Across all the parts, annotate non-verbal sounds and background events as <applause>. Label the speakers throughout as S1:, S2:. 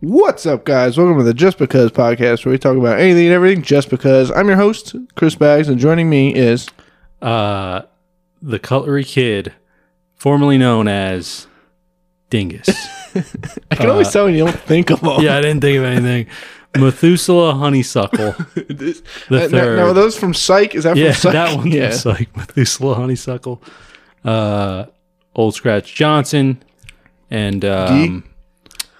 S1: What's up, guys? Welcome to the Just Because podcast, where we talk about anything and everything just because. I'm your host, Chris Bags, and joining me is
S2: Uh, the cutlery kid, formerly known as
S1: <laughs>
S2: Dingus.
S1: I can always tell when you don't think of them.
S2: Uh, yeah, I didn't think of anything. Methuselah honeysuckle.
S1: <laughs> This-
S2: The
S1: that- no,
S2: third.
S1: no, are those from Psych. Is that
S2: yeah,
S1: from Psych?
S2: that one.
S1: Yeah.
S2: It's like Methuselah honeysuckle. Uh, Old Scratch Johnson, and um,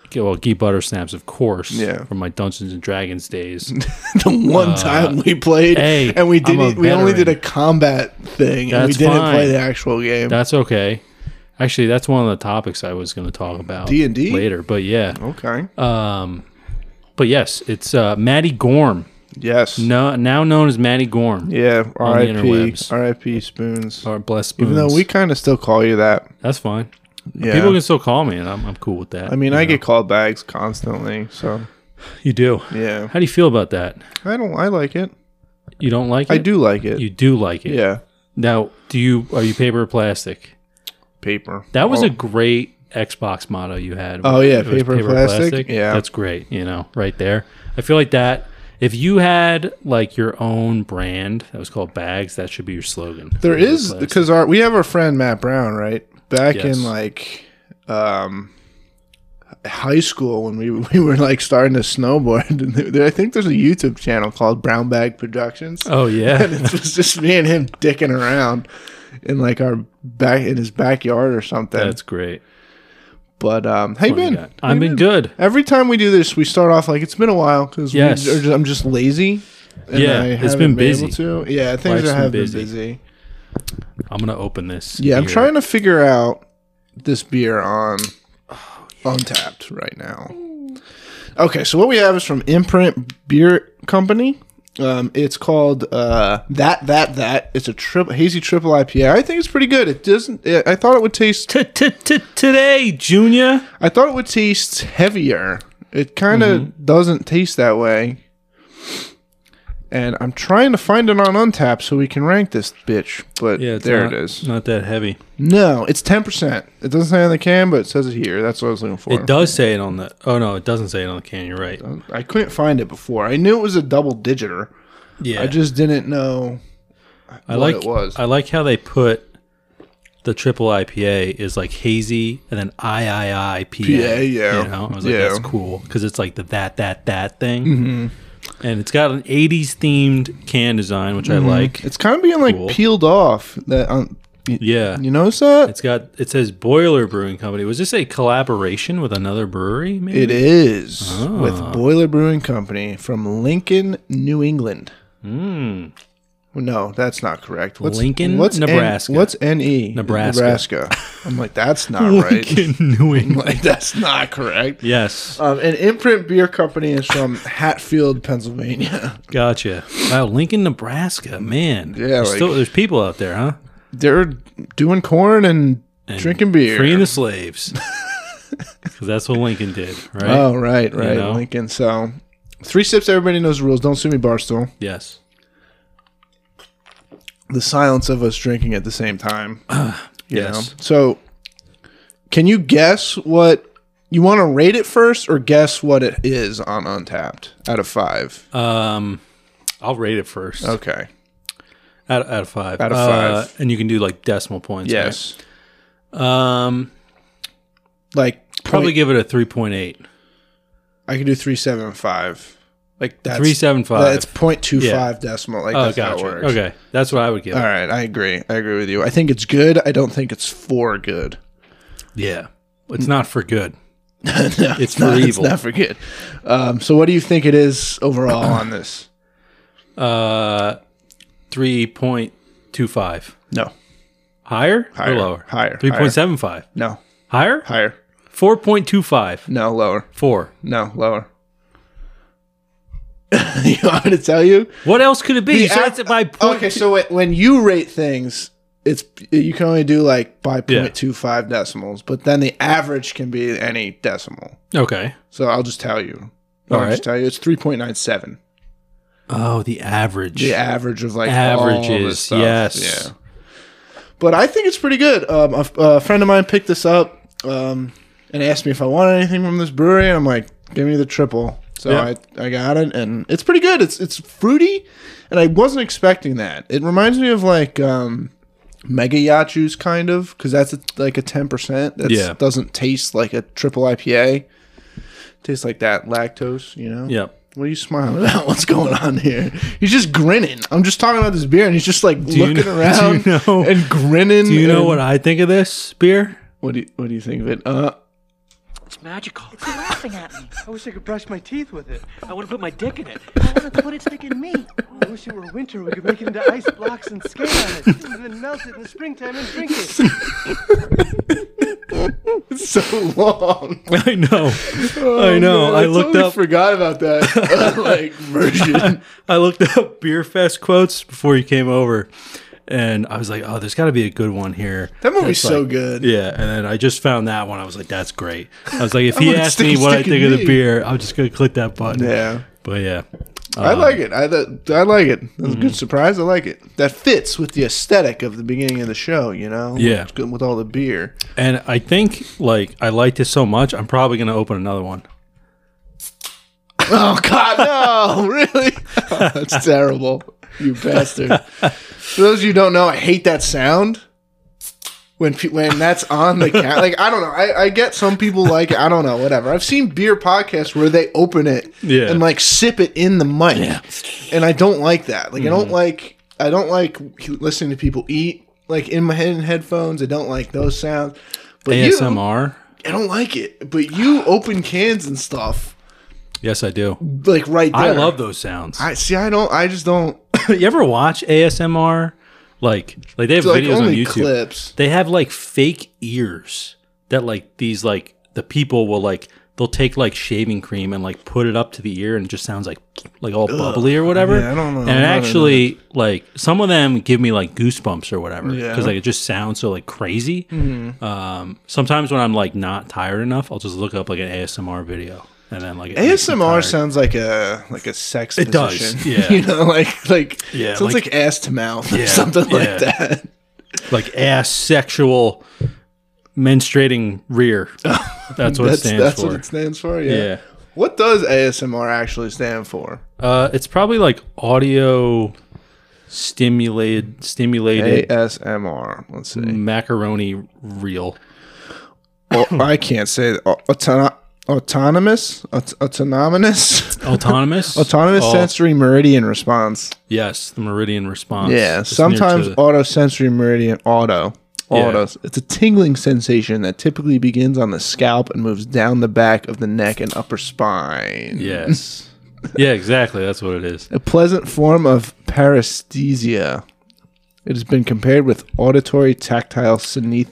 S2: Gee- well, Gee Buttersnaps, of course.
S1: Yeah.
S2: from my Dungeons and
S1: <laughs>
S2: Dragons days.
S1: <laughs> the one time we played,
S2: Uh, hey,
S1: and we
S2: I'm a
S1: didn't. We only did
S2: veteran.
S1: a combat thing, and we
S2: That's
S1: didn't play
S2: fine.
S1: the actual game.
S2: that's okay. Actually, that's one of the topics I was going to talk about
S1: D&D?
S2: later. But yeah,
S1: okay.
S2: Um, but yes, it's uh, Maddie Gorm,
S1: yes.
S2: no, now known as Maddie Gorm.
S1: yeah.
S2: the
S1: R.I.P.
S2: interwebs.
S1: R.I.P. Spoons.
S2: Or bless spoons.
S1: Even though we kind of still call you that.
S2: That's fine.
S1: Yeah.
S2: People can still call me, and I'm, I'm cool with that.
S1: I mean, I get called bags constantly, so
S2: you do.
S1: yeah.
S2: How do you feel about that?
S1: I don't. I like it.
S2: You don't like it.
S1: I do like it.
S2: You do like it.
S1: yeah.
S2: Now, do you? Are you paper or plastic?
S1: Paper.
S2: That was
S1: oh,
S2: a great Xbox motto you had.
S1: Oh, yeah,
S2: It was
S1: paper or plastic? Yeah.
S2: that's great. You know, right there. I feel like that. If you had like your own brand that was called Bags, that should be your slogan.
S1: There
S2: Paper or
S1: is
S2: plastic.
S1: because our we have our friend Matt Brown right back
S2: Yes.
S1: in like um high school when we <laughs> we were like starting to snowboard. And there, I think there's a YouTube channel called Brown Bag
S2: <laughs>
S1: Productions.
S2: Oh
S1: <laughs>
S2: yeah.
S1: it was just me and him dicking around in like our back in his backyard or something.
S2: That's great.
S1: but um, how you been? How you
S2: I've been good.
S1: Every time we do this, we start off like it's been a while because
S2: Yes.
S1: I'm just lazy. And
S2: Yeah,
S1: I
S2: it's
S1: haven't
S2: been
S1: able
S2: busy.
S1: to. Yeah, things
S2: Life's
S1: that have
S2: been
S1: been
S2: busy.
S1: busy.
S2: I'm gonna open this.
S1: Yeah, I'm
S2: beer.
S1: trying to figure out this beer on
S2: Oh,
S1: Untapped right now. Okay, so what we have is from Imprint Beer Company. Um, it's called uh, that that that. It's a trip, hazy triple IPA. I think it's pretty good. It doesn't. It, I thought it would taste.
S2: T- t- t- today, Junior.
S1: I thought it would taste heavier. It kind of
S2: Mm-hmm.
S1: doesn't taste that way. And I'm trying to find it on Untapped so we can rank this bitch. But
S2: Yeah, it's
S1: there
S2: not,
S1: it is.
S2: Not that heavy.
S1: No, it's ten percent. It doesn't say on the can, but it says it here. That's what I was looking for.
S2: It does say it on the. Oh no, it doesn't say it on the can. You're right.
S1: I couldn't find it before. I knew it was a double digiter.
S2: Yeah,
S1: I just didn't know.
S2: I
S1: what
S2: like.
S1: it was.
S2: I like how they put the triple IPA is like hazy and then IIIPA.
S1: PA, yeah.
S2: You know, I was like,
S1: Yeah. Mm-hmm.
S2: that's cool because it's like the that that that thing, and it's got an '80s themed can design, which
S1: Mm-hmm.
S2: I like.
S1: It's kind of being like
S2: Cool.
S1: peeled off. That um, y-
S2: Yeah,
S1: you notice that
S2: It's got it says Boiler Brewing Company. Was this a collaboration with another brewery? Maybe? <laughs>
S1: it is
S2: Ah.
S1: with Boiler Brewing Company from Lincoln, New England. Mm. No, that's not correct. What's,
S2: Hmm. Lincoln,
S1: N-
S2: Nebraska.
S1: what's NE?
S2: Nebraska.
S1: Nebraska. I'm like, that's not
S2: <laughs>
S1: right.
S2: New England.
S1: <laughs> like, that's not correct.
S2: Yes,
S1: Um, an imprint beer company is from Hatfield, Pennsylvania. <laughs>
S2: gotcha. Wow, Lincoln, Nebraska, man.
S1: Yeah,
S2: there's,
S1: like-
S2: still, there's people out there, huh?
S1: They're doing corn and, drinking beer.
S2: Freeing
S1: <laughs>
S2: the slaves, because that's what Lincoln did, right?
S1: oh, right, right.
S2: know?
S1: Lincoln. So, three sips. Everybody knows the rules. Don't sue me, Barstool.
S2: Yes.
S1: The silence of us drinking at the same time. you know?
S2: <sighs> yes.
S1: So, can you guess what you want to rate it first, or guess what it is on Untapped out of five?
S2: Um, I'll rate it first.
S1: okay.
S2: Out, out of five.
S1: Out of
S2: Uh,
S1: five.
S2: and you can do like decimal points. right?
S1: Yes.
S2: Um,
S1: Like
S2: probably
S1: probably.
S2: give it a three point eight.
S1: I could do three, seven, five. Like that's
S2: Three seven five.
S1: That's 0.25
S2: Yeah.
S1: decimal. Like
S2: oh,
S1: that's how it
S2: gotcha.
S1: works.
S2: Okay, that's what I would give.
S1: All
S2: it.
S1: right, I agree. I agree with you. I think it's good. I don't think it's for good. <laughs>
S2: Yeah, it's not for good.
S1: No,
S2: It's for
S1: not,
S2: evil.
S1: It's not for good. Um, so, what do you think it is overall on
S2: <clears throat>
S1: this?
S2: Uh, three point two five.
S1: No,
S2: Higher,
S1: Higher,
S2: or lower?
S1: higher,
S2: Three point seven five.
S1: no,
S2: Higher.
S1: higher.
S2: Four point two five.
S1: No, lower.
S2: Four.
S1: No, lower. <laughs> you want me to tell you?
S2: What else could it be? You
S1: The
S2: said
S1: act-
S2: it's by point.
S1: Okay, so when- when you rate things, it's you can only do like by
S2: Yeah.
S1: 0.25 decimals, but then the average can be any decimal.
S2: okay.
S1: So I'll just tell you.
S2: All
S1: I'll just
S2: right.
S1: tell you it's 3.97.
S2: Oh, the average.
S1: the average of like all this
S2: Averages.
S1: stuff.
S2: yes.
S1: Yeah. But I think it's pretty good. Um, a, a friend of mine picked this up um, and asked me if I wanted anything from this brewery, and I'm like, Give me the triple. So
S2: Yeah.
S1: I, I got it, and it's pretty good. It's it's fruity, and I wasn't expecting that. It reminds me of like um, mega yacht juice, kind of, because that's a, like a ten percent. That
S2: Yeah.
S1: doesn't taste like a triple IPA. Tastes like that lactose, you know.
S2: Yep.
S1: What are you smiling about? What's going on here? He's just grinning. I'm just talking about this beer, and he's just like
S2: you
S1: looking
S2: know- <laughs> do
S1: around
S2: you know-
S1: and grinning.
S2: Do you know
S1: and-
S2: what I think of this beer?
S1: What do you, What do you think of it? Uh, <laughs>
S3: It's magical.
S4: It's laughing at me.
S3: I wish I could brush my teeth with it.
S4: I want to put my dick in it. I want to put its dick in me.
S3: I wish it were winter. We could make it into ice blocks and skate on it, and then melt it in the springtime and drink it.
S1: it's so long.
S2: <laughs>
S1: Oh,
S2: I know. I know.
S1: man,
S2: I looked
S1: totally
S2: up.
S1: Forgot about
S2: <laughs>
S1: that <laughs> like version.
S2: I looked up beer fest quotes before you came over, and I was like, "Oh, there's got to be a good one here."
S1: That movie's
S2: That's
S1: so
S2: like-
S1: good.
S2: Yeah, and then I just found that one. I was like, "That's great." I was like,
S1: <laughs>
S2: "If he
S1: gonna
S2: asked
S1: stick
S2: me
S1: a
S2: what I
S1: stick in
S2: think of the
S1: me.
S2: beer, I'm just gonna click that button."
S1: Yeah.
S2: But yeah,
S1: I like it. I th- I like it. That's a
S2: Mm.
S1: good surprise. I like it. That fits with the aesthetic of the beginning of the show. You know.
S2: Yeah.
S1: It's good with all the beer.
S2: and I think like I liked it so much, I'm probably gonna open another one.
S1: Oh God, no! <laughs> Really? Oh, That's terrible, you bastard. For those of you who don't know, I hate that sound when pe- when that's on the cat. Like I don't know. I, I get some people like it. I don't know. Whatever. I've seen beer podcasts where they open it
S2: Yeah.
S1: and like sip it in the mic, and I don't like that. Like I
S2: Mm-hmm.
S1: don't like I don't like listening to people eat like in my head in headphones. I don't like those sounds. But you,
S2: ASMR.
S1: I don't like it. But you open cans and stuff.
S2: Yes, I do.
S1: Like right there.
S2: I love those sounds.
S1: I see. I don't. I just don't
S2: <laughs> you ever watch ASMR? Like, like they have
S1: like
S2: videos on
S1: only
S2: YouTube.
S1: clips.
S2: They have like fake ears that like these like the people will like they'll take like shaving cream and like put it up to the ear and it just sounds like like all bubbly or whatever.
S1: Yeah, I don't know.
S2: And it
S1: I'm not into
S2: actually like some of them give me like goosebumps or whatever
S1: Yeah. Mm-hmm.
S2: because like it just sounds so like crazy. Um, sometimes when I'm like not tired enough, I'll just look up like an ASMR video and then like it makes me
S1: ASMR
S2: tired.
S1: sounds like a like a sex. It
S2: does,
S1: position. <laughs>
S2: yeah.
S1: you know, like like
S2: Yeah,
S1: sounds
S2: like-
S1: like, ass to mouth or
S2: Yeah,
S1: something
S2: yeah.
S1: like that.
S2: like ass sexual menstruating
S1: <laughs>
S2: rear. That's what it
S1: That's
S2: stands
S1: that's
S2: for.
S1: what it stands for. Yeah.
S2: yeah.
S1: What does ASMR actually stand for?
S2: Uh, it's probably like audio stimulated stimulated
S1: ASMR. Let's see.
S2: macaroni reel.
S1: Oh, I can't say that. Au- autono- autonomous. Aut-
S2: <laughs>
S1: autonomous.
S2: Autonomous.
S1: <laughs> Autonomous
S2: Oh,
S1: sensory meridian response.
S2: Yes, the meridian response.
S1: Yeah,
S2: It's near
S1: sometimes
S2: to the-
S1: autosensory meridian auto.
S2: Yeah.
S1: Auto. It's a tingling sensation that typically begins on the scalp and moves down the back of the neck and upper spine.
S2: yes. yeah, exactly. That's what it is.
S1: A pleasant form of paresthesia. It has been compared with auditory tactile syneth-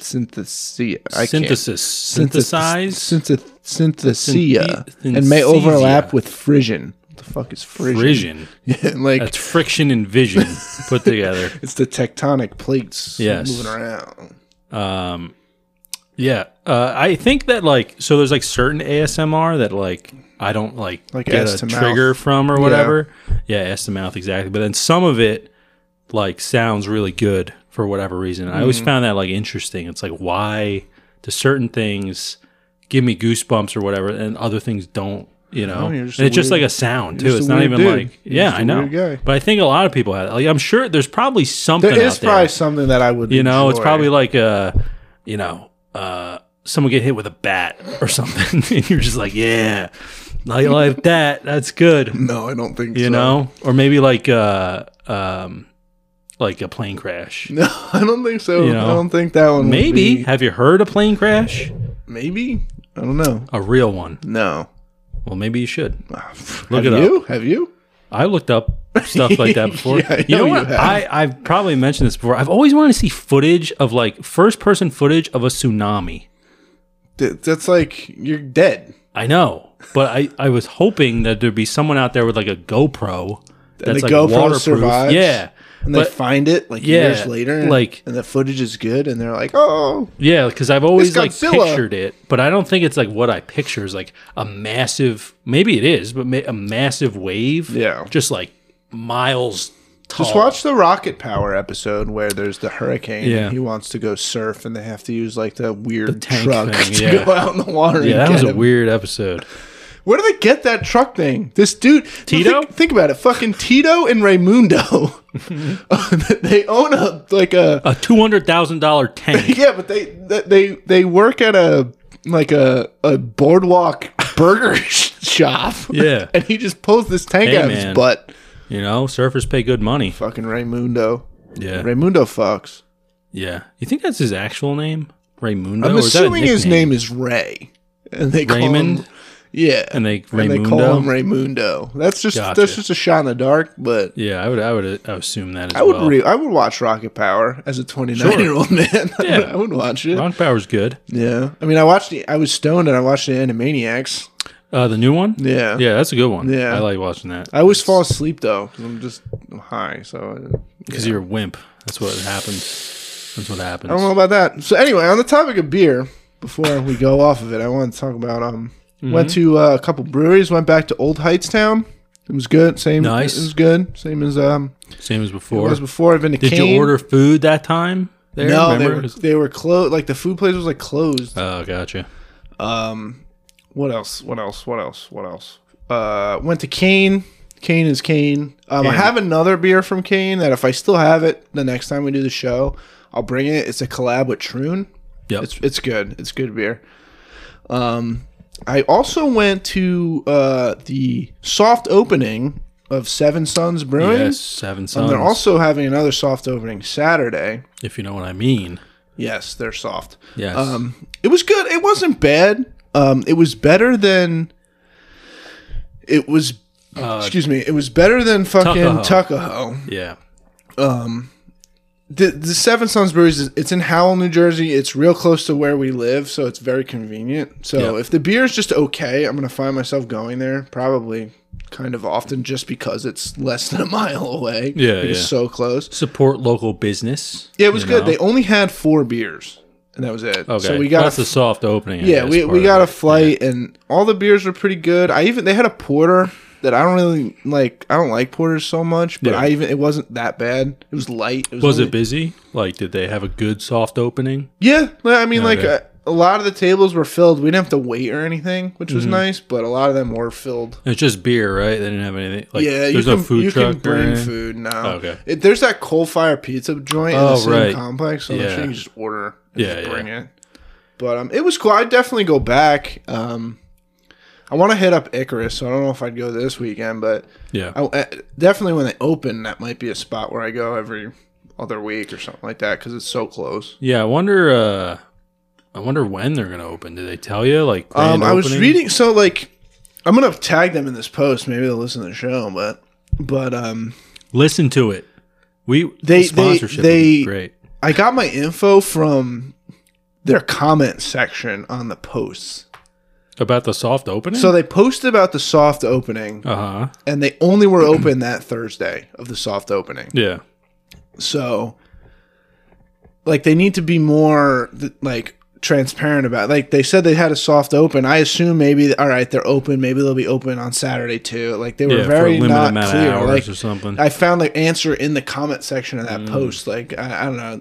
S1: synthesia. <laughs> I can't-
S2: Synthesis.
S1: Synthesize,
S2: Synthesize.
S1: synth- synthesia,
S2: Synthe-
S1: and may
S2: synesthesia.
S1: overlap with frisson. What the fuck is frisson?
S2: Vision.
S1: Yeah, <laughs> like
S2: That's friction and vision put together.
S1: it's the tectonic plates
S2: Yes.
S1: moving around.
S2: Um, yeah, uh, I think that like so there's like certain ASMR that like I don't like,
S1: Like
S2: get
S1: ass
S2: a
S1: to mouth.
S2: trigger from or whatever. Yeah. ass to mouth exactly. But then some of it like sounds really good for whatever reason. I
S1: Mm-hmm.
S2: always found that like interesting. It's like why do certain things give me goosebumps or whatever, and other things don't. You know,
S1: you're
S2: and it's
S1: just a
S2: just like
S1: weird-
S2: a sound too.
S1: just a
S2: It's not
S1: weird
S2: even
S1: dude.
S2: like
S1: You're
S2: yeah,
S1: just a
S2: I know.
S1: weird guy.
S2: But I think a lot of people have. Like, I'm sure there's probably something.
S1: There is
S2: out there.
S1: probably something that I would.
S2: You know, it's
S1: enjoy.
S2: probably like a, you know, uh, someone get hit with a bat or <laughs> something, and you're just like, yeah, like, like that. That's good.
S1: no, I don't think
S2: You
S1: so.
S2: know, or maybe like uh, um, like a plane
S1: <laughs>
S2: crash.
S1: No, I don't think so.
S2: You know?
S1: I don't think that one. would
S2: Maybe
S1: be-
S2: have you heard a plane crash?
S1: maybe I don't know.
S2: A real one.
S1: <sighs> No.
S2: Well, maybe you should.
S1: Look have
S2: it up.
S1: you? Have you?
S2: I looked up stuff
S1: <laughs>
S2: like that before.
S1: Yeah, I
S2: you know,
S1: know you
S2: what?
S1: have.
S2: I, I've probably mentioned this before. I've always wanted to see footage of like first person footage of a tsunami.
S1: Th- That's like you're dead.
S2: I know, but I, I was hoping that there'd be someone out there with like a GoPro that's
S1: the
S2: like
S1: GoPro
S2: waterproof.
S1: survives?
S2: Yeah,
S1: And
S2: but
S1: they find it like
S2: Yeah,
S1: years later,
S2: like-
S1: and the footage is good, and they're like, "Oh,
S2: yeah, because I've always
S1: It's
S2: like
S1: Godzilla.
S2: pictured it, but I don't think it's like what I picture is like a massive. Maybe it is, but ma- a massive wave.
S1: Yeah.
S2: just like miles. Tall.
S1: just watch the Rocket Power episode where there's the hurricane.
S2: Yeah.
S1: and he wants to go surf, and they have to use like the weird
S2: tank
S1: truck <laughs>
S2: thing,
S1: to
S2: yeah.
S1: go out in the water.
S2: Yeah,
S1: and
S2: that was
S1: get
S2: a
S1: him.
S2: weird episode.
S1: Where do they get that truck thing? This dude
S2: Tito?
S1: Think, think about it. Fucking Tito and
S2: <laughs>
S1: Raymundo. <laughs> they own a like a
S2: A two hundred thousand dollar tank.
S1: yeah, but they they they work at a like a a boardwalk burger <laughs> shop.
S2: <laughs> Yeah.
S1: and he just pulls this tank
S2: Hey,
S1: out of
S2: man.
S1: his butt.
S2: You know, surfers pay good money.
S1: Fucking Raymundo.
S2: Yeah,
S1: Raymundo fucks.
S2: yeah. You think that's his actual name, Raymundo?
S1: I'm
S2: or Oh, is that a
S1: assuming his
S2: nickname?
S1: name is Ray, and they call
S2: Raymond?
S1: him yeah,
S2: And they
S1: and they call him Raymundo.
S2: Raymundo?
S1: That's just
S2: Gotcha.
S1: that's just a shot in the dark, but.
S2: Yeah, I would, I would, I would assume that as
S1: I would
S2: well.
S1: re- I would watch Rocket Power as a 29 year old man. <laughs>
S2: Yeah.
S1: I would watch it.
S2: <laughs> Ron Power's good.
S1: Yeah, I mean, I watched the I was stoned and I watched the Animaniacs.
S2: Uh, the new one.
S1: Yeah.
S2: yeah, that's a good one.
S1: Yeah.
S2: I like watching that
S1: I always fall asleep though. 'cause I'm just I'm high, so
S2: because you're a wimp. That's what happens. That's what happens.
S1: I don't know about that. So anyway, on the topic of beer, before we go off of it, I want to talk about um went
S2: Mm-hmm.
S1: to uh, a couple breweries, went back to Old Heights Town. It was good. Same.
S2: Nice.
S1: It was good. Same as um
S2: Same as
S1: it
S2: before.
S1: was before. I've been to
S2: Did
S1: Kane.
S2: you order food that time? There,
S1: No,
S2: remember?
S1: they were they were closed. Like the food place was like closed.
S2: Oh, gotcha.
S1: what else? What else? What else? What else? Uh, went to Kane. Kane is Kane. Um, I have another beer from Kane that if I still have it the next time we do the show, I'll bring it. It's a collab with Troon.
S2: Yep.
S1: It's it's good. It's good beer. Um, I also went to uh, the soft opening of Seven Sons Brewing.
S2: yes, seven
S1: Um,
S2: sons.
S1: they're also having another soft opening Saturday.
S2: if you know what I mean.
S1: Yes, they're soft.
S2: Yes.
S1: Um, it was good. It wasn't bad. Um, it was better than. It was.
S2: Uh,
S1: excuse me. It was better than fucking Tuckahoe.
S2: yeah.
S1: The, the Seven Sons Breweries. is- It's in Howell, New Jersey. It's real close to where we live, so it's very convenient. So
S2: Yeah.
S1: if the beer is just okay, I'm gonna find myself going there probably kind of often just because it's less than a <laughs> mile away.
S2: Yeah,
S1: it's
S2: yeah.
S1: so close.
S2: Support local business.
S1: Yeah, it was
S2: you
S1: good.
S2: know?
S1: They only had four beers, and that was it.
S2: Okay.
S1: So we got
S2: that's the soft opening. I
S1: Yeah,
S2: guess,
S1: we,
S2: part
S1: we
S2: of
S1: got a
S2: it.
S1: flight and all the beers were pretty good. I even they had a porter that I don't really like. I don't like porters so much, but
S2: Yeah.
S1: I even it wasn't that bad. It was light. It was,
S2: Was
S1: only-
S2: it busy? Like, did they have a good soft opening?
S1: Yeah, li- I mean, like
S2: Okay.
S1: a, a lot of the tables were filled. We didn't have to wait or anything, which was nice. But a lot of them were filled.
S2: It's just beer, right? They didn't have anything. Like,
S1: yeah, you
S2: there's
S1: can
S2: no food
S1: you
S2: truck.
S1: can
S2: or
S1: bring
S2: anything? Oh,
S1: food now.
S2: okay.
S1: It, there's that coal fire pizza joint in
S2: Oh,
S1: the same
S2: right.
S1: complex, so I'm
S2: Yeah.
S1: sure you can just order. And
S2: Yeah,
S1: just
S2: yeah.
S1: bring it. But um, it was cool. I'd definitely go back. Um, I want to hit up Icarus, so I don't know if I'd go this weekend, but
S2: Yeah.
S1: I, uh, definitely when they open, that might be a spot where I go every other week or something like that because it's so close.
S2: Yeah, I wonder. uh I wonder when they're gonna open. Did they tell you? Like,
S1: Um,
S2: grand
S1: I was
S2: opening?
S1: reading, so like, I'm gonna tag them in this post. Maybe they'll listen to the show, but but um,
S2: Listen to it. We
S1: They- they-
S2: sponsorship. would
S1: they-
S2: be great.
S1: I got my info from their comment section on the posts.
S2: About the soft opening.
S1: So they posted about the soft opening,
S2: uh huh.
S1: and they only
S2: <clears throat>
S1: were open that Thursday of the soft opening.
S2: Yeah.
S1: So, like, they need to be more th- like transparent about. Like, they said they had a soft open. I assume maybe all right, they're open. Maybe they'll be open on Saturday too. Like they were
S2: Yeah, for a
S1: very
S2: limited
S1: not
S2: amount of
S1: clear.
S2: hours
S1: like
S2: or something.
S1: I found the answer in the comment section of that post. Like I, I don't know.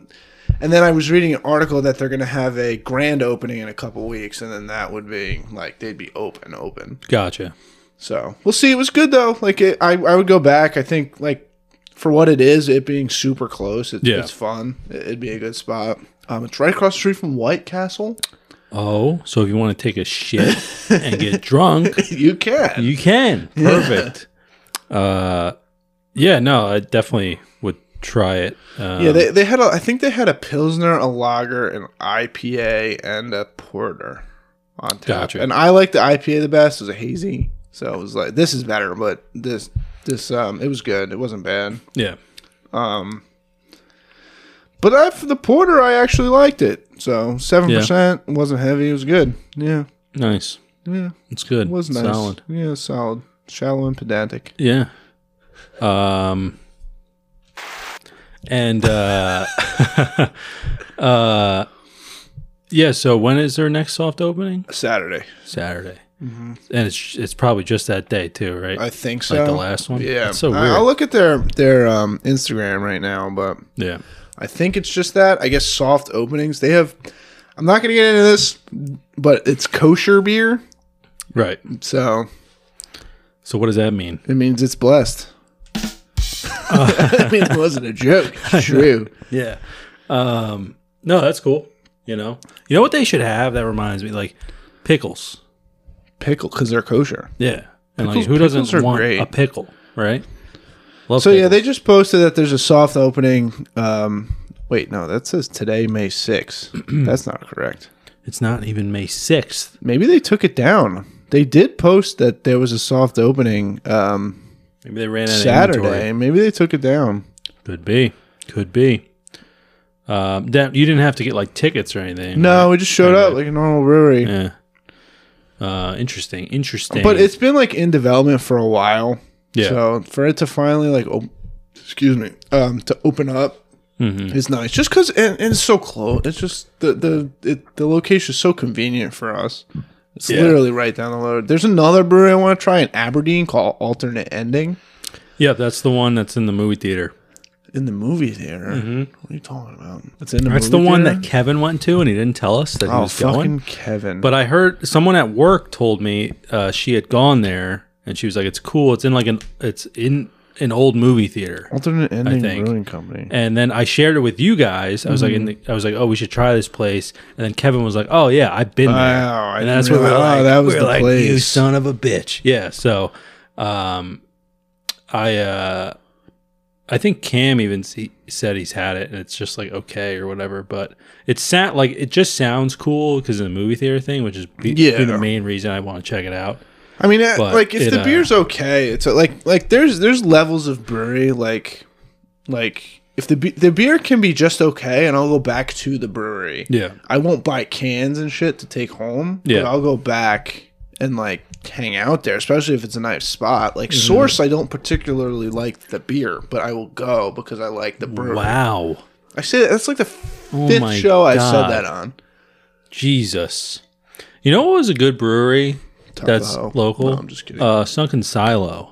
S1: And then I was reading an article that they're going to have a grand opening in a couple weeks, and then that would be like they'd be open, open.
S2: Gotcha.
S1: So we'll see. It was good though. Like it, I, I would go back. I think like for what it is, it being super close, it,
S2: Yeah.
S1: it's fun. It, it'd be a good spot. Um, it's right across the street from White Castle. <laughs>
S2: Oh, so if you want to take a shit and get drunk,
S1: You can.
S2: you can. Perfect. Uh, yeah. No, I definitely would try it. Um,
S1: yeah, they, they had. A, I think they had a pilsner, a lager, an IPA, and a porter on tap.
S2: Gotcha.
S1: And I like the IPA the best. It was a hazy, so it was like this is better. But this this um, it was good. It wasn't bad.
S2: yeah.
S1: But I, for the porter, I actually liked it. So seven percent wasn't heavy. It was good. Yeah,
S2: Nice.
S1: yeah,
S2: It's good.
S1: it was nice.
S2: Solid.
S1: Yeah, solid. Shallow and pedantic.
S2: Yeah. Um and uh <laughs> uh yeah, so when is their next soft opening?
S1: Saturday,
S2: Saturday. And it's it's probably just that day too, right?
S1: Mm-hmm. I think so.
S2: like the last one.
S1: Yeah,
S2: That's so
S1: I-
S2: weird.
S1: I'll look at their their um, Instagram right now, but
S2: yeah.
S1: I think it's just that. I guess soft openings. They have. I'm not going to get into this, but it's kosher beer.
S2: Right.
S1: So
S2: So what does that mean?
S1: it means it's blessed.
S2: Uh.
S1: <laughs> I mean, it wasn't a joke.
S2: <laughs>
S1: It's true.
S2: Yeah. Um, no, that's cool. You know, you know what they should have. That reminds me, like pickles.
S1: Pickle, because they're kosher.
S2: Yeah. And
S1: Pickles-
S2: like, who
S1: pickles
S2: doesn't
S1: are
S2: want
S1: great.
S2: a pickle, right? Love
S1: So yeah,
S2: pickles.
S1: they just posted that there's a soft opening. Um, wait, no, that says today, May
S2: <clears throat>
S1: 6th. That's not correct.
S2: it's not even May sixth.
S1: Maybe they took it down. They did post that there was a soft opening um,
S2: Maybe they ran out of
S1: Saturday.
S2: inventory.
S1: Maybe they took it down.
S2: Could be. Could be. Um, that you didn't have to get like tickets or anything.
S1: No, we just showed up like a normal brewery.
S2: Yeah. Uh, interesting. Interesting.
S1: But it's been like in development for a while.
S2: Yeah.
S1: So for it to finally like, op- excuse me, um, to open up
S2: Mm-hmm.
S1: is nice. Just because and, and it's so close. It's just the the it, the location is so convenient for us. It's
S2: Yeah.
S1: literally right down the road. There's another brewery I want to try in Aberdeen called Alternate Ending
S2: yeah, that's the one that's in the movie theater.
S1: in the movie theater. What are you talking about? It's in the
S2: Mm-hmm. That's the
S1: movie
S2: one
S1: theater?
S2: that Kevin went to, and he didn't tell us that he
S1: oh
S2: was
S1: fucking
S2: going.
S1: Kevin.
S2: But I heard someone at work told me uh, she had gone there, and she was like, "It's cool. It's in like an it's in an old movie theater."
S1: Alternate Ending
S2: think.
S1: Brewing Company.
S2: And then I shared it with you guys. I was
S1: Mm-hmm.
S2: like, in the, I was like, "Oh, we should try this place." And then Kevin was like, "Oh yeah, I've been there."
S1: Wow, I
S2: and that's
S1: didn't
S2: what we're
S1: realize-
S2: like.
S1: oh, that was
S2: we're
S1: the
S2: like, You
S1: place."
S2: son of a bitch. Yeah. So, um, I uh, I think Cam even se- said he's had it, and it's just like okay or whatever. But it sound like it just sounds cool because of the movie theater thing, which is be-
S1: Yeah.
S2: be the main reason I want to check it out.
S1: I mean, uh,
S2: But
S1: like if
S2: it,
S1: the
S2: uh,
S1: beer's okay, it's uh, like like there's there's levels of brewery like like if the be- the beer can be just okay, and I'll go back to the brewery.
S2: Yeah.
S1: I won't buy cans and shit to take home.
S2: Yeah.
S1: but I'll go back and like hang out there, especially if it's a nice spot. Like
S2: Mm-hmm.
S1: Source, I don't particularly like the beer, but I will go because I like the brewery.
S2: Wow, Oh
S1: I say that, that's like the fifth
S2: my
S1: show I said
S2: God.
S1: that on.
S2: Jesus! You know what was a good brewery that's
S1: Tahoe.
S2: local?
S1: No, I'm just kidding.
S2: Uh, Sunken Silo.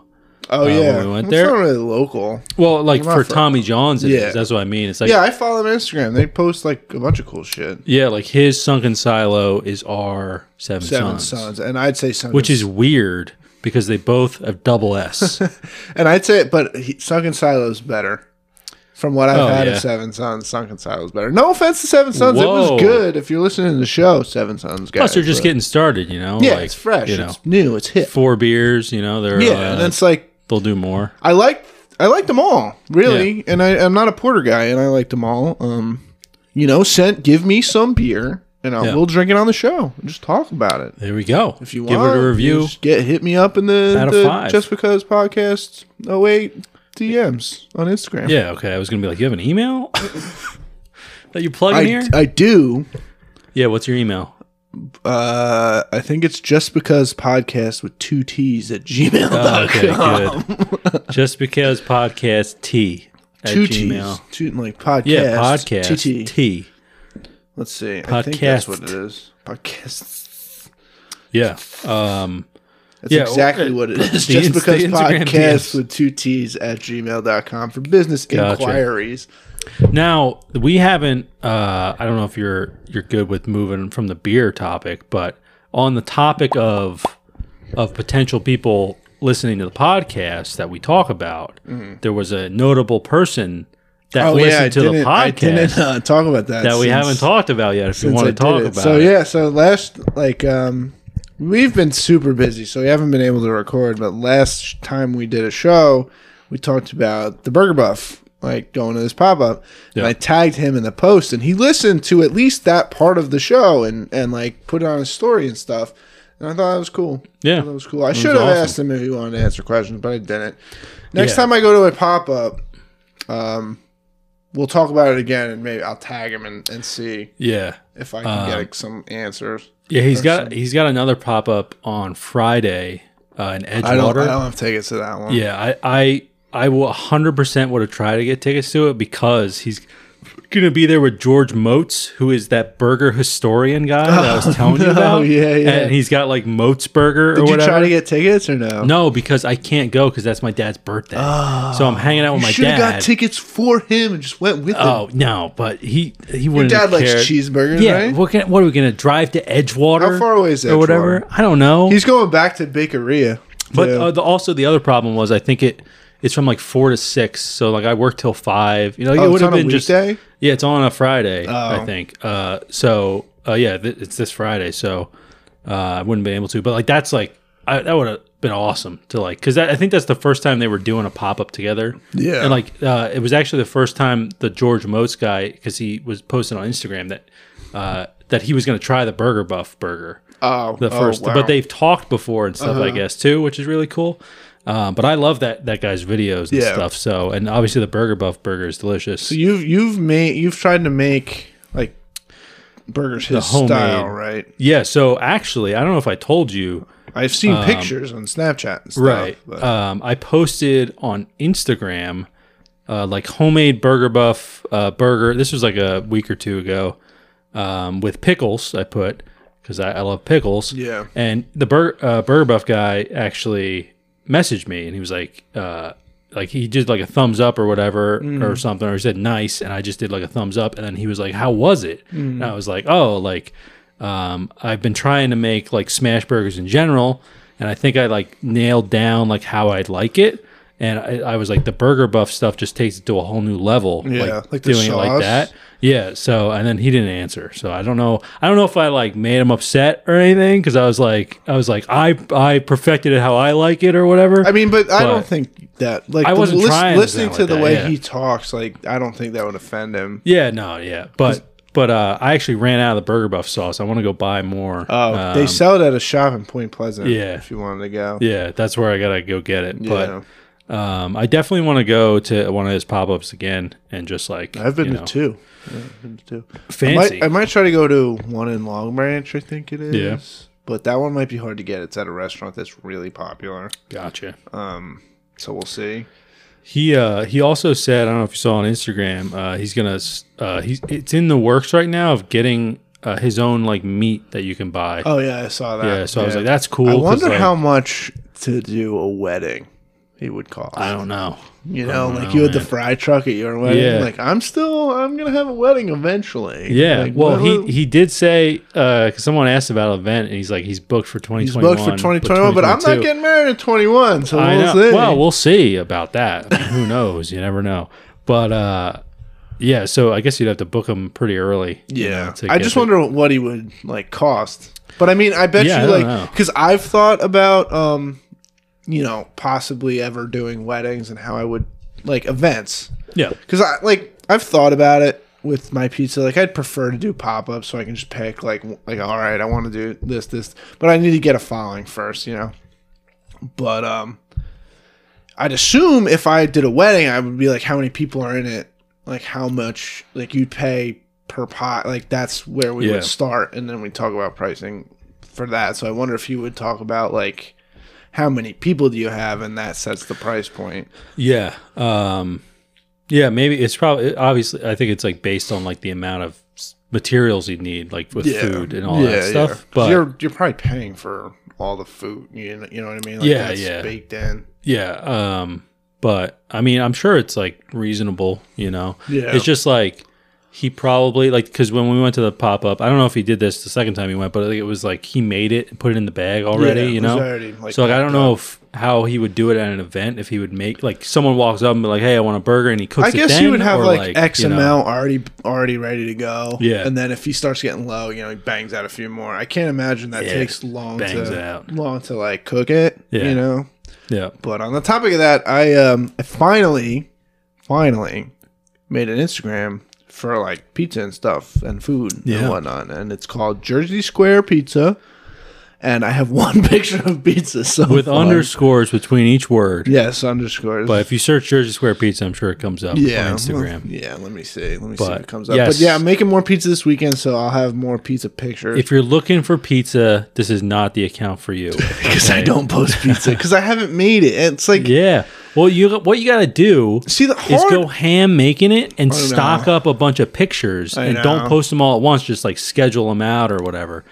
S1: Oh yeah,
S2: when we went
S1: it's
S2: there-
S1: not really local.
S2: Well, like
S1: Not
S2: for
S1: for-
S2: Tommy John's, it is.
S1: Yeah.
S2: That's what I mean. It's like
S1: yeah, I follow them on Instagram. They post like a bunch of cool shit.
S2: Yeah, like his sunken silo is our seven,
S1: Seven
S2: sons,
S1: sons. and I'd say Sunken,
S2: which is weird because they both have
S1: <laughs>
S2: double S.
S1: and I'd say, but he, Sunken Silo's better. From what I've
S2: Oh,
S1: had
S2: yeah.
S1: of Seven Sons, Sunken Silo's better. No offense to Seven Sons, it
S2: Whoa.
S1: was good. If you're listening to the show, Seven Sons, guys,
S2: Plus, they're just
S1: but-
S2: getting started, you know.
S1: yeah,
S2: like,
S1: it's fresh,
S2: You know,
S1: it's new, it's hip.
S2: four beers, you know. They're
S1: yeah,
S2: uh,
S1: and it's like
S2: they'll do more.
S1: I like I like them all really,
S2: Yeah.
S1: and I, I'm not a porter guy, and I like them all. Um, you know, sent give me some beer, and I'll,
S2: Yeah.
S1: we'll drink it on the show and just talk about it.
S2: There we go.
S1: If you
S2: give
S1: want,
S2: it a review,
S1: just get hit me up in the,
S2: Out of
S1: the
S2: five.
S1: just because podcast 08 DMs on Instagram.
S2: yeah. Okay, I was gonna be like, you have
S1: <laughs>
S2: an email that you plug in
S1: I,
S2: here.
S1: I do.
S2: yeah, what's your email?
S1: Uh, I think it's just because podcast with two T's at gmail.
S2: Oh,
S1: dot
S2: okay, good.
S1: <laughs>
S2: just because podcast T at
S1: two
S2: Gmail.
S1: T's, two like podcast.
S2: Yeah, podcast
S1: TT.
S2: T.
S1: Let's see. I think that's what it is. Podcast.
S2: Yeah. Um.
S1: That's
S2: Yeah,
S1: exactly
S2: well,
S1: what
S2: <laughs>
S1: it is.
S2: the
S1: Just
S2: ins-
S1: because
S2: the Instagram
S1: podcast
S2: DMs.
S1: with two T's at gmail.com for business
S2: Gotcha. Oh,
S1: inquiries.
S2: Now we haven't. Uh, I don't know if you're you're good with moving from the beer topic, but on the topic of of potential people listening to the podcast that we talk about, there was a notable person that
S1: Mm-hmm. Oh, yeah. I
S2: listened to the
S1: didn't, I didn't
S2: podcast
S1: uh, talk about that.
S2: that we
S1: since-
S2: haven't talked about yet. If you
S1: since
S2: want
S1: I
S2: to
S1: did
S2: talk
S1: it.
S2: about,
S1: So
S2: it.
S1: yeah, so last like um we've been super busy, so we haven't been able to record, but last time we did a show, we talked about the burger buff, like going to this pop up. And
S2: Yeah.
S1: I tagged him in the post and he listened to at least that part of the show and and like put it on his story and stuff. And I thought that was cool.
S2: Yeah.
S1: I thought that was cool. I should have
S2: awesome.
S1: asked him if he wanted to answer questions, but I didn't. Next
S2: Yeah.
S1: time I go to a pop up, um, we'll talk about it again, and maybe I'll tag him and, and see
S2: yeah,
S1: if I can get
S2: Um,
S1: like, some answers.
S2: yeah. He's got he's got another pop up on Friday uh, in Edgewater.
S1: I don't. I don't have tickets to that one.
S2: Yeah, I I I will 100% would have tried to get tickets to it because he's gonna be there with George Moats, who is that burger historian guy that I
S1: <laughs>
S2: was telling you
S1: no,
S2: about.
S1: Oh, yeah, yeah.
S2: And he's got like Moats Burger or
S1: Did you
S2: whatever.
S1: try to get tickets or no?
S2: no, because I can't go because that's my dad's birthday. so I'm hanging out with
S1: you
S2: my
S1: should have
S2: dad.
S1: got tickets for him and just went with him.
S2: oh no, but he he wouldn't.
S1: dad
S2: have
S1: likes
S2: cared.
S1: cheeseburgers,
S2: Yeah,
S1: right?
S2: what, can, what are we gonna drive to Edgewater?
S1: How far away is
S2: or whatever? I don't know.
S1: He's going back to Bakeria.
S2: But
S1: too.
S2: uh, the, also the other problem was I think it it's from like four to six, so like I work till five. You know,
S1: Oh,
S2: it
S1: it's
S2: would have
S1: on a
S2: been just
S1: weekday? Oh.
S2: yeah, it's on a Friday, I think. Uh, so uh, yeah, th- it's this Friday, so uh, I wouldn't been able to. But like that's like I, that would have been awesome to like because I think that's the first time they were doing a pop up together.
S1: Yeah.
S2: and like uh, it was actually the first time the George Moats guy because he was posting on Instagram that. Uh, that he was going to try the Burger Buff burger
S1: oh,
S2: the first,
S1: oh, wow. Uh-huh.
S2: but they've talked before and stuff, I guess, too, which is really cool. Uh, but I love that that guy's videos and
S1: Yeah.
S2: stuff. So, and obviously the Burger Buff burger is delicious.
S1: you've you've made you've tried to make like burgers his
S2: homemade-
S1: style, right?
S2: yeah. So actually, I don't know if I told you,
S1: I've seen pictures on Snapchat, and stuff, Oh, but-
S2: Um, I posted on Instagram uh, like homemade burger buff uh, burger. This was like a week or two ago um, with pickles. I put because I, I love pickles.
S1: Yeah.
S2: And the bur- uh, burger buff guy actually messaged me and he was like, uh, like he did like a thumbs up or whatever
S1: Mm.
S2: or something, or he said nice, and I just did like a thumbs up, and then he was like, "How was it?"
S1: Mm.
S2: And I was like, "Oh, like." um, I've been trying to make like smash burgers in general, and I think I like nailed down like how I'd like it. And I, I was like, the burger buff stuff just takes it to a whole new level.
S1: Yeah, like the
S2: doing it
S1: sauce.
S2: like that. Yeah. So, and then he didn't answer. So I don't know. I don't know if I like made him upset or anything because I was like, I was like, I I perfected it how I like it or whatever.
S1: I mean, but, I don't
S2: but-
S1: think that like
S2: I
S1: the
S2: wasn't
S1: lis-
S2: trying to
S1: listening
S2: sound
S1: to
S2: like
S1: the
S2: that,
S1: way
S2: yeah.
S1: he talks. Like I don't think that would offend him.
S2: yeah. No. Yeah. But but uh, I actually ran out of the burger buff sauce. I want to go buy more.
S1: Oh,
S2: Um,
S1: they sell it at a shop in Point Pleasant.
S2: yeah.
S1: if you wanted to go.
S2: yeah. That's where I gotta go get it. But.
S1: Yeah.
S2: Um, I definitely want to go to one of his pop ups again and just like
S1: I've been
S2: you
S1: to
S2: know,
S1: two. Yeah, I've been to two. I
S2: fancy.
S1: might, I might try to go to one in Long Branch. I think it is.
S2: Yeah.
S1: But that one might be hard to get. It's at a restaurant that's really popular.
S2: gotcha.
S1: So we'll see.
S2: He uh, he also said I don't know if you saw on Instagram uh, he's gonna s- uh, he's it's in the works right now of getting uh, his own like meat that you can buy.
S1: Oh yeah, I saw that.
S2: Yeah, so I was like, that's cool,
S1: I
S2: 'cause,
S1: wonder
S2: like-
S1: how much to do a wedding it would cost.
S2: I don't know.
S1: you know, like you had the
S2: man.
S1: fry truck at your wedding.
S2: Yeah.
S1: Like I'm still, I'm gonna have a wedding eventually.
S2: Yeah,
S1: Like,
S2: well,
S1: what-
S2: he he did say because someone asked about an event and he's like he's booked for twenty
S1: he's
S2: twenty one.
S1: booked for 2021, but I'm not getting eh? married at 21, so
S2: I
S1: we'll
S2: know.
S1: see.
S2: Well, we'll see about that. I mean, who knows? You never know. But uh, yeah, so I guess you'd have to book them pretty early. you know,
S1: yeah.
S2: to
S1: I
S2: get
S1: just
S2: the-
S1: wonder what he would like cost. But I mean, I bet
S2: Yeah, I
S1: you
S2: don't
S1: like
S2: know.
S1: because I've thought about, um, you know, possibly ever doing weddings and how I would like events.
S2: Yeah,
S1: because I like I've thought about it with my pizza. Like I'd prefer to do pop ups so I can just pick like w- like all right, I want to do this this, but I need to get a following first, you know. But um, I'd assume if I did a wedding, I would be like, how many people are in it? Like how much like you'd pay per pot? Like that's where we
S2: Yeah.
S1: would start, and then we talk about pricing for that. So I wonder if you would talk about like. How many people do you have, and that sets the price point?
S2: yeah, um, yeah. Maybe it's probably obviously. I think it's like based on like the amount of s- materials you would need, like with food and all that stuff.
S1: yeah. 'Cause
S2: But
S1: you're you're probably paying for all the food. You know, you know what I mean? Like
S2: Yeah, yeah.
S1: Baked in.
S2: yeah, um, but I mean, I'm sure it's like reasonable. You know,
S1: Yeah.
S2: It's just like he probably like because when we went to the pop up, I don't know if he did this the second time he went, but like, it was like he made it and put it in the bag already.
S1: Yeah, it was
S2: you know,
S1: already, like,
S2: so like I don't
S1: packed
S2: know if how he would do it at an event if he would make like someone walks up and be like, hey, I want a burger, and he cooks.
S1: I
S2: it
S1: guess
S2: then,
S1: you would have
S2: or,
S1: like, X
S2: you know-
S1: amount already already ready to go.
S2: Yeah.
S1: And then if he starts getting low, you know, he bangs out a few more. I can't imagine that
S2: Yeah,
S1: takes long
S2: bangs
S1: to
S2: out.
S1: long to like cook it.
S2: Yeah.
S1: You know.
S2: Yeah.
S1: But on the topic of that, I um I finally finally made an Instagram for like pizza and stuff and food
S2: Yeah.
S1: and whatnot. And it's called Jersey Square Pizza. And I have <laughs> one picture of pizza. So
S2: With
S1: far.
S2: underscores between each word.
S1: Yes, underscores.
S2: But if you search Jersey Square Pizza, I'm sure it comes up
S1: yeah,
S2: on
S1: well,
S2: Instagram.
S1: yeah, let me see. Let me see
S2: But,
S1: if it comes up.
S2: yes.
S1: But yeah, I'm making more pizza this weekend, so I'll have more pizza pictures.
S2: If you're looking for pizza,
S1: <laughs>
S2: this is not the account for you. <laughs>
S1: Because I don't post pizza because I haven't made it. It's like
S2: Yeah. Well, you what you got to do
S1: See, the
S2: is
S1: hard-
S2: go ham making it and
S1: know.
S2: stock up a bunch of pictures
S1: I
S2: and
S1: know.
S2: don't post them all at once. Just like schedule them out or whatever.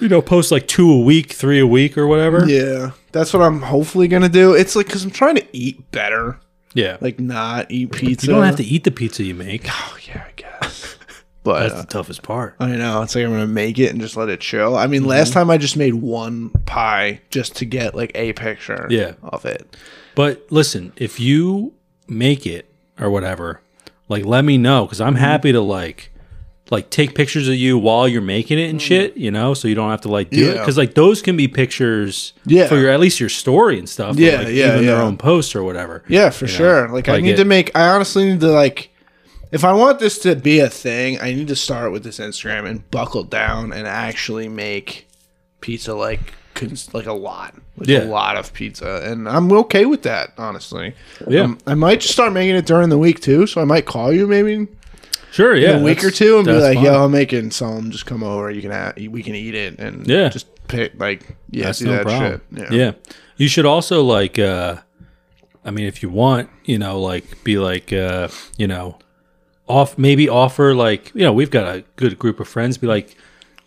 S2: You know, post like two a week, three a week, or whatever.
S1: Yeah, that's what I'm hopefully gonna do. It's like because I'm trying to eat better,
S2: Yeah.
S1: like uh, not eat pizza.
S2: you don't have to eat the pizza you make.
S1: Oh yeah, I guess. <laughs> but
S2: That's
S1: uh,
S2: the toughest part.
S1: I know it's like I'm gonna make it and just let it chill. I mean,
S2: Mm-hmm.
S1: last time I just made one pie just to get like a picture.
S2: Yeah.
S1: of it.
S2: But listen, if you make it or whatever, like let me know because
S1: Mm-hmm.
S2: I'm happy to like like take pictures of you while you're making it and shit, you know, so you don't have to like do it.
S1: Mm-hmm. Yeah.
S2: Because like those can be pictures
S1: Yeah.
S2: for your at least your story and stuff. but,
S1: Yeah,
S2: like,
S1: yeah,
S2: even their
S1: yeah.
S2: own posts or whatever.
S1: Yeah, for sure. Like, I
S2: like
S1: need
S2: it-
S1: to make. I honestly need to like. If I want this to be a thing, I need to start with this Instagram and buckle down and actually make pizza like cons- like a lot, like a
S2: Yeah.
S1: lot of pizza, and I'm okay with that. Honestly,
S2: Yeah.
S1: Um, I might just start making it during the week too. So I might call you maybe
S2: Sure, yeah.
S1: in a week or
S2: that's-
S1: two and be
S2: that's
S1: like,
S2: fine.
S1: "Yo, I'm making some. Just come over. You can have. We can eat it and
S2: Yeah.
S1: just pick like yeah,
S2: that's
S1: do
S2: no
S1: that
S2: problem.
S1: shit.
S2: Yeah. You should also like uh I mean if you want, you know, like be like uh, you know, off maybe offer like, you know, we've got a good group of friends be like,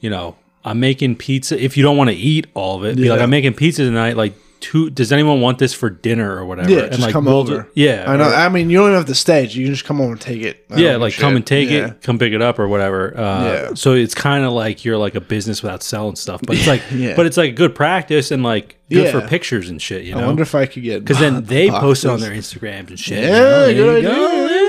S2: you know, I'm making pizza if you don't want to eat all of it. Be like
S1: Yeah.
S2: I'm making pizza tonight like two does anyone want this for dinner or whatever?
S1: Yeah, just
S2: like
S1: come
S2: we'll
S1: over.
S2: do- yeah.
S1: I know.
S2: or-
S1: I mean, you don't even have to stage. You can just come over and take it. I don't
S2: yeah,
S1: give a
S2: like come
S1: shit.
S2: and take
S1: Yeah.
S2: it, come pick it up or whatever. Uh,
S1: Yeah.
S2: So it's kind of like you're like a business without selling stuff, but
S1: <laughs>
S2: it's like,
S1: Yeah.
S2: but it's like good practice and like good for
S1: Yeah.
S2: pictures and shit. You
S1: I
S2: know,
S1: wonder if I could get <laughs>
S2: because then they post it on
S1: boxes.
S2: their Instagrams and shit.
S1: Yeah,
S2: you know?
S1: good
S2: There you
S1: idea.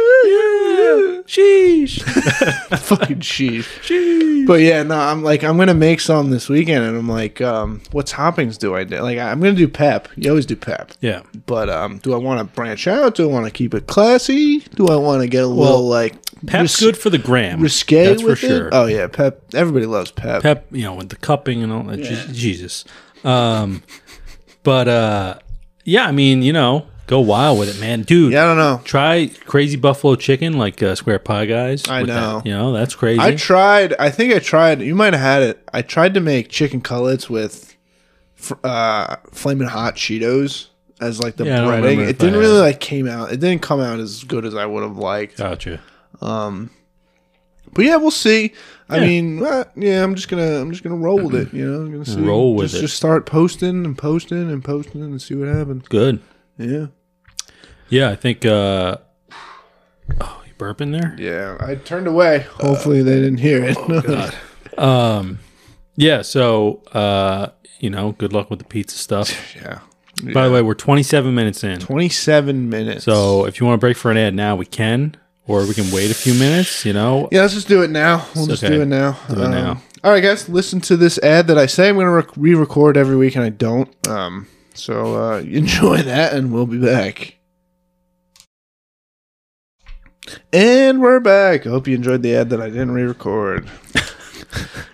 S2: go. Sheesh.
S1: <laughs>
S2: <laughs>
S1: fucking sheesh. But yeah, no, I'm like I'm gonna make some this weekend, and I'm like, um, what toppings do I do? Like I'm gonna do pep. You always do pep.
S2: Yeah.
S1: But um, do I want to branch out? Do I want to keep it classy? Do I want to get a little like
S2: Pep's
S1: ris-
S2: good for the gram.
S1: risque
S2: That's
S1: with
S2: for
S1: it?
S2: sure.
S1: Oh yeah, pep. Everybody loves pep.
S2: Pep, you know, with the cupping and all that. Je- Jesus. Um, but uh, yeah, I mean, you know, go wild with it, man, dude.
S1: Yeah, I don't know.
S2: Try crazy buffalo chicken like uh, square pie guys.
S1: I
S2: with that.
S1: know.
S2: you know that's crazy.
S1: I tried. I think I tried. You might have had it. I tried to make chicken cutlets with fr- uh, flaming hot Cheetos as like the
S2: Yeah, I don't
S1: breading.
S2: remember
S1: It
S2: if I
S1: didn't
S2: had
S1: really
S2: it.
S1: like came out. It didn't come out as good as I would have liked.
S2: gotcha.
S1: But yeah, we'll see. I
S2: Yeah.
S1: mean, uh, yeah, I'm just gonna I'm just gonna roll with it. You know, I'm gonna see.
S2: Roll with
S1: just,
S2: it.
S1: Just start posting and posting and posting and see what happens.
S2: Good.
S1: Yeah,
S2: Yeah, I think. uh Oh, you burping there?
S1: yeah. I turned away. Oh, Hopefully they didn't hear it. <laughs>
S2: Yeah. So, uh, you know, good luck with the pizza
S1: <laughs>
S2: stuff.
S1: yeah.
S2: By the way, we're 27 minutes in.
S1: Twenty seven minutes.
S2: So, if you want to break for an ad now, we can, or we can wait a few minutes.
S1: <laughs>
S2: You know,
S1: Yeah, let's just do it now. We'll just
S2: okay.
S1: do it now.
S2: Do it
S1: Um,
S2: now.
S1: All right, guys, listen to this ad that I say I'm going to re record every week, and I don't. Um, so uh, <laughs> enjoy that, and we'll be back. And we're back. I hope you enjoyed the ad that I didn't re record.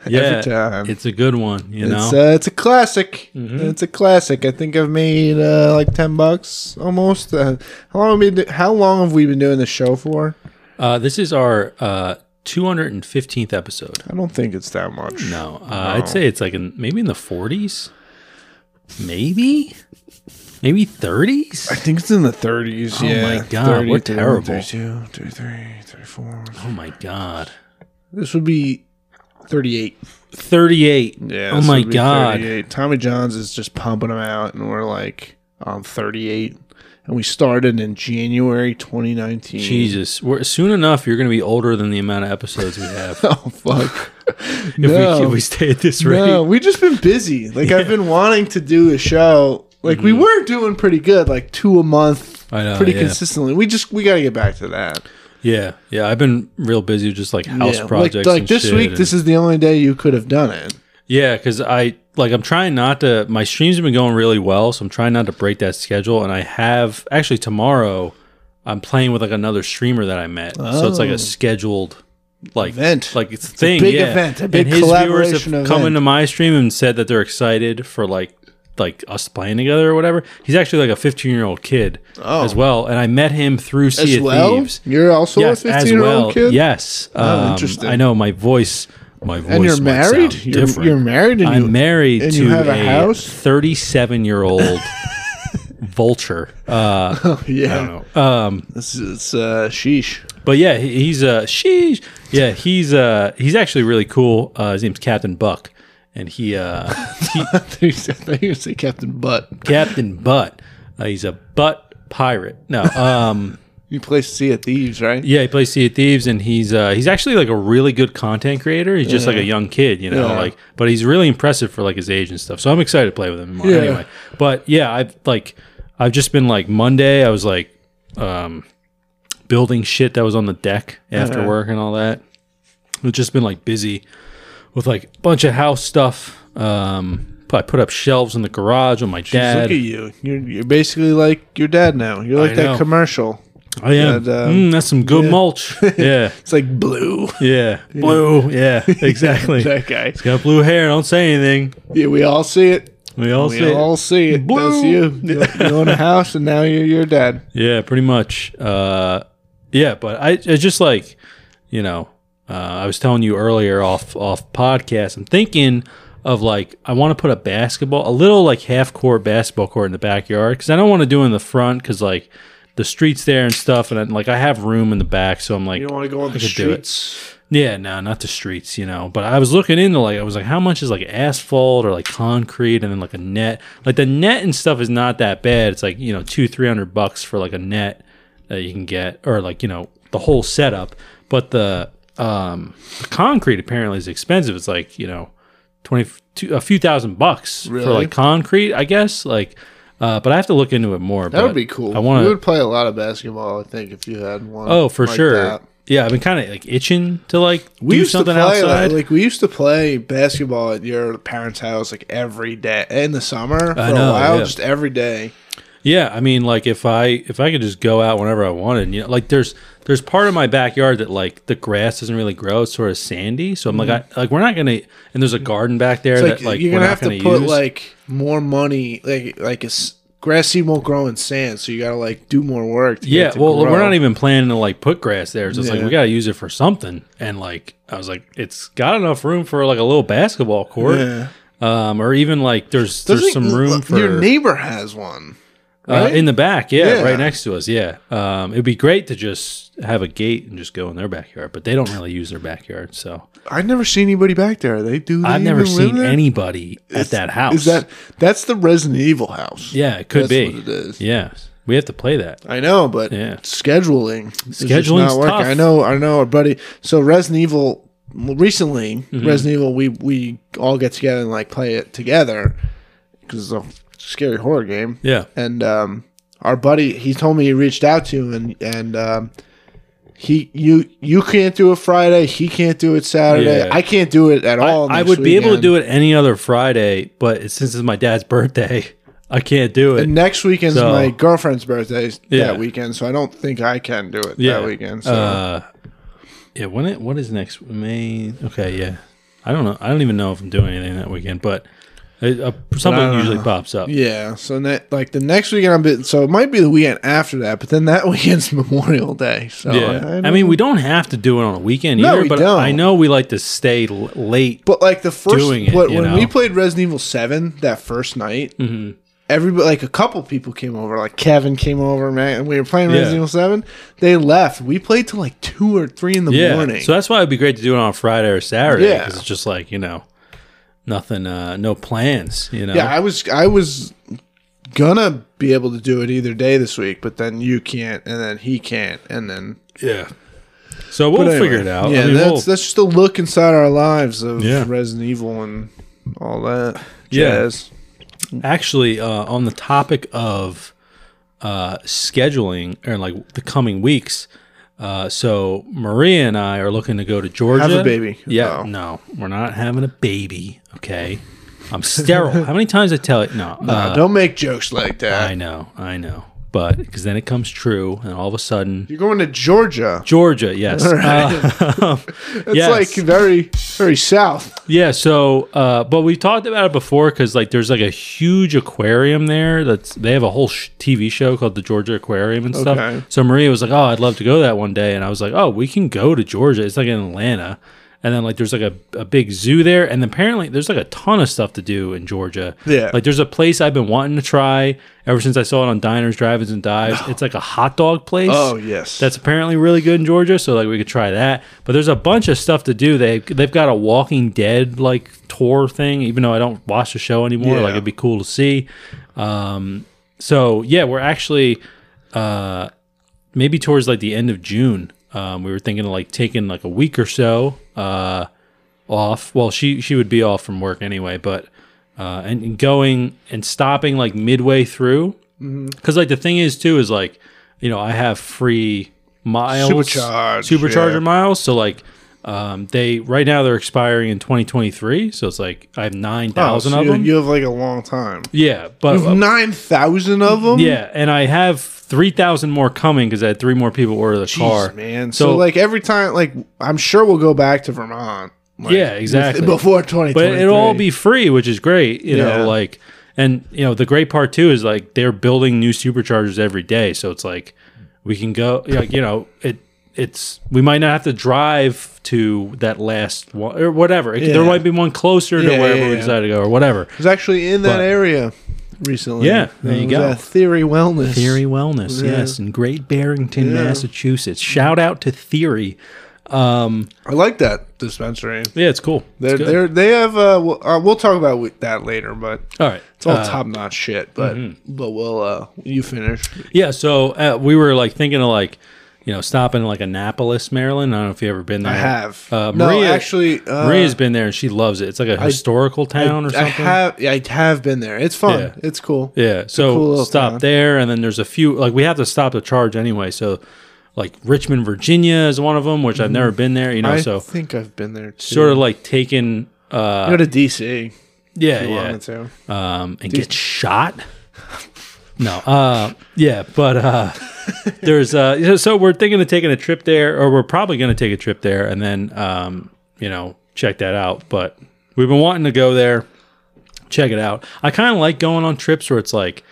S2: yeah,
S1: every time.
S2: it's a good one. You know,
S1: It's, uh, it's a classic.
S2: Mm-hmm.
S1: It's a classic. I think I've made uh, like 10 bucks almost. Uh, how, long have we been, how long have we been doing this show for?
S2: Uh, this is our uh, 215th episode.
S1: I don't think it's that much.
S2: No, uh, I'd say it's like in maybe in the 40s, maybe, maybe 30s.
S1: I think it's in the 30s.
S2: Oh
S1: yeah.
S2: my God, we're terrible.
S1: 32, 33, 34.
S2: Oh my god,
S1: This would be 38.
S2: 38.
S1: Yeah.
S2: oh
S1: this
S2: my
S1: would be
S2: god.
S1: 38. Tommy John's is just pumping them out, and we're like um, 38. And we started in January 2019.
S2: Jesus, we're, soon enough you're going to be older than the amount of episodes we have <laughs>
S1: <laughs>
S2: if,
S1: Oh, fuck.
S2: we,
S1: No.
S2: if we stay at this rate.
S1: no, we've just been busy. Like, I've been wanting to do a show. Like, we were doing pretty good, like two a month.
S2: Mm-hmm. I know,
S1: pretty
S2: yeah.
S1: consistently. We just we got to get back to that.
S2: Yeah, yeah. I've been real busy, with just like house
S1: Yeah, like-
S2: projects.
S1: Like,
S2: and
S1: this
S2: shit
S1: week,
S2: and-
S1: this is the only day you could have done it.
S2: Yeah, because I like I'm trying not to. My streams have been going really well, so I'm trying not to break that schedule. And I have actually tomorrow, I'm playing with like another streamer that I met, so it's like
S1: Oh.
S2: a scheduled like
S1: Event.
S2: like it's a thing,
S1: big
S2: yeah.
S1: event, a big
S2: and his viewers
S1: collaboration
S2: have come
S1: event.
S2: into my stream and said that they're excited for like like us playing together or whatever. He's actually like a 15 year old kid
S1: Oh.
S2: as well, and I met him through Sea
S1: as
S2: of
S1: well.
S2: Thieves.
S1: You're also
S2: yes,
S1: a
S2: as
S1: 15 year
S2: well.
S1: old kid. Oh,
S2: Yes. Um,
S1: interesting.
S2: I know my voice. My voice
S1: and you're
S2: might sound
S1: married. You're,
S2: different.
S1: you're married, and
S2: I'm
S1: you,
S2: married
S1: and
S2: to
S1: you have a <laughs>
S2: a
S1: house?
S2: 37 year old vulture. Uh,
S1: <laughs> yeah.
S2: I don't know. Um,
S1: This is uh, sheesh. <laughs>
S2: but yeah, he- he's uh, sheesh. Yeah, he's uh, he's actually really cool. Uh, his name's Captain Buck, and he uh,
S1: <laughs>
S2: he,
S1: I thought you said- I thought you were gonna say Captain Butt.
S2: Captain Butt. Uh, he's a butt pirate. No, um,
S1: You play Sea of Thieves, right?
S2: yeah, he plays Sea of Thieves, and he's uh, he's actually like a really good content creator. He's just like a young kid, you know,
S1: Yeah.
S2: like but he's really impressive for like his age and stuff. So I'm excited to play with him.
S1: Yeah.
S2: Anyway, but yeah, I've like I've just been like Monday. I was like um, building shit that was on the deck after
S1: Uh-huh.
S2: work and all that. I've just been like busy with like a bunch of house stuff. Um, I put up shelves in the garage on my
S1: Just
S2: dad.
S1: Look at you. You're, you're basically like your dad now. You're like
S2: I
S1: that
S2: know.
S1: commercial.
S2: I am.
S1: That, um,
S2: mm, that's some
S1: <laughs>
S2: good mulch. Yeah,
S1: It's like blue. <laughs>
S2: yeah. Blue. Yeah, exactly.
S1: that guy.
S2: He's got blue hair. Don't say anything.
S1: Yeah, we all see it.
S2: We all
S1: We
S2: see. it.
S1: all see it.
S2: Blue.
S1: That's
S2: <laughs>
S1: you. You you own a house, and now you're your dad.
S2: Yeah, pretty much. Uh, yeah, but I, I just like, you know, uh, I was telling you earlier off off podcast. I'm thinking of like I want to put a basketball, a little like half court basketball court in the backyard because I don't want to do it in the front because like the streets there and stuff, and I, like I have room in the back, so I'm like
S1: You don't want to go on the
S2: could do it.
S1: streets.
S2: Yeah, no, not the streets, you know. But I was looking into like I was like, how much is like asphalt or like concrete, and then like a net. Like the net and stuff is not that bad. It's like you know two three hundred bucks for like a net that you can get, or like you know the whole setup. But the um the concrete apparently is expensive. It's like you know twenty two, a few thousand bucks for
S1: Really?
S2: like concrete, I guess. Like, uh, but I have to look into it more.
S1: That would be cool.
S2: I want
S1: You
S2: to
S1: would play a lot of basketball, I think, if you had one.
S2: Oh, for
S1: like
S2: sure.
S1: that.
S2: Yeah, I've been kind of like itching to like
S1: We
S2: do
S1: used to
S2: something
S1: play
S2: outside.
S1: like, like we used to play basketball at your parents' house like every day in the summer for
S2: know,
S1: a while,
S2: yeah.
S1: just every day.
S2: yeah, I mean, like if I if I could just go out whenever I wanted, you know, like there's there's part of my backyard that like the grass doesn't really grow; it's sort of sandy. So I'm like, I, like we're not gonna. And there's a garden back there
S1: Mm. It's
S2: that
S1: like,
S2: like
S1: you're
S2: we're
S1: gonna
S2: not
S1: have
S2: gonna
S1: to put
S2: use.
S1: like more money, like like it's grass seed won't grow in sand, so you gotta like do more work. To get
S2: yeah,
S1: it to
S2: well,
S1: grow.
S2: we're not even planning to like put grass there. It's just like
S1: Yeah.
S2: we gotta use it for something. And like I was like, it's got enough room for like a little basketball court,
S1: Yeah.
S2: um, or even like there's
S1: Doesn't-
S2: there's some room for
S1: your neighbor has one.
S2: Uh,
S1: Right?
S2: in the back, yeah,
S1: Yeah.
S2: right next to us, yeah. Um, it'd be great to just have a gate and just go in their backyard, but they don't really use their backyard, so
S1: I've never seen anybody back there. They do. They
S2: I've never
S1: even live
S2: seen
S1: there?
S2: anybody at that house.
S1: Is that that's the Resident Evil house?
S2: yeah? It could
S1: That's
S2: be.
S1: what it is.
S2: Yeah, we have to play that.
S1: I know, but
S2: Yeah.
S1: scheduling, is just
S2: Scheduling's tough.
S1: I know, I know, our buddy. So Resident Evil recently,
S2: Mm-hmm.
S1: Resident Evil, we we all get together and like play it together because it's a scary horror game.
S2: Yeah,
S1: And um, our buddy, he told me he reached out to him and and um, he you you can't do it Friday, he can't do it Saturday,
S2: Yeah.
S1: I can't do it at
S2: I,
S1: all.
S2: I would be able to do it any other Friday, but it- since it's my dad's <laughs> birthday, I can't do it.
S1: And next weekend's
S2: So-
S1: my girlfriend's birthday
S2: Yeah.
S1: that weekend, so I don't think I can do it
S2: yeah,
S1: that weekend. So.
S2: Uh, yeah, when it what is next May? Okay, yeah. I don't know. I don't even know if I'm doing anything that weekend, but it, uh, something
S1: don't
S2: usually
S1: know.
S2: pops up.
S1: Yeah, so that like the next weekend I'm bit, so it might be the weekend after that, but then that <laughs> weekend's Memorial Day. So
S2: Yeah, I,
S1: don't-
S2: mean, we don't have to do it on a weekend
S1: No,
S2: either,
S1: we
S2: but
S1: don't.
S2: I know we like to stay l- late.
S1: but like the first,
S2: doing it,
S1: but
S2: you
S1: when
S2: know. Mm-hmm.
S1: we played Resident Evil Seven that first night, everybody like a couple people came over, like Kevin came over, man, and we were playing Resident
S2: Yeah.
S1: Evil Seven. They left. We played till like two or three in the
S2: yeah,
S1: morning.
S2: so that's why it'd be great to do it on a Friday or Saturday
S1: Yeah.
S2: because it's just like you know, nothing, uh, no plans. You know,
S1: yeah, I was I was gonna be able to do it either day this week, but then you can't, and then he can't, and then
S2: Yeah. So we'll
S1: But anyway,
S2: figure it out.
S1: Yeah,
S2: I mean,
S1: that's
S2: we'll-
S1: that's just a look inside our lives of
S2: Yeah.
S1: Resident Evil and all that.
S2: Yeah.
S1: Jazz.
S2: actually uh, on the topic of uh, scheduling and like the coming weeks. Uh, so Maria and I are looking to go to Georgia.
S1: Have a baby.
S2: Yeah.
S1: Oh.
S2: No, we're not having a baby. Okay. I'm
S1: <laughs>
S2: sterile. How many times I tell it? No.
S1: Uh,
S2: uh,
S1: don't make jokes like that.
S2: I know. I know. But because then it comes true, and all of a sudden,
S1: You're going to Georgia. <laughs>
S2: Georgia. Yes. Uh, <laughs>
S1: It's
S2: yes.
S1: like very very south.
S2: Yeah, so uh, but we talked about it before because like there's like a huge aquarium there that's they have a whole sh- TV show called the Georgia Aquarium and stuff.
S1: Okay.
S2: So Maria was like, "Oh, I'd love to go that one day," and I was like, "Oh, we can go to Georgia. It's like in Atlanta." And then like there's like a, a big zoo there, and apparently there's like a ton of stuff to do in Georgia.
S1: Yeah.
S2: like there's a place I've been wanting to try ever since I saw it on Diners, Drive-ins, and Dives. It's like a hot dog place.
S1: Oh, yes.
S2: that's apparently really good in Georgia. So like we could try that. But there's a bunch of stuff to do. They they've got a Walking Dead like tour thing. Even though I don't watch the show anymore,
S1: Yeah.
S2: like it'd be cool to see. Um, so yeah, we're actually uh, maybe towards like the end of June. Um, we were thinking of like taking like a week or so uh, off. Well, she she would be off from work anyway, but uh, and, and going and stopping like midway through.
S1: Mm-hmm.
S2: Because like the thing is too is like you know I have free miles
S1: Supercharge,
S2: supercharger
S1: yeah.
S2: miles. So like um, they right now they're expiring in 2023. So it's like I have nine thousand
S1: so
S2: of
S1: you,
S2: them.
S1: You have like a long time.
S2: yeah, but
S1: Nine thousand of them.
S2: yeah, and I have three thousand more coming because I had three more people order the car.
S1: Jeez, man. So,
S2: So-
S1: like every time, like I'm sure we'll go back to Vermont. Like,
S2: Yeah, exactly.
S1: Before twenty,
S2: but it'll all be free, which is great. You
S1: Yeah.
S2: know, like, and you know, the great part too is like they're building new superchargers every day, so it's like we can go. Like, you know, it it's we might not have to drive to that last one or whatever. It- There
S1: Yeah.
S2: might be one closer to
S1: Yeah,
S2: wherever
S1: yeah,
S2: we
S1: yeah.
S2: decide to go or whatever.
S1: was actually in that
S2: But-
S1: area recently.
S2: Yeah, there you
S1: It was
S2: go.
S1: at Theory Wellness.
S2: Theory Wellness,
S1: Yeah.
S2: yes, in Great Barrington,
S1: Yeah.
S2: Massachusetts. Shout out to Theory.
S1: I like that dispensary.
S2: Yeah, it's cool. It's
S1: They're,
S2: good.
S1: they're they have. Uh, we'll, uh, we'll talk about wi- that later, but
S2: all right.
S1: it's all
S2: Uh, mm-hmm.
S1: top notch shit. But but we'll uh, you finish.
S2: Yeah, so uh, we were like thinking of like, you know, stopping in like Annapolis, Maryland. I don't know if you've ever been there.
S1: I have.
S2: Uh,
S1: No,
S2: Maria
S1: actually, uh,
S2: Maria's been there and she loves it. It's like a historical town or
S1: I
S2: something.
S1: have. I have been there. It's fun.
S2: Yeah.
S1: It's cool.
S2: yeah, so
S1: cool little
S2: stop
S1: town.
S2: there, and then there's a few like we have to stop to charge anyway. So like Richmond, Virginia is one of them, which I've never been there. You know,
S1: Mm-hmm. I
S2: so
S1: think I've been there. Too.
S2: sort of like taking uh,
S1: go to DC.
S2: yeah,
S1: if you
S2: yeah,
S1: wanted to.
S2: um, and get shot. No, uh, yeah, but uh, there's uh, so- so we're thinking of taking a trip there, or we're probably going to take a trip there, and then um, you know check that out. But we've been wanting to go there, check it out. I kind of like going on trips where it's like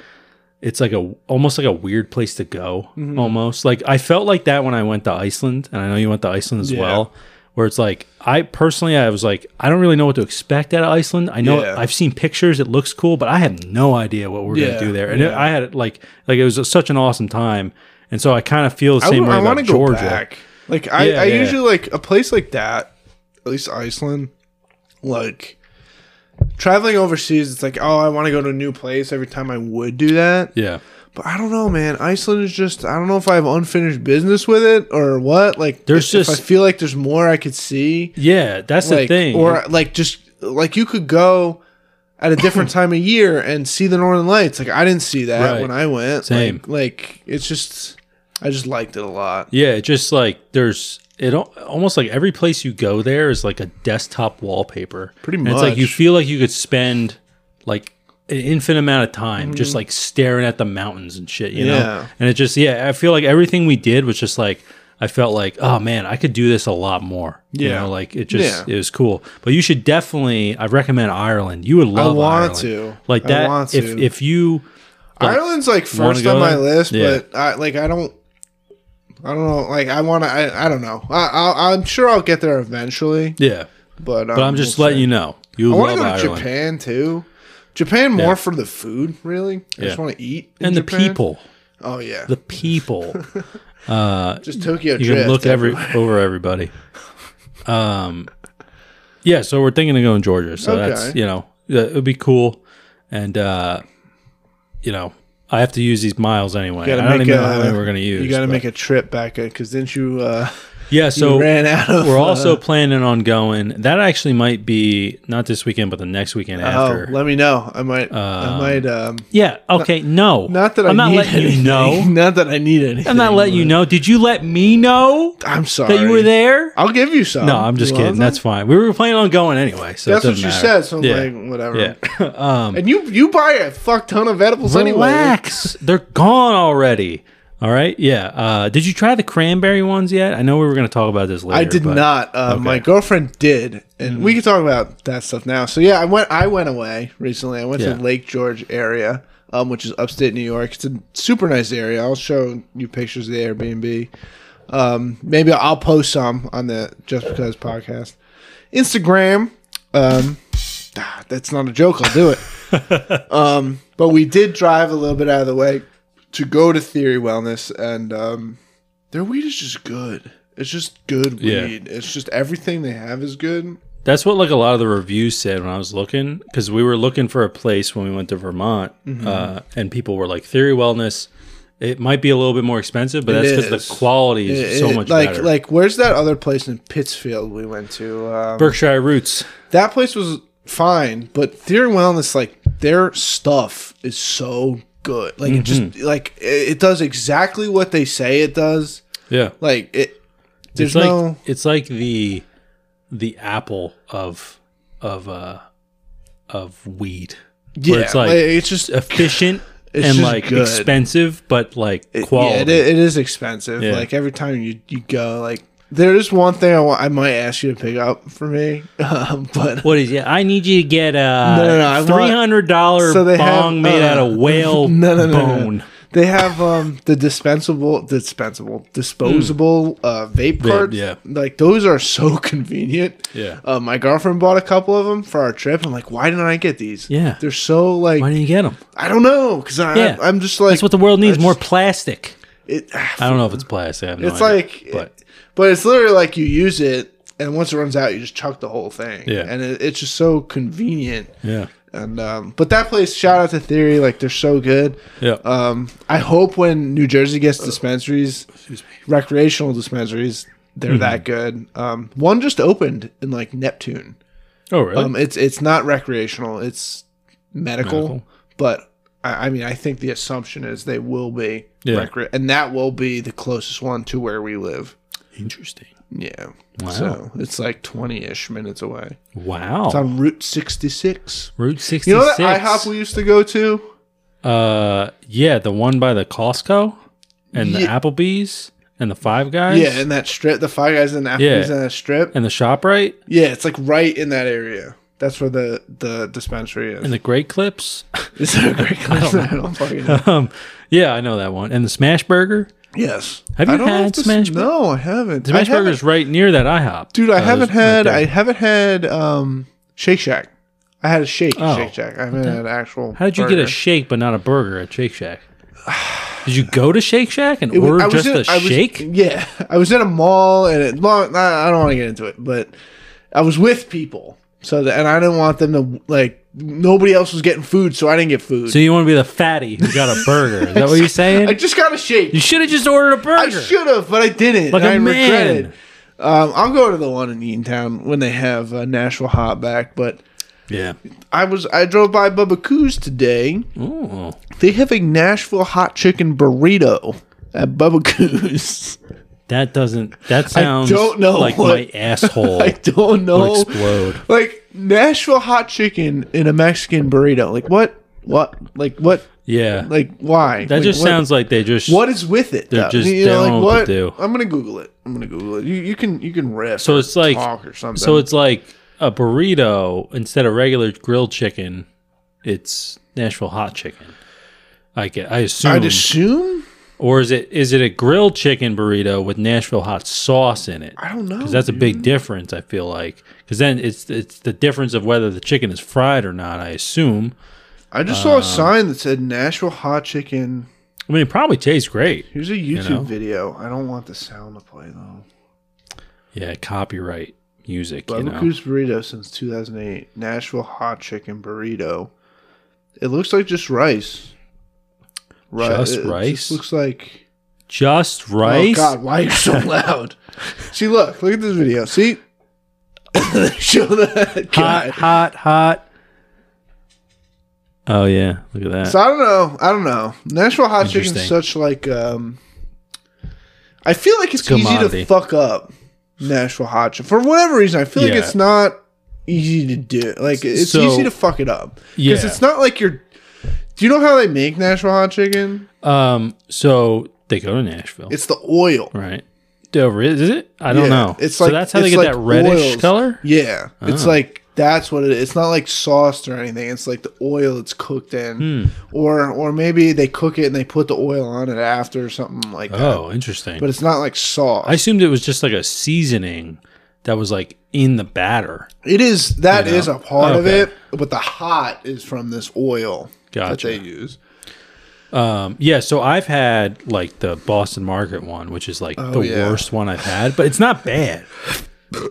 S2: it's like a almost like a weird place to go, almost like I felt like that when I went to Iceland, and I know you went to Iceland as
S1: Yeah.
S2: well. Where it's like I personally, I was like, I don't really know what to expect out of Iceland. I know
S1: Yeah.
S2: I've seen pictures; it looks cool, but I have no idea what we're
S1: Yeah,
S2: gonna do there. And it-
S1: yeah.
S2: I had like, like it was such an awesome time, and so I kind of feel the
S1: I
S2: same way
S1: want
S2: about
S1: to go
S2: Georgia.
S1: back. Like I,
S2: Yeah,
S1: I
S2: yeah.
S1: usually like a place like that, at least Iceland. Like traveling overseas, it's like oh, I want to go to a new place every time. I would do that,
S2: Yeah,
S1: but I don't know, man. Iceland is just I don't know if I have unfinished business with it or what. Like
S2: There's
S1: if- if
S2: just-
S1: I feel like there's more I could see.
S2: yeah, that's
S1: like
S2: the thing.
S1: or like just like you could go at a
S2: <coughs>
S1: different time of year and see the northern lights like i didn't see that
S2: Right.
S1: when i went
S2: Same.
S1: like, like it's just i just liked it a lot
S2: yeah, it just like there's it al- almost like every place you go there is like a desktop wallpaper.
S1: Pretty
S2: And it's like you
S1: much.
S2: feel like you could spend like an infinite amount of time just like staring at the mountains and shit, you
S1: Mm-hmm. Yeah.
S2: know? And it just yeah, I feel like everything we did was just like I felt like, oh man, I could do this a lot more. You
S1: Yeah.
S2: know, like it just
S1: Yeah.
S2: it was cool. But you should definitely I recommend Ireland. You would love
S1: want
S2: Ireland.
S1: to.
S2: Like
S1: I
S2: that
S1: want
S2: if
S1: to.
S2: if you Like,
S1: ireland's like
S2: wanna
S1: first
S2: go
S1: on my
S2: there?
S1: list
S2: Yeah.
S1: but i like i don't i don't know like i want to I, I don't know I, I i'm sure i'll get there eventually
S2: Yeah.
S1: but, um,
S2: But I'm just letting you know. You
S1: i
S2: love
S1: want to go to
S2: Ireland.
S1: japan too japan more for the food really i just
S2: Yeah.
S1: want to eat in
S2: And the
S1: Japan.
S2: people.
S1: oh yeah
S2: The people.
S1: just tokyo
S2: you
S1: Drift
S2: can look every over everybody. Um, yeah, so we're thinking of going to Georgia. So that's
S1: Okay.
S2: you know it would be cool, and uh, you know I have to use these miles anyway. I
S1: gotta
S2: don't
S1: make
S2: even
S1: a-
S2: know how many we're gonna use.
S1: You got to
S2: but-
S1: make a trip back because didn't you? Uh,
S2: yeah. <laughs> So
S1: you ran out of. <laughs>
S2: we're also
S1: uh,
S2: planning on going. That actually might be not this weekend, but the next weekend
S1: oh,
S2: after.
S1: let me know. I might. I might. Um,
S2: yeah. Okay. No.
S1: not that I
S2: I'm not
S1: need
S2: letting you
S1: anything. <laughs>
S2: know.
S1: Not that I need anything.
S2: I'm not letting you know. Did you let me know
S1: I'm sorry
S2: that you were there?
S1: I'll give you some.
S2: No, I'm just
S1: You want
S2: kidding.
S1: them?
S2: That's fine. We were planning on going anyway, so it
S1: that's what
S2: doesn't
S1: you
S2: matter.
S1: said. So I'm
S2: yeah.
S1: like, whatever. <laughs>
S2: yeah. um,
S1: and you you buy a fuck ton of edibles anyway.
S2: Relax. They're gone already. All right. Yeah. Uh, did you try the cranberry ones yet? I know we were going to talk about this later.
S1: I did
S2: but-
S1: not. Uh, My
S2: okay. Mm.
S1: girlfriend did, and we can talk about that stuff now. So yeah, I went. I went away recently. I went
S2: Yeah.
S1: to Lake George area, um, which is upstate New York. It's a super nice area. I'll show you pictures of the Airbnb. Um, maybe I'll post some on the Just Because podcast. Instagram. Um, ah, that's not a joke. I'll do it.
S2: <laughs>
S1: um, but we did drive a little bit out of the way to go to Theory Wellness, and um, their weed is just good. It's just good
S2: Yeah.
S1: weed. It's just everything they have is good.
S2: That's what like a lot of the reviews said when I was looking because we were looking for a place when we went to Vermont,
S1: Mm-hmm.
S2: uh, and people were like Theory Wellness. It might be a little bit more expensive, but
S1: It
S2: that's because
S1: is.
S2: the quality is so
S1: It-
S2: much
S1: like
S2: better.
S1: like where's that other place in Pittsfield we went to? Um,
S2: Berkshire Roots.
S1: that place was fine, but Theory Wellness, like their stuff is so good. Like it just
S2: Mm-hmm.
S1: like it, it does exactly what they say it does.
S2: Yeah,
S1: Like it. There's
S2: it's like
S1: no.
S2: it's like the the apple of of uh of weed.
S1: Yeah,
S2: it's like-
S1: it's just
S2: Efficient
S1: <laughs> It's
S2: and
S1: just
S2: like
S1: good.
S2: expensive, but like
S1: it-
S2: quality.
S1: Yeah, it, it is expensive.
S2: Yeah.
S1: Like every time you you go, like there is one thing I want. I might ask you to pick up for me, <laughs> um, but
S2: What is it? I need you to get a
S1: No, no, no, I want-
S2: three hundred
S1: <laughs>
S2: dollar
S1: So they have,
S2: bong made
S1: uh,
S2: out
S1: <laughs>
S2: of whale
S1: no, no, no, no.
S2: bone.
S1: They have um the dispensable, dispensable, disposable uh, vape carts.
S2: yeah.
S1: like those are so <laughs> convenient.
S2: Yeah.
S1: Uh, my girlfriend bought a couple of them for our trip. I'm like, why didn't I get these?
S2: Yeah.
S1: they're so like
S2: Why didn't you get them?
S1: I don't know because I
S2: Yeah.
S1: I'm just like
S2: That's what the world needs:
S1: I
S2: more
S1: just-
S2: plastic.
S1: It,
S2: I don't know if it's plastic. I have no
S1: it's
S2: idea,
S1: like,
S2: but
S1: but. it's literally like you use it, and once it runs out, you just chuck the whole thing.
S2: Yeah.
S1: and it, it's just so convenient.
S2: yeah,
S1: And um, but that place, shout out to Theory, like they're so good.
S2: yeah.
S1: Um, I hope when New Jersey gets dispensaries, recreational dispensaries, they're
S2: Mm-hmm.
S1: that good. Um, one just opened in like Neptune.
S2: oh really?
S1: Um, it's it's not recreational; it's medical.
S2: Medical.
S1: But I, I mean, I think the assumption is they will be
S2: Yeah.
S1: recre- and that will be the closest one to where we live.
S2: Interesting.
S1: Yeah.
S2: Wow.
S1: So it's like twenty-ish minutes away.
S2: Wow.
S1: It's on Route sixty-six.
S2: Route sixty six.
S1: You know that IHOP we used to go to?
S2: Uh, yeah, the one by the Costco and the
S1: Yeah.
S2: Applebee's and the Five Guys.
S1: Yeah, in that strip, the Five Guys in the Applebee's
S2: Yeah.
S1: in that strip.
S2: and the Shoprite
S1: Yeah, it's like right in that area. That's where the the dispensary is.
S2: and the Great Clips. <laughs>
S1: <laughs> is there a great I don't, fucking know.
S2: um, yeah, I know that one. And the Smash Burger.
S1: <laughs> Yes.
S2: <laughs> Have you
S1: I don't know
S2: had
S1: if this-
S2: Smash Bur-
S1: No, I haven't. I
S2: Smash
S1: haven't-
S2: Burger's right near that IHOP.
S1: Dude, I
S2: Uh,
S1: haven't
S2: there's- right
S1: had
S2: there.
S1: I haven't had um Shake Shack. I had a shake at Shake Shack. I haven't had an actual
S2: How did Oh. you get a
S1: burger.
S2: shake but not a burger at
S1: <sighs>
S2: Shake Shack? Did you go to Shake Shack and
S1: It was-
S2: order
S1: I was
S2: just
S1: in-
S2: a
S1: I was-
S2: shake?
S1: yeah, I was in a mall and it, long, I I don't want to get into it, but I was with people, so that, and I didn't want them to like nobody else was getting food, so I didn't get food.
S2: so you want to be the fatty who got a burger? Is that what you're
S1: <laughs>
S2: saying?
S1: I just got a shake.
S2: you should have just ordered a
S1: I
S2: burger.
S1: should have, but I didn't.
S2: Like
S1: and
S2: a
S1: I
S2: man.
S1: regret it. Um, I'll go to the one in Eatontown when they have uh, Nashville Hot Back. But
S2: Yeah.
S1: I was I drove by Bubba Coos today.
S2: Ooh.
S1: They have a Nashville hot chicken burrito at Bubba Coos. <laughs>
S2: That doesn't. That sounds.
S1: don't know
S2: Like
S1: what- <laughs>
S2: my asshole
S1: I don't
S2: will
S1: know.
S2: explode.
S1: Like Nashville hot chicken in a Mexican burrito. Like what? What? Like what?
S2: Yeah.
S1: Like why?
S2: that
S1: Like,
S2: just
S1: what-
S2: sounds like they just.
S1: What is with it?
S2: They're
S1: though?
S2: just- they don't know what to do.
S1: I'm gonna Google it. I'm gonna Google it. You, you can you can riff.
S2: So it's like.
S1: talk or something.
S2: So it's like a burrito instead of regular grilled chicken. It's Nashville hot chicken. I get. I assume.
S1: I'd assume.
S2: or is it is it a grilled chicken burrito with Nashville hot sauce in it?
S1: I don't know.
S2: Because that's a big difference. I feel like because then it's it's the difference of whether the chicken is fried or not. I assume.
S1: I just
S2: um,
S1: saw a sign that said Nashville hot chicken.
S2: I mean, it probably tastes great.
S1: Here's a YouTube
S2: know?
S1: video. I don't want the sound to play though.
S2: Yeah, copyright music. you know.
S1: Barbecue's burrito since 2008. Nashville hot chicken burrito. It looks like just rice. Ri-
S2: Just
S1: it- it
S2: rice?
S1: looks like.
S2: just rice.
S1: Oh God! Why are you
S2: <laughs>
S1: so loud? See, look, look at this video. See, <laughs> show that.
S2: hot,
S1: God.
S2: hot, hot. Oh yeah, look at that.
S1: So I don't know. I don't know. Nashville hot chicken
S2: Interesting.
S1: such like um I feel like it's, easy
S2: commodity.
S1: to fuck up Nashville hot chicken. For whatever reason, I feel like
S2: Yeah.
S1: it's not easy to do. Like it's
S2: So-
S1: easy to fuck it up.
S2: Yeah.
S1: Because it's not like you're do you know how they make Nashville hot chicken?
S2: um, so they go to Nashville,
S1: It's the oil.
S2: right? Dover is it? I don't
S1: Yeah,
S2: know.
S1: It's
S2: so
S1: like
S2: that's how they
S1: it's
S2: get
S1: like
S2: that reddish
S1: oils.
S2: color.
S1: Yeah.
S2: Oh.
S1: It's like that's what it is. It's not like sauced or anything. It's like the oil it's cooked in,
S2: Hmm.
S1: or or maybe they cook it and they put the oil on it after or something like that.
S2: Oh, interesting.
S1: But it's not like sauce.
S2: I assumed it was just like a seasoning that was like in the batter.
S1: It is that
S2: You
S1: is
S2: know?
S1: a part of
S2: Okay.
S1: it, but the hot is from this oil that
S2: Gotcha.
S1: they use.
S2: Um, yeah, so I've had like the Boston Market one, which is like the
S1: Oh, yeah.
S2: worst one I've had, but it's not bad.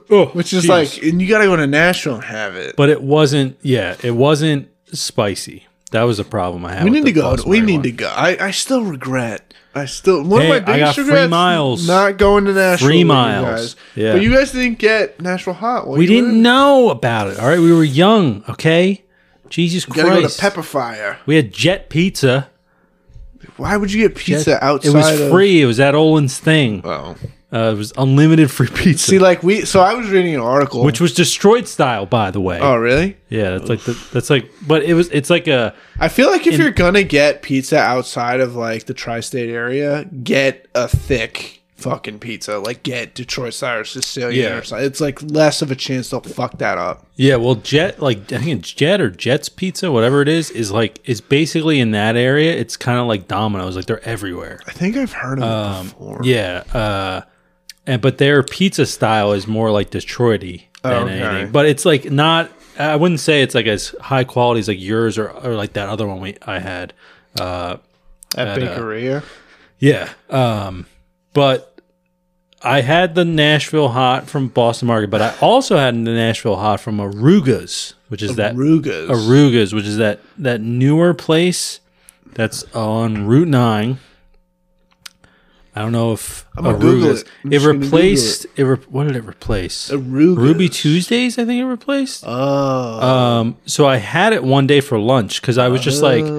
S2: oh,
S1: <laughs> Which is
S2: jeez.
S1: like, and you got to go to Nashville and have it.
S2: but it wasn't. Yeah, it wasn't spicy. That was a problem I had.
S1: we
S2: with
S1: need to
S2: the
S1: go.
S2: Boston
S1: We
S2: Market
S1: need
S2: one.
S1: to go. I, I still regret. I still one
S2: Hey, I
S1: of my biggest
S2: got free
S1: regrets
S2: miles.
S1: not going to Nashville.
S2: Free
S1: with you
S2: miles.
S1: guys.
S2: Yeah.
S1: but you guys didn't get Nashville hot.
S2: We didn't know about it. All right, we were young. Okay, Jesus
S1: Got to go to
S2: Christ.
S1: Pepper Fire.
S2: we had Jet Pizza.
S1: Why would you get pizza outside?
S2: It was
S1: of-
S2: free. It was that Olin's thing.
S1: Oh.
S2: Uh, it was unlimited free pizza,
S1: See, like we. So I was reading an article.
S2: which was destroyed style, by the way.
S1: oh really?
S2: Yeah, that's like the, that's like, but it was it's like a
S1: I feel like if you're gonna get pizza outside of like the tri-state area, get a thick fucking pizza. Like get Detroit style or Sicilian
S2: Yeah.
S1: or something. It's like less of a chance they'll fuck that up.
S2: yeah. Well, Jet like I think it's Jet or Jet's Pizza, whatever it is, is like is basically in that area. It's kind of like Domino's, like they're everywhere.
S1: I think I've heard of it before.
S2: Yeah, uh, and but their pizza style is more like Detroity than
S1: okay.
S2: anything. But it's like not. I wouldn't say it's like as high quality as like yours or, or like that other one we I had. Uh,
S1: At Bakeria.
S2: Yeah. Um, but I had the Nashville hot from Boston Market, but I also had the Nashville hot from Arugas, which is that
S1: Rugas.
S2: Arugas, which is that that newer place that's on Route Nine. I don't know if
S1: I'm gonna Google it. I'm
S2: It
S1: just gonna Google
S2: replaced it. re- what did it replace?
S1: Arugas.
S2: Ruby Tuesdays, I think it replaced.
S1: Oh.
S2: Um, so I had it one day for lunch because I was just like, I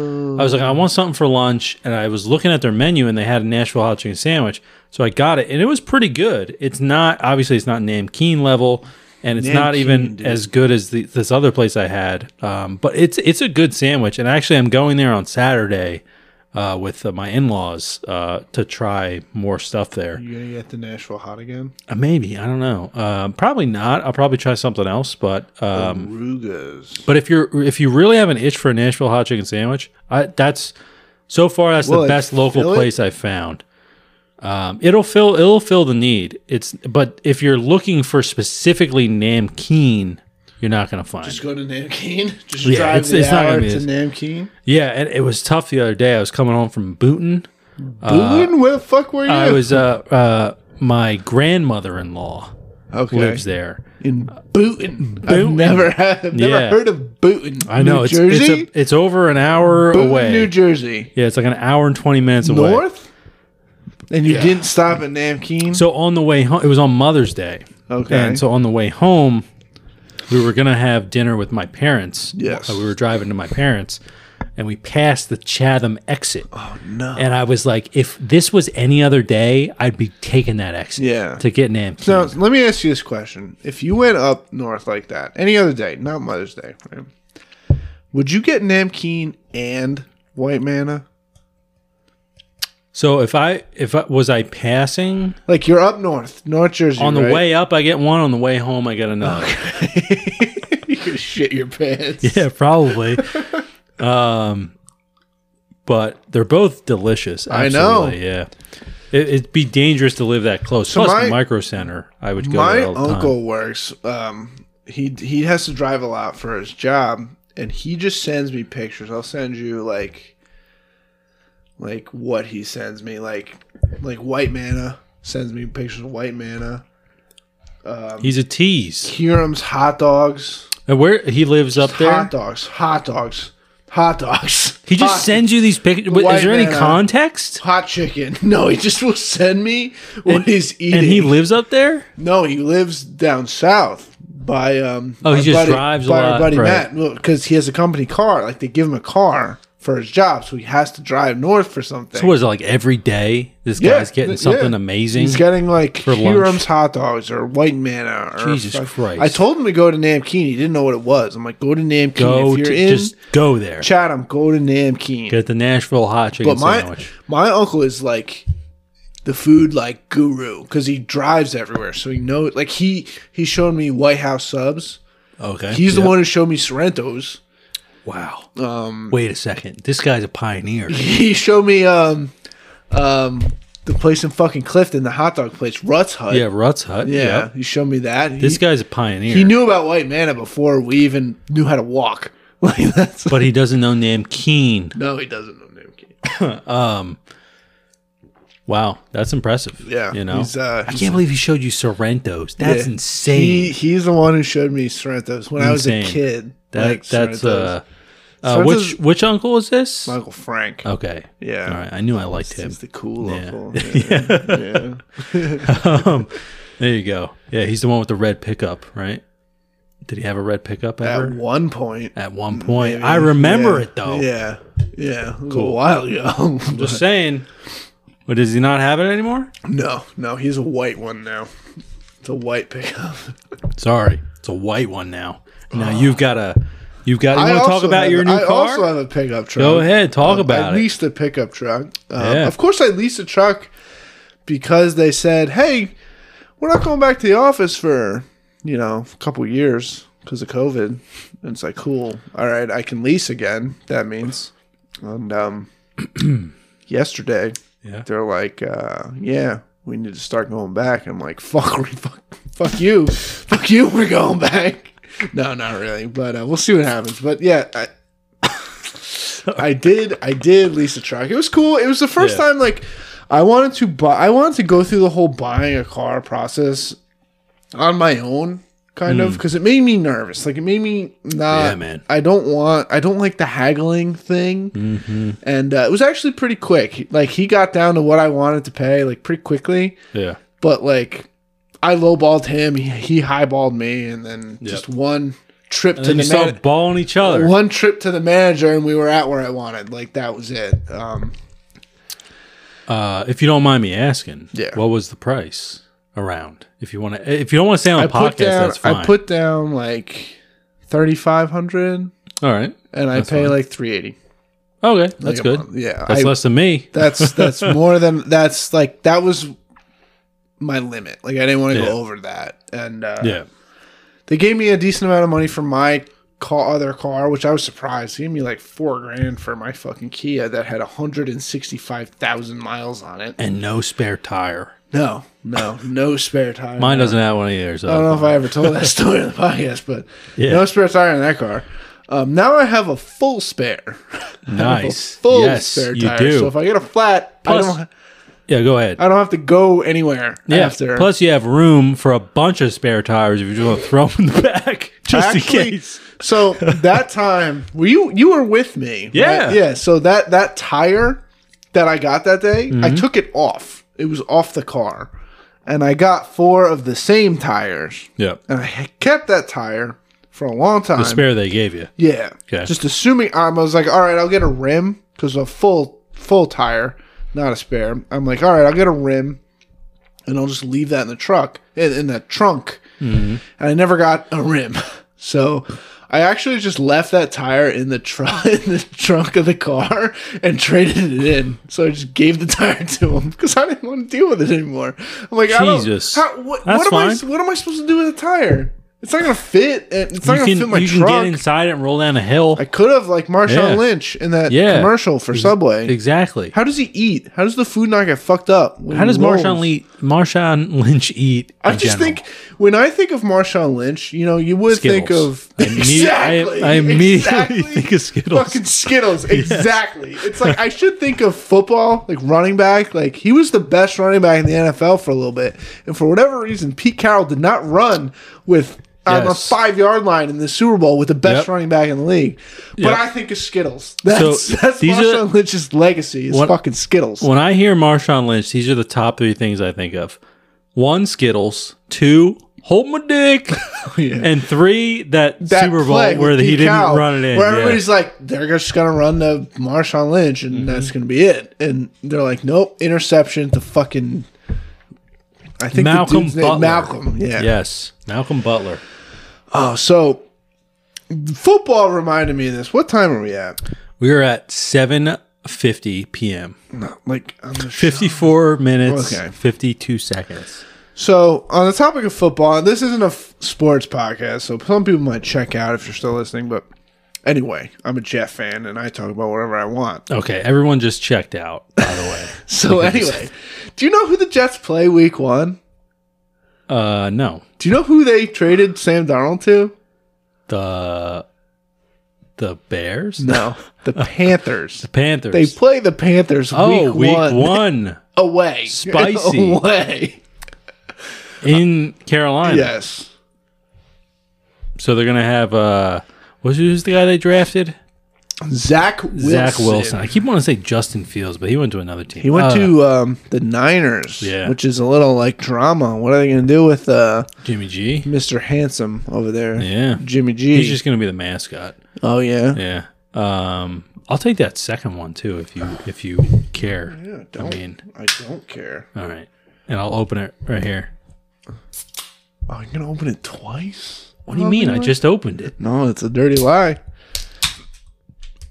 S2: was like, I want something for lunch, and I was looking at their menu, and they had a Nashville hot chicken sandwich. So I got it, and it was pretty good. It's not obviously it's not Namkeen level, and it's not
S1: Namkeen,
S2: even
S1: dude.
S2: as good as the, this other place I had. Um, but it's it's a good sandwich, and actually I'm going there on Saturday. Uh, with uh, my in-laws uh, to try more stuff there.
S1: you gonna get the Nashville hot again?
S2: Uh, maybe I don't know. Um, probably not. I'll probably try something else. But um,
S1: Rugas.
S2: but if you're if you really have an itch for a Nashville hot chicken sandwich, I, that's so far that's
S1: Will
S2: the
S1: it
S2: best local
S1: fill it?
S2: place I've found. Um, it'll fill it'll fill the need. It's but if you're looking for specifically Namkeen, you're not gonna find.
S1: Just
S2: it.
S1: go to Namkeen. <laughs> Just
S2: Yeah,
S1: drive
S2: it's-
S1: the
S2: it's not gonna
S1: hour
S2: be
S1: to
S2: as-
S1: Namkeen.
S2: Yeah, and it was tough the other day. I was coming home from Booton.
S1: Booing? Where the fuck were you?
S2: Uh, I was uh, uh my grandmother in law
S1: okay.
S2: lives there.
S1: in Booton. I've never <laughs> had, I've never
S2: Yeah.
S1: heard of Booton.
S2: I know
S1: New
S2: it's
S1: Jersey.
S2: it's a, it's over an hour
S1: Booton,
S2: away.
S1: New Jersey,
S2: yeah, it's like an hour and twenty minutes away.
S1: north. And you didn't stop at Namkeen.
S2: So on the way home, it was on Mother's Day.
S1: Okay.
S2: And so on the way home, we were gonna have dinner with my parents.
S1: Yes.
S2: Uh, We were driving to my parents, and we passed the Chatham exit. Oh
S1: no.
S2: And I was like, if this was any other day, I'd be taking that exit.
S1: Yeah.
S2: To get named.
S1: now, let me ask you this question: If you went up north like that, any other day, not Mother's Day, right, would you get Namkeen and White Manna?
S2: So if I if I, was I passing
S1: Like you're up north, North Jersey.
S2: on the
S1: right?
S2: way up, I get one. On the way home, I get another.
S1: <laughs> you could shit your pants.
S2: <laughs> yeah, probably. um, but they're both delicious.
S1: I know.
S2: Absolutely, Yeah, it, it'd be dangerous to live that close. Plus,
S1: my-
S2: the micro center, I would go.
S1: my
S2: there all the time.
S1: uncle works um he he has to drive a lot for his job and he just sends me pictures i'll send you like like what he sends me like like white manna sends me pictures of white manna
S2: he's a tease.
S1: Hiram's hot dogs
S2: And where he lives up there,
S1: hot dogs hot dogs hot dogs
S2: he just
S1: hot,
S2: sends you these pictures. Is
S1: White
S2: there any
S1: man, uh,
S2: context?
S1: hot chicken <laughs> no he just will send me what he's eating
S2: And he lives up there.
S1: No, he lives down south by um.
S2: Oh, he
S1: my
S2: just drives a
S1: by our
S2: lot,
S1: buddy
S2: right.
S1: Matt because he has a company car. Like they give him a car for his job, so he has to drive north for something.
S2: So what is it like every day? This
S1: Yeah,
S2: guy's getting
S1: th-
S2: something
S1: yeah.
S2: amazing.
S1: He's getting like
S2: lunch.
S1: Hiram's hot dogs or White Manna. Or
S2: Jesus
S1: fuck-
S2: Christ.
S1: I told him to go to Namkeen. He didn't know what it was. I'm like, go to Namkeen
S2: go
S1: if you're
S2: to,
S1: in
S2: just go there.
S1: Chatham. Go to Namkeen.
S2: Get the Nashville hot chicken
S1: But my
S2: sandwich.
S1: my uncle is like the food like guru because he drives everywhere, so he knows. Like he he showed me White House subs.
S2: Okay,
S1: He's
S2: Yeah.
S1: the one um, who showed me Sorrento's. <laughs>
S2: Wow. Wait a second. This guy's a pioneer.
S1: He showed me um um the place in fucking Clifton, the hot dog place, Ruts Hut.
S2: Yeah, Ruts Hut.
S1: yeah.
S2: yep.
S1: You showed me that.
S2: This
S1: he,
S2: guy's a pioneer.
S1: he knew about White Manna before we even knew how to walk. <laughs> Like that's
S2: but he doesn't know Nam Keen.
S1: no, he doesn't know Name King.
S2: Wow, that's impressive.
S1: Yeah,
S2: you know,
S1: he's, uh,
S2: I can't believe he showed you Sorrentos. That's
S1: Yeah.
S2: insane.
S1: He he's the one who showed me Sorrentos when I was a
S2: Insane.
S1: kid.
S2: that,
S1: like
S2: that's
S1: Sorrentos.
S2: uh, uh, which
S1: Sorrento's-
S2: which uncle is this?
S1: Michael Frank.
S2: Okay,
S1: Yeah.
S2: all right. I knew I liked him.
S1: He's the cool
S2: Yeah. <laughs>
S1: uncle. Yeah. yeah.
S2: um, there you go. Yeah, he's the one with the red pickup, right? Did he have a red pickup ever?
S1: At
S2: At one,
S1: one point.
S2: point, I remember it though.
S1: Yeah. Yeah. It was a while ago. <laughs>
S2: Just saying. But does he not have it anymore?
S1: no, no, he's a white one now. It's a white <laughs> pickup.
S2: Sorry, it's a white one now. Now you've got a, you've got. You
S1: Ah. I
S2: want to talk
S1: also
S2: about
S1: have-
S2: your new
S1: I
S2: car?
S1: also have a pickup truck. Um,
S2: Go ahead, talk about
S1: I
S2: it.
S1: leased a pickup truck. Um,
S2: Yeah.
S1: Of course, I leased a truck because they said, "Hey, we're not going back to the office for you know a couple years because of COVID." And it's like, cool. All right, I can lease again. That means. And um, <clears throat> yesterday,
S2: Yeah.
S1: they're like, uh, "Yeah, we need to start going back." I'm like, "Fuck, <laughs> we fuck, fuck you, fuck you, we're going back." <laughs> No, not really, but uh, we'll see what happens. But yeah, I, <laughs> I did. I did lease a truck. It was cool. It was the first
S2: Yeah.
S1: time like I wanted to buy. I wanted to go through the whole buying a car process on my own, kind of, 'cause of, because it made me nervous. Like it made me not.
S2: Hmm. Yeah, man.
S1: I don't want. I don't like the haggling thing.
S2: Mm-hmm.
S1: And uh, it was actually pretty quick. Like he got down to what I wanted to pay, like pretty quickly.
S2: yeah.
S1: But like, I lowballed him. He, he highballed me, and then just one trip
S2: And
S1: to
S2: then
S1: the
S2: you
S1: man-
S2: start balling each other.
S1: one trip to the manager and we were at where I wanted. Like that was it. Um,
S2: Uh, if you don't mind me asking,
S1: Yeah.
S2: what was the price around? If you want to, if you don't want to say on
S1: I
S2: the podcast,
S1: put down
S2: that's fine.
S1: I put down like thirty five hundred
S2: all right.
S1: and I pay like three eighty.
S2: Okay, that's good.
S1: Yeah.
S2: That's
S1: I-
S2: less than me. <laughs>
S1: that's that's more than that's like that was my limit. Like I didn't want to
S2: Yeah.
S1: go over that. And uh,
S2: yeah.
S1: they gave me a decent amount of money for my car, other car, which I was surprised. They gave me like four grand for my fucking Kia that had hundred and sixty five thousand miles on it.
S2: And no spare tire.
S1: No, no, no spare tire.
S2: Mine doesn't have one either. So
S1: I don't know if I ever told that story in the podcast, but
S2: Yeah.
S1: no spare tire in that car. Um, now I have a full spare.
S2: nice.
S1: full
S2: yes,
S1: spare
S2: you
S1: tire.
S2: do.
S1: So if I get a flat,
S2: Plus-
S1: I, don't,
S2: yeah, go ahead.
S1: I don't have to go anywhere
S2: yeah.
S1: after.
S2: Plus, you have room for a bunch of spare tires if you just want to throw them in the <laughs> back, just in
S1: Actually-
S2: case.
S1: so that time, were you you were with me? right?
S2: Yeah.
S1: yeah. So that that tire that I got that day, I
S2: Mm-hmm.
S1: took it off. It was off the car, and I got four of the same tires,
S2: Yeah.
S1: and I kept that tire for a long time.
S2: The spare they gave you.
S1: Yeah.
S2: Okay.
S1: Just assuming I'm, I was like, all right, I'll get a rim because a full full tire, not a spare. I'm like, all right, I'll get a rim, and I'll just leave that in the truck in, in that trunk.
S2: Mm-hmm.
S1: And I never got a rim, <laughs> so I actually just left that tire in the truck <laughs> in the trunk of the car and traded it in. So I just gave the tire to him because I didn't want to deal with it anymore. I'm like,
S2: Jesus.
S1: I don't, how, what,
S2: That's
S1: what am
S2: fine.
S1: I? What am I supposed to do with a tire? It's not gonna fit. and It's not
S2: You
S1: gonna fit
S2: can,
S1: my
S2: you can
S1: truck.
S2: get inside it and roll down a hill.
S1: I could have like Marshawn
S2: Yeah.
S1: Lynch in that
S2: Yeah.
S1: commercial for Subway.
S2: exactly.
S1: How does he eat? How does the food not get fucked up? when
S2: How
S1: he
S2: does
S1: rolls?
S2: Marshawn, Le- Marshawn Lynch eat?
S1: I
S2: in
S1: just
S2: general?
S1: think when I think of Marshawn Lynch, you know, you would think
S2: Skittles.
S1: of
S2: I immediate- I- I immediately think of Skittles.
S1: Fucking
S2: <laughs>
S1: Skittles, exactly. It's like I should think of football, like running back. Like he was the best running back in the NFL for a little bit, and for whatever reason, Pete Carroll did not run with on the
S2: Yes.
S1: five yard line in the Super Bowl with the best
S2: Yep.
S1: running back in the league. But
S2: Yep.
S1: I think of Skittles. That's <laughs>
S2: So,
S1: that's
S2: these are-
S1: Marshawn Lynch's legacy is
S2: What-
S1: fucking Skittles.
S2: When I hear Marshawn Lynch, these are the top three things I think of: one, Skittles; two, hold
S1: <laughs>
S2: my dick;
S1: Oh, Yeah.
S2: and three, that, Super Bowl
S1: play
S2: where
S1: with
S2: he
S1: Pete
S2: didn't
S1: Carroll,
S2: run it in.
S1: Where
S2: yeah.
S1: everybody's like, they're just going to run the Marshawn Lynch and
S2: Mm-hmm.
S1: that's going to be it. And they're like, nope, interception to fucking. I think the
S2: Malcolm
S1: dude's
S2: Butler.
S1: Malcolm, yeah.
S2: Yes, Malcolm Butler.
S1: Oh, so football reminded me of this. What time are we at?
S2: We are at seven fifty p.m.
S1: No, like on the show.
S2: Fifty-four minutes,
S1: Oh, Okay.
S2: fifty-two seconds.
S1: So on the topic of football, and this isn't a f- sports podcast, so some people might check out if you're still listening. But Anyway, I'm a Jeff fan and I talk about whatever I want. <laughs>
S2: Okay, everyone just checked out, by the way.
S1: So anyway, do you know who the Jets play week one?
S2: Uh, no.
S1: Do you know who they traded Sam Darnold to?
S2: The the Bears?
S1: No. <laughs> The Panthers.
S2: <laughs> The Panthers.
S1: They play the Panthers
S2: oh,
S1: week, one,
S2: one
S1: away. <laughs>
S2: Spicy.
S1: away. <laughs>
S2: in Carolina.
S1: Yes.
S2: So they're gonna have uh was who's the guy they drafted?
S1: Zach Wilson.
S2: Zach Wilson. I keep wanting to say Justin Fields, but he went to another team.
S1: He went
S2: Uh,
S1: to um, the Niners,
S2: Yeah.
S1: which is a little like drama. What are they going to do with uh,
S2: Jimmy G.
S1: Mr. Handsome over there?
S2: Yeah.
S1: Jimmy G.
S2: He's just gonna be the mascot.
S1: oh, yeah.
S2: Yeah. Um I'll take that second one too if you if you care.
S1: I, don't,
S2: I mean
S1: I don't care.
S2: all right. And I'll open it right here.
S1: Oh, you're going to open it twice?
S2: What do you mean? I just opened it.
S1: No, it's a dirty lie.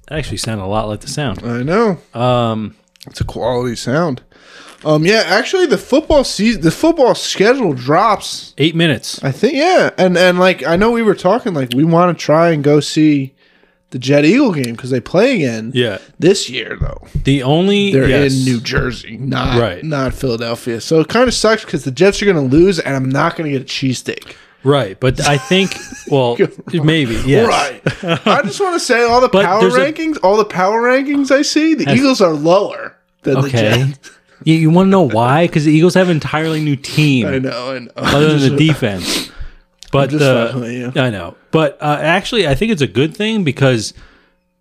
S2: That actually sounded a lot like the sound.
S1: I know.
S2: Um
S1: It's a quality sound. Um, yeah, actually, the football season, the football schedule drops
S2: eight minutes.
S1: I think yeah, and and like I know we were talking like we want to try and go see the Jet Eagle game because they play again.
S2: Yeah.
S1: this year though
S2: The only
S1: they're
S2: yes.
S1: in New Jersey, not
S2: Right.
S1: not Philadelphia. So it kind of sucks because the Jets are going to lose, and I'm not going to get a cheesesteak.
S2: Right, but
S1: <laughs>
S2: I think well maybe, yes. <laughs>
S1: Right. I just want to say all the
S2: But
S1: power
S2: there's a-
S1: rankings, all the power rankings I see, the Eagles are lower than the
S2: Okay.
S1: Jets.
S2: you you want to know why? Because the Eagles have an entirely new team
S1: I know. I know. <laughs>
S2: other
S1: Just-
S2: than the defense. But
S1: just fucking
S2: the,
S1: with you.
S2: I know. But uh, actually, I think it's a good thing because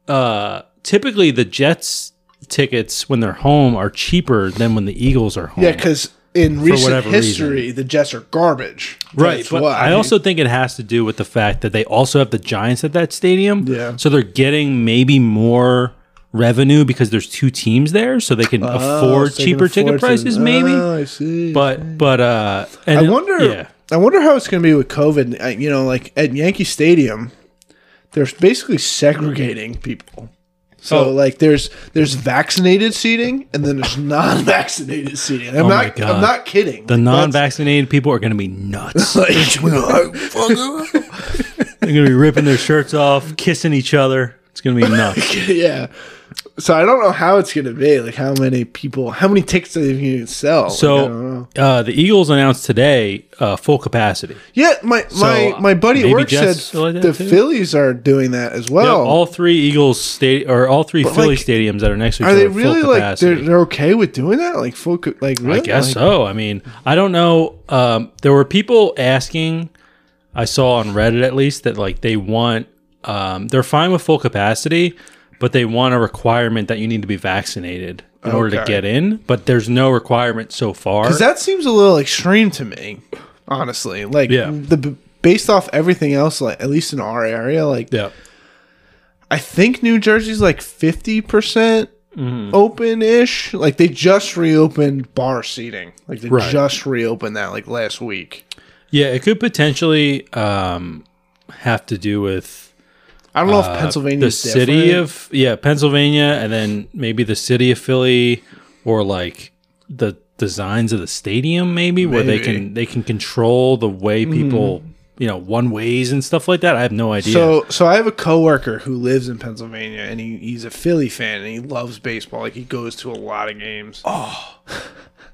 S2: uh, typically the Jets tickets when they're home are cheaper than when the Eagles are home.
S1: yeah, because in recent
S2: whatever
S1: history, the Jets are garbage.
S2: Right,
S1: That's
S2: but
S1: why.
S2: I also think it has to do with the fact that they also have the Giants at that stadium.
S1: Yeah.
S2: So they're getting maybe more revenue because there's two teams there, so they can afford
S1: Oh, so they can
S2: cheaper
S1: afford
S2: ticket
S1: to-
S2: prices, maybe.
S1: Oh, I see.
S2: but but uh, and
S1: I
S2: it-
S1: wonder.
S2: Yeah,
S1: I wonder how it's going to be with COVID. I, you know, like at Yankee Stadium, they're basically segregating people. So
S2: Oh.
S1: like, there's there's vaccinated seating, and then there's non-vaccinated seating. I'm
S2: Oh my
S1: not.
S2: God.
S1: I'm not kidding.
S2: the
S1: Like,
S2: non-vaccinated people are going to be
S1: <laughs>
S2: nuts. <laughs>
S1: that's- like,
S2: they're going to be ripping their shirts off, kissing each other. It's going
S1: <laughs>
S2: to be nuts.
S1: yeah. So I don't know how it's going to be. Like how many people? How many tickets are they going to sell? Like, I don't know.
S2: So uh, the Eagles announced today uh, full capacity.
S1: yeah, my my my buddy at
S2: uh, maybe
S1: work
S2: Jets
S1: said
S2: feel like that
S1: the
S2: too?
S1: Phillies are doing that as well.
S2: Yeah, all three Eagles state or all three Philly
S1: Oh. like,
S2: stadiums that are next to each
S1: Are
S2: other.
S1: they
S2: full
S1: really like
S2: capacity.
S1: they're, they're okay with doing that? Like full, co- like really?
S2: I guess
S1: Like,
S2: so. I mean, I don't know. Um, there were people asking. I saw on Reddit at least that like they want. Um, they're fine with full capacity, but they want a requirement that you need to be vaccinated in order to
S1: Okay.
S2: get in. But there's no requirement so far.
S1: 'Cause that seems a little extreme to me, honestly. Like
S2: Yeah.
S1: the b- based off everything else, like at least in our area, like
S2: yeah.
S1: I think New Jersey's like fifty percent
S2: Mm-hmm.
S1: open ish. Like they just reopened bar seating. Like they
S2: Right.
S1: just reopened that like last week.
S2: Yeah, it could potentially um, have to do with
S1: I don't know if
S2: Uh, the
S1: Pennsylvania's
S2: city
S1: different.
S2: of yeah Pennsylvania, and then maybe the city of Philly, or like the designs of the stadium, maybe, where they
S1: Maybe. Mm-hmm.
S2: can they can control the way people you know one ways and stuff like that. I have no idea.
S1: So, so I have a coworker who lives in Pennsylvania, and he, he's a Philly fan, and he loves baseball. Like he goes to a lot of games.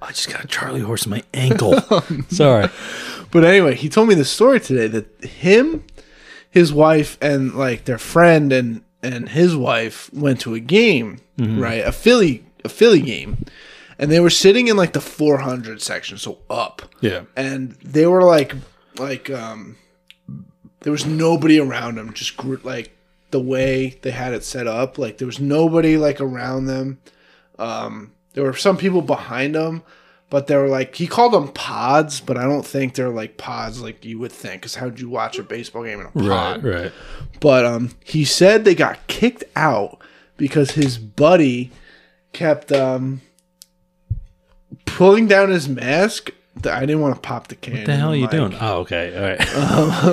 S2: I just got a Charlie horse in my
S1: <laughs>
S2: ankle.
S1: Oh,
S2: <laughs> Sorry.
S1: But anyway, he told me the story today that him, his wife, and like their friend and and his wife went to a game, right? A Philly a Philly game. And they were sitting in like the 400 section, so up.
S2: Yeah.
S1: And they were like like um there was nobody around them, just group like the way they had it set up, like there was nobody like around them. Um there were some people behind them, but they were like he called them pods, but I don't think they're like pods like you would think. Because how'd you watch a baseball game in a pod?
S2: Right. Right.
S1: But um, he said they got kicked out because his buddy kept um pulling down his mask. Th- I didn't want to pop the can.
S2: What the hell are you doing? Oh, okay. All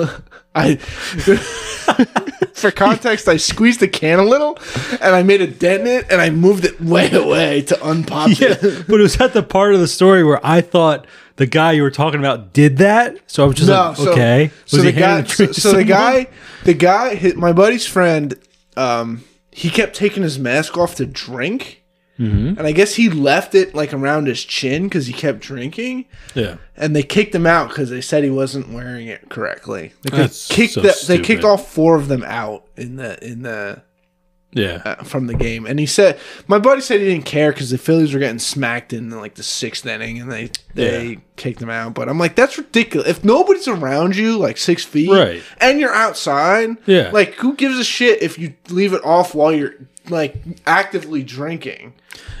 S1: <laughs>
S2: right.
S1: I <laughs> for context, I squeezed the can a little, and I made a dent in it, and I moved it way away to unpop
S2: <laughs> <laughs> yeah.
S1: it.
S2: But it was at the part of the story where I thought the guy you were talking about did that. So I was just
S1: No,
S2: like, okay.
S1: So,
S2: Was
S1: the
S2: <laughs> handing
S1: guy,
S2: a drink
S1: so,
S2: to
S1: so the
S2: someone?
S1: guy, the guy, hit my buddy's friend um, he kept taking his mask off to drink.
S2: Mm-hmm.
S1: And I guess he left it like around his chin because he kept drinking,
S2: Yeah.
S1: and they kicked him out because they said he wasn't wearing it correctly. They could-
S2: That's
S1: kicked
S2: so
S1: the, they kicked
S2: stupid.
S1: all four of them out in the in the
S2: Yeah.
S1: uh, from the game. And he said, my buddy said he didn't care because the Phillies were getting smacked in like the sixth inning, and they they
S2: Yeah.
S1: kicked him out. But I'm like, that's ridiculous. If nobody's around you, like six feet,
S2: Right.
S1: and you're outside,
S2: Yeah.
S1: like who gives a shit if you leave it off while you're like actively drinking?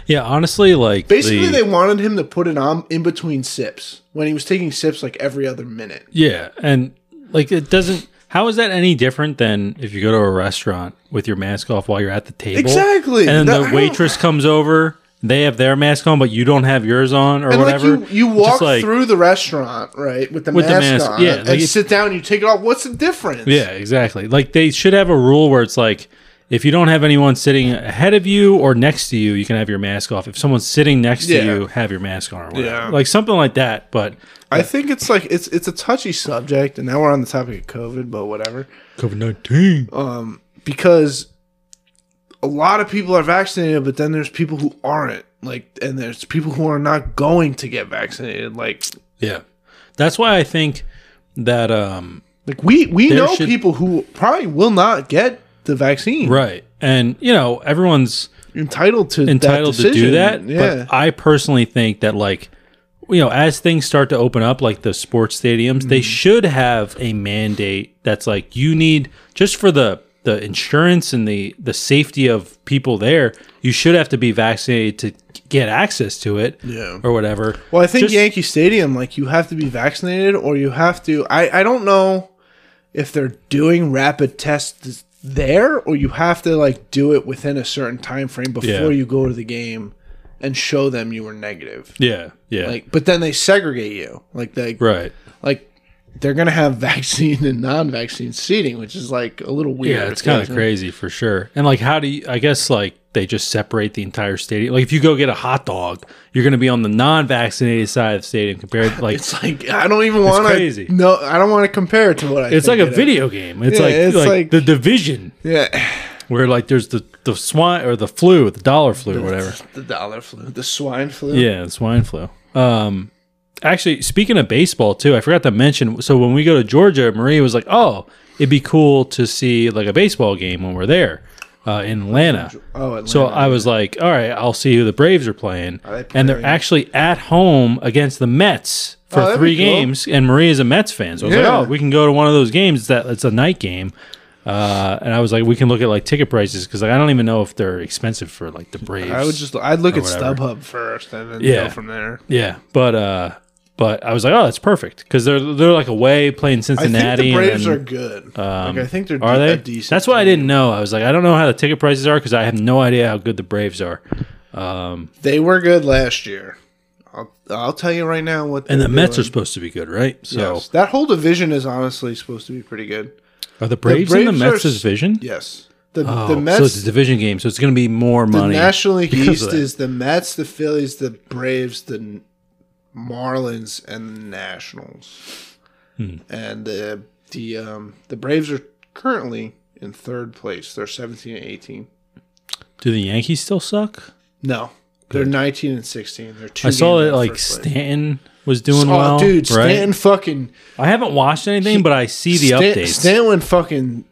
S2: yeah. Honestly, like
S1: Basically,
S2: the-
S1: they wanted him to put it on in between sips when he was taking sips like every other minute.
S2: Yeah, and like it doesn't. How is that any different than if you go to a restaurant with your mask off while you're at the table?
S1: Exactly.
S2: And then
S1: That- I
S2: the
S1: don't-
S2: waitress comes over. They have their mask on, but you don't have yours on, or
S1: And
S2: whatever.
S1: like you, you
S2: It's just
S1: walk
S2: like-
S1: through the restaurant, right, with the
S2: With the
S1: mask,
S2: mask,
S1: on,
S2: yeah,
S1: and
S2: like it-
S1: sit down. You take it off. What's the difference?
S2: Yeah, exactly. Like they should have a rule where it's like if you don't have anyone sitting ahead of you or next to you, you can have your mask off. If someone's sitting next
S1: Yeah.
S2: to you, have your mask on or whatever.
S1: Yeah.
S2: Like something like that. But
S1: I think it's like it's it's a touchy subject, and now we're on the topic of COVID, but whatever.
S2: COVID nineteen.
S1: Because a lot of people are vaccinated, but then there's people who aren't. Like, and there's people who are not going to get vaccinated. Like,
S2: Yeah. That's why I think that um
S1: like we we
S2: There
S1: know
S2: should-
S1: people who probably will not get the vaccine.
S2: right. And you know, everyone's
S1: Entitled to that
S2: entitled to do
S1: decision.
S2: that.
S1: Yeah.
S2: But I personally think that like you know, as things start to open up, like the sports stadiums,
S1: Mm-hmm.
S2: they should have a mandate that's like you need just for the the insurance and the the safety of people there. You should have to be vaccinated to get access to it,
S1: Yeah.
S2: or whatever.
S1: Well, I think
S2: Just-
S1: Yankee Stadium, like you have to be vaccinated or you have to. I I don't know if they're doing rapid tests there or you have to like do it within a certain time frame before
S2: Yeah.
S1: you go to the game and show them you were negative.
S2: yeah, yeah,
S1: Like, but then they segregate you. Like they
S2: right.
S1: like they're gonna have <laughs> vaccine and non-vaccine seating, which is like a little weird.
S2: Yeah, it's kind of crazy for sure. And like, how do you? I guess like they just separate the entire stadium. Like, if you go get a hot dog, you're going to be on the non-vaccinated side of the stadium compared. to, Like,
S1: It's like I don't even want
S2: crazy.
S1: to. No, I don't want to compare it to what I.
S2: it's like
S1: think it
S2: a
S1: is.
S2: video game. It's
S1: Yeah,
S2: like
S1: it's
S2: like,
S1: like-
S2: the division
S1: Yeah. <sighs>
S2: where like there's the the swine or the flu, the dollar flu or whatever.
S1: The dollar flu, the swine flu.
S2: Yeah, the swine flu. Um, actually, speaking of baseball too, I forgot to mention. So when we go to Georgia, Maria was like, "Oh, it'd be cool to see like a baseball game when we're there uh, in Atlanta."
S1: Oh, Atlanta.
S2: So I was like, "All right, I'll see who the Braves are playing,"
S1: they
S2: and they're
S1: playing?
S2: actually at home against the Mets for
S1: Oh, that'd
S2: three
S1: be cool.
S2: games. And Maria's a Mets fan, so I was
S1: Yeah.
S2: like, "Oh, we can go to one of those games. It's That it's a night game." Uh, and I was like, we can look at like ticket prices because like I don't even know if they're expensive for like the Braves.
S1: I would just I'd look at
S2: whatever.
S1: StubHub first and then
S2: Yeah.
S1: go from there.
S2: Yeah, but uh, but I was like, oh, that's perfect because they're they're like away playing
S1: I think
S2: Cincinnati.
S1: the Braves
S2: and
S1: are
S2: then- um,
S1: good. like I think they're
S2: are
S1: de-
S2: they?
S1: a decent.
S2: That's what I
S1: team.
S2: didn't know. I was like, I don't know how the ticket prices are because I have no idea how good the Braves are.
S1: They were good last year. I'll, I'll tell you right now what.
S2: And the
S1: they're
S2: Mets are
S1: doing.
S2: supposed to be good, right? So
S1: Yes. that whole division is honestly supposed to be pretty good.
S2: are the Braves, in
S1: Braves
S2: the Mets'
S1: are-
S2: division?
S1: Yes, the
S2: Oh,
S1: the Mets.
S2: so it's a division game, so it's going to be more
S1: the
S2: money.
S1: National League
S2: because of
S1: East
S2: that.
S1: is the Mets, the Phillies, the Braves, the Marlins, and the Nationals.
S2: Hmm.
S1: And the the um the Braves are currently in third place. They're seventeen and eighteen.
S2: Do the Yankees still suck?
S1: No, they're nineteen and sixteen. They're two.
S2: I saw
S1: games
S2: that
S1: out
S2: like
S1: first place.
S2: Stanton was doing
S1: Oh,
S2: well,
S1: dude,
S2: right?
S1: Stanton fucking
S2: I haven't watched anything, but I see the
S1: Stan-
S2: updates.
S1: Stanton went fucking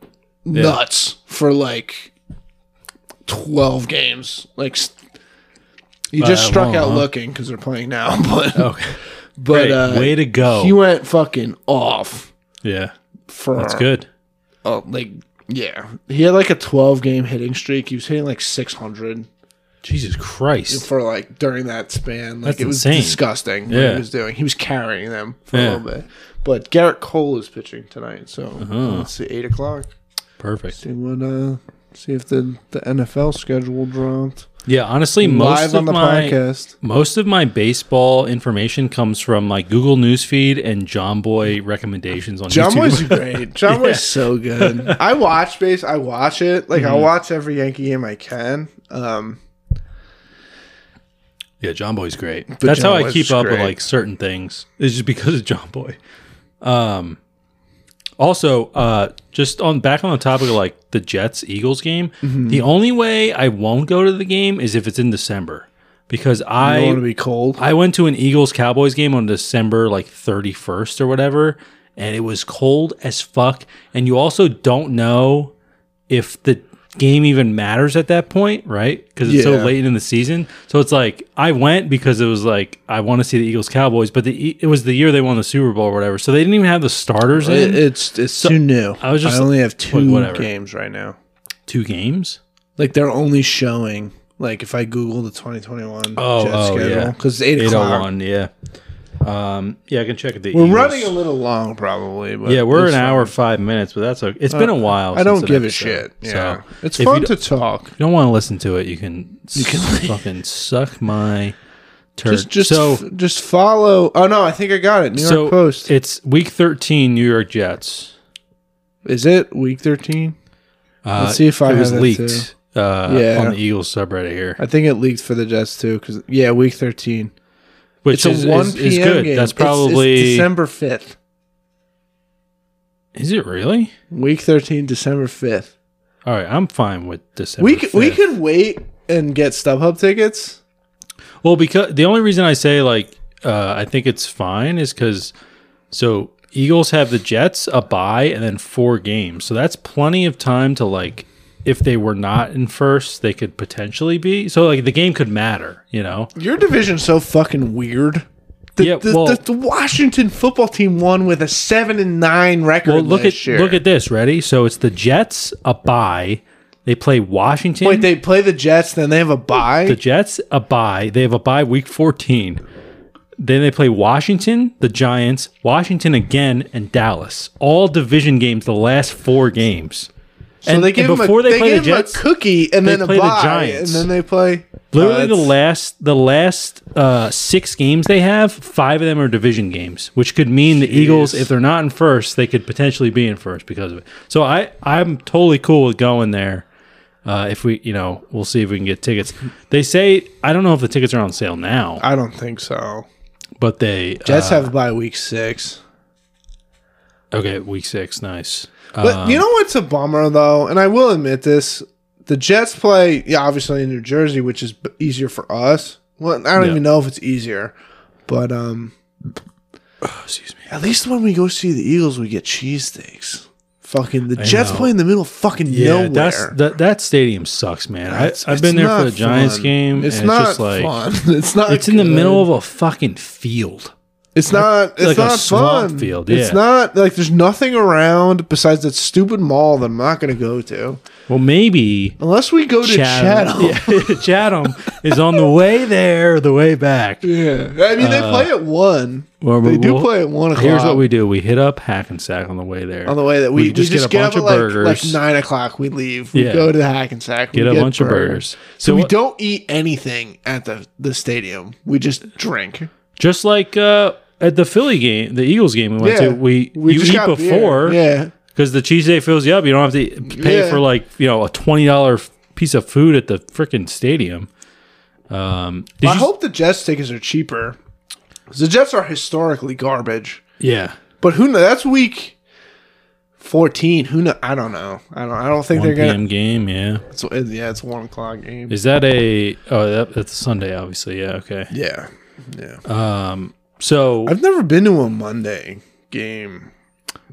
S1: nuts for like twelve games. Like s- he just
S2: Uh,
S1: struck
S2: long,
S1: out
S2: huh?
S1: looking because they're playing now, <laughs> but.
S2: okay,
S1: But
S2: Great.
S1: uh,
S2: Way to go.
S1: He went fucking off
S2: yeah,
S1: for
S2: that's good.
S1: Oh, like yeah, he had like a twelve game hitting streak. He was hitting like six hundred
S2: Jesus Christ.
S1: for like during that span. Like
S2: That's
S1: it was
S2: insane.
S1: disgusting what
S2: Yeah.
S1: he was doing. He was carrying them for
S2: Yeah.
S1: a little bit. But Garrett Cole is pitching tonight, so
S2: Uh-huh.
S1: let's see eight o'clock.
S2: Perfect.
S1: See when uh, see if the the NFL schedule dropped
S2: Yeah, honestly, most
S1: live
S2: of
S1: on the
S2: my
S1: podcast.
S2: most of my baseball information comes from like Google Newsfeed and John Boy recommendations on
S1: John
S2: <laughs>
S1: Boy's
S2: YouTube.
S1: great. John Boy's so good. I watch base. I watch it. Like
S2: Mm-hmm.
S1: I watch every Yankee game I can. Um,
S2: yeah, John Boy's great. That's
S1: John
S2: how I
S1: Boy's
S2: keep up with
S1: great.
S2: like certain things. It's just because of John Boy. Um Also, uh, just on back on the topic of like the Jets Eagles game,
S1: Mm-hmm.
S2: the only way I won't go to the game is if it's in December because I
S1: want to be cold.
S2: I went to an Eagles Cowboys game on December like 31st or whatever, and it was cold as fuck. And you also don't know if the game even matters at that point, right? Because it's
S1: Yeah.
S2: so late in the season. So it's like I went because it was like I want to see the Eagles Cowboys, but the E- it was the year they won the Super Bowl or whatever. So they didn't even have the starters
S1: It-
S2: in
S1: it's it's too new.
S2: I was just-
S1: I only have two
S2: whatever.
S1: games right now.
S2: two games.
S1: Like they're only showing like if I Google the 2021
S2: Oh,
S1: Jets
S2: oh, yeah.
S1: because eight o'clock.
S2: 801, yeah. Um, yeah, I can check the
S1: We're
S2: Eagles.
S1: running a little long, probably. But
S2: Yeah, we're
S1: it's
S2: an
S1: fine.
S2: hour five minutes, but that's okay. It's been a while.
S1: Uh, I don't
S2: since an
S1: give a
S2: episode,
S1: shit.
S2: so
S1: Yeah, it's
S2: if you
S1: fun
S2: d-
S1: to talk.
S2: If you don't want to listen to it, you can you can fucking suck my
S1: <laughs>
S2: turd.
S1: Just just
S2: so
S1: f- just follow. Oh no, I think I got it. New
S2: so
S1: York Post.
S2: it's week thirteen, New York Jets.
S1: Is it week 13?
S2: Uh,
S1: Let's see if I
S2: it was
S1: have it,
S2: leaked uh,
S1: Yeah.
S2: on the Eagles subreddit here,
S1: I think it leaked for the Jets too. Because yeah, week 13.
S2: which is, is, is
S1: PM
S2: good.
S1: game. It's-
S2: That's
S1: it's
S2: probably
S1: December 5th.
S2: is it really?
S1: Week 13, December 5th.
S2: All right, I'm fine with December.
S1: We c- we
S2: 5th.
S1: could wait and get StubHub tickets.
S2: Well, because the only reason I say like uh, I think it's fine is because so Eagles have the Jets a bye and then four games, so that's plenty of time to like if they were not in first, they could potentially be. So like the game could matter, you know.
S1: Your division's so fucking weird. The,
S2: Yeah,
S1: the,
S2: well-
S1: the, the Washington football team won with a seven and nine record.
S2: Well, look
S1: last
S2: at
S1: year.
S2: look at this. Ready? So it's the Jets a bye. They play Washington.
S1: wait. They play the Jets, then they have a bye.
S2: The Jets a bye. They have a bye week 14. Then they play Washington, the Giants, Washington again, and Dallas. All division games, the last four games.
S1: so they give them a, they give them a cookie, and
S2: they
S1: then a
S2: play the
S1: bye,
S2: Giants.
S1: and then they play.
S2: literally the
S1: uh,
S2: last the last uh, six games they have, five of them are division games, which could mean the Eagles, if they're not in first, they could potentially be in first because of it. So I I'm totally cool with going there. Uh, if we, you know, we'll see if we can get tickets. They say I don't know if the tickets are on sale now.
S1: I don't think so.
S2: but they uh,
S1: Jets have a bye week six.
S2: okay week six nice
S1: But
S2: Um,
S1: you know what's a bummer though, and I will admit this: the Jets play, yeah, obviously in New Jersey, which is b- easier for us. Well, I don't
S2: Yeah.
S1: even know if it's easier, but um,
S2: excuse me
S1: at least when we go see the Eagles, we get cheesesteaks. Fucking the Jets
S2: know.
S1: play in the middle of fucking
S2: yeah
S1: nowhere.
S2: that's that, that stadium sucks man
S1: It's-
S2: I, i've
S1: it's
S2: been there
S1: not
S2: for the giants
S1: fun.
S2: game
S1: It's
S2: and
S1: not
S2: it's just like
S1: fun. <laughs> It's not.
S2: it's in the
S1: good.
S2: middle of a fucking field
S1: It's not. It's
S2: like a
S1: not
S2: swamp
S1: fun.
S2: field,
S1: It's
S2: yeah.
S1: not like there's nothing around besides that stupid mall that I'm not going to go to
S2: well maybe
S1: unless we go to Chatham.
S2: chatham, <laughs> Yeah, chatham is on the way there the way back
S1: Yeah, I mean they play at one.
S2: well,
S1: they do
S2: Uh, we'll-
S1: play at one o'clock.
S2: here's what we do we hit up hackensack on the way there
S1: on the way that we, we just, get,
S2: a bunch
S1: up
S2: of
S1: at
S2: burgers
S1: like, like nine o'clock. We leave. We
S2: Yeah.
S1: go to the Hackensack. we
S2: get a bunch of burgers
S1: So, we
S2: what-
S1: don't eat anything at the the stadium. We just drink.
S2: just like uh at the philly game the eagles game we went
S1: Yeah,
S2: to we, you
S1: just
S2: eat
S1: got beer.
S2: before
S1: Yeah,
S2: Because the cheese day fills you up. You don't have to pay
S1: Yeah.
S2: for like, you know, a $20 piece of food at the freaking stadium. Um, did
S1: I
S2: you-
S1: hope the Jets tickets are cheaper. 'Cause The Jets are historically garbage.
S2: yeah.
S1: But who knows? That's week fourteen. Who know? I don't know. I don't. I don't think
S2: 1
S1: they're
S2: p.m.
S1: gonna.
S2: game. Yeah.
S1: It's, yeah, it's a one o'clock game.
S2: Is that a, oh, that, that's a Sunday, obviously. Yeah. Okay.
S1: yeah, yeah.
S2: So i
S1: I've never been to a Monday game.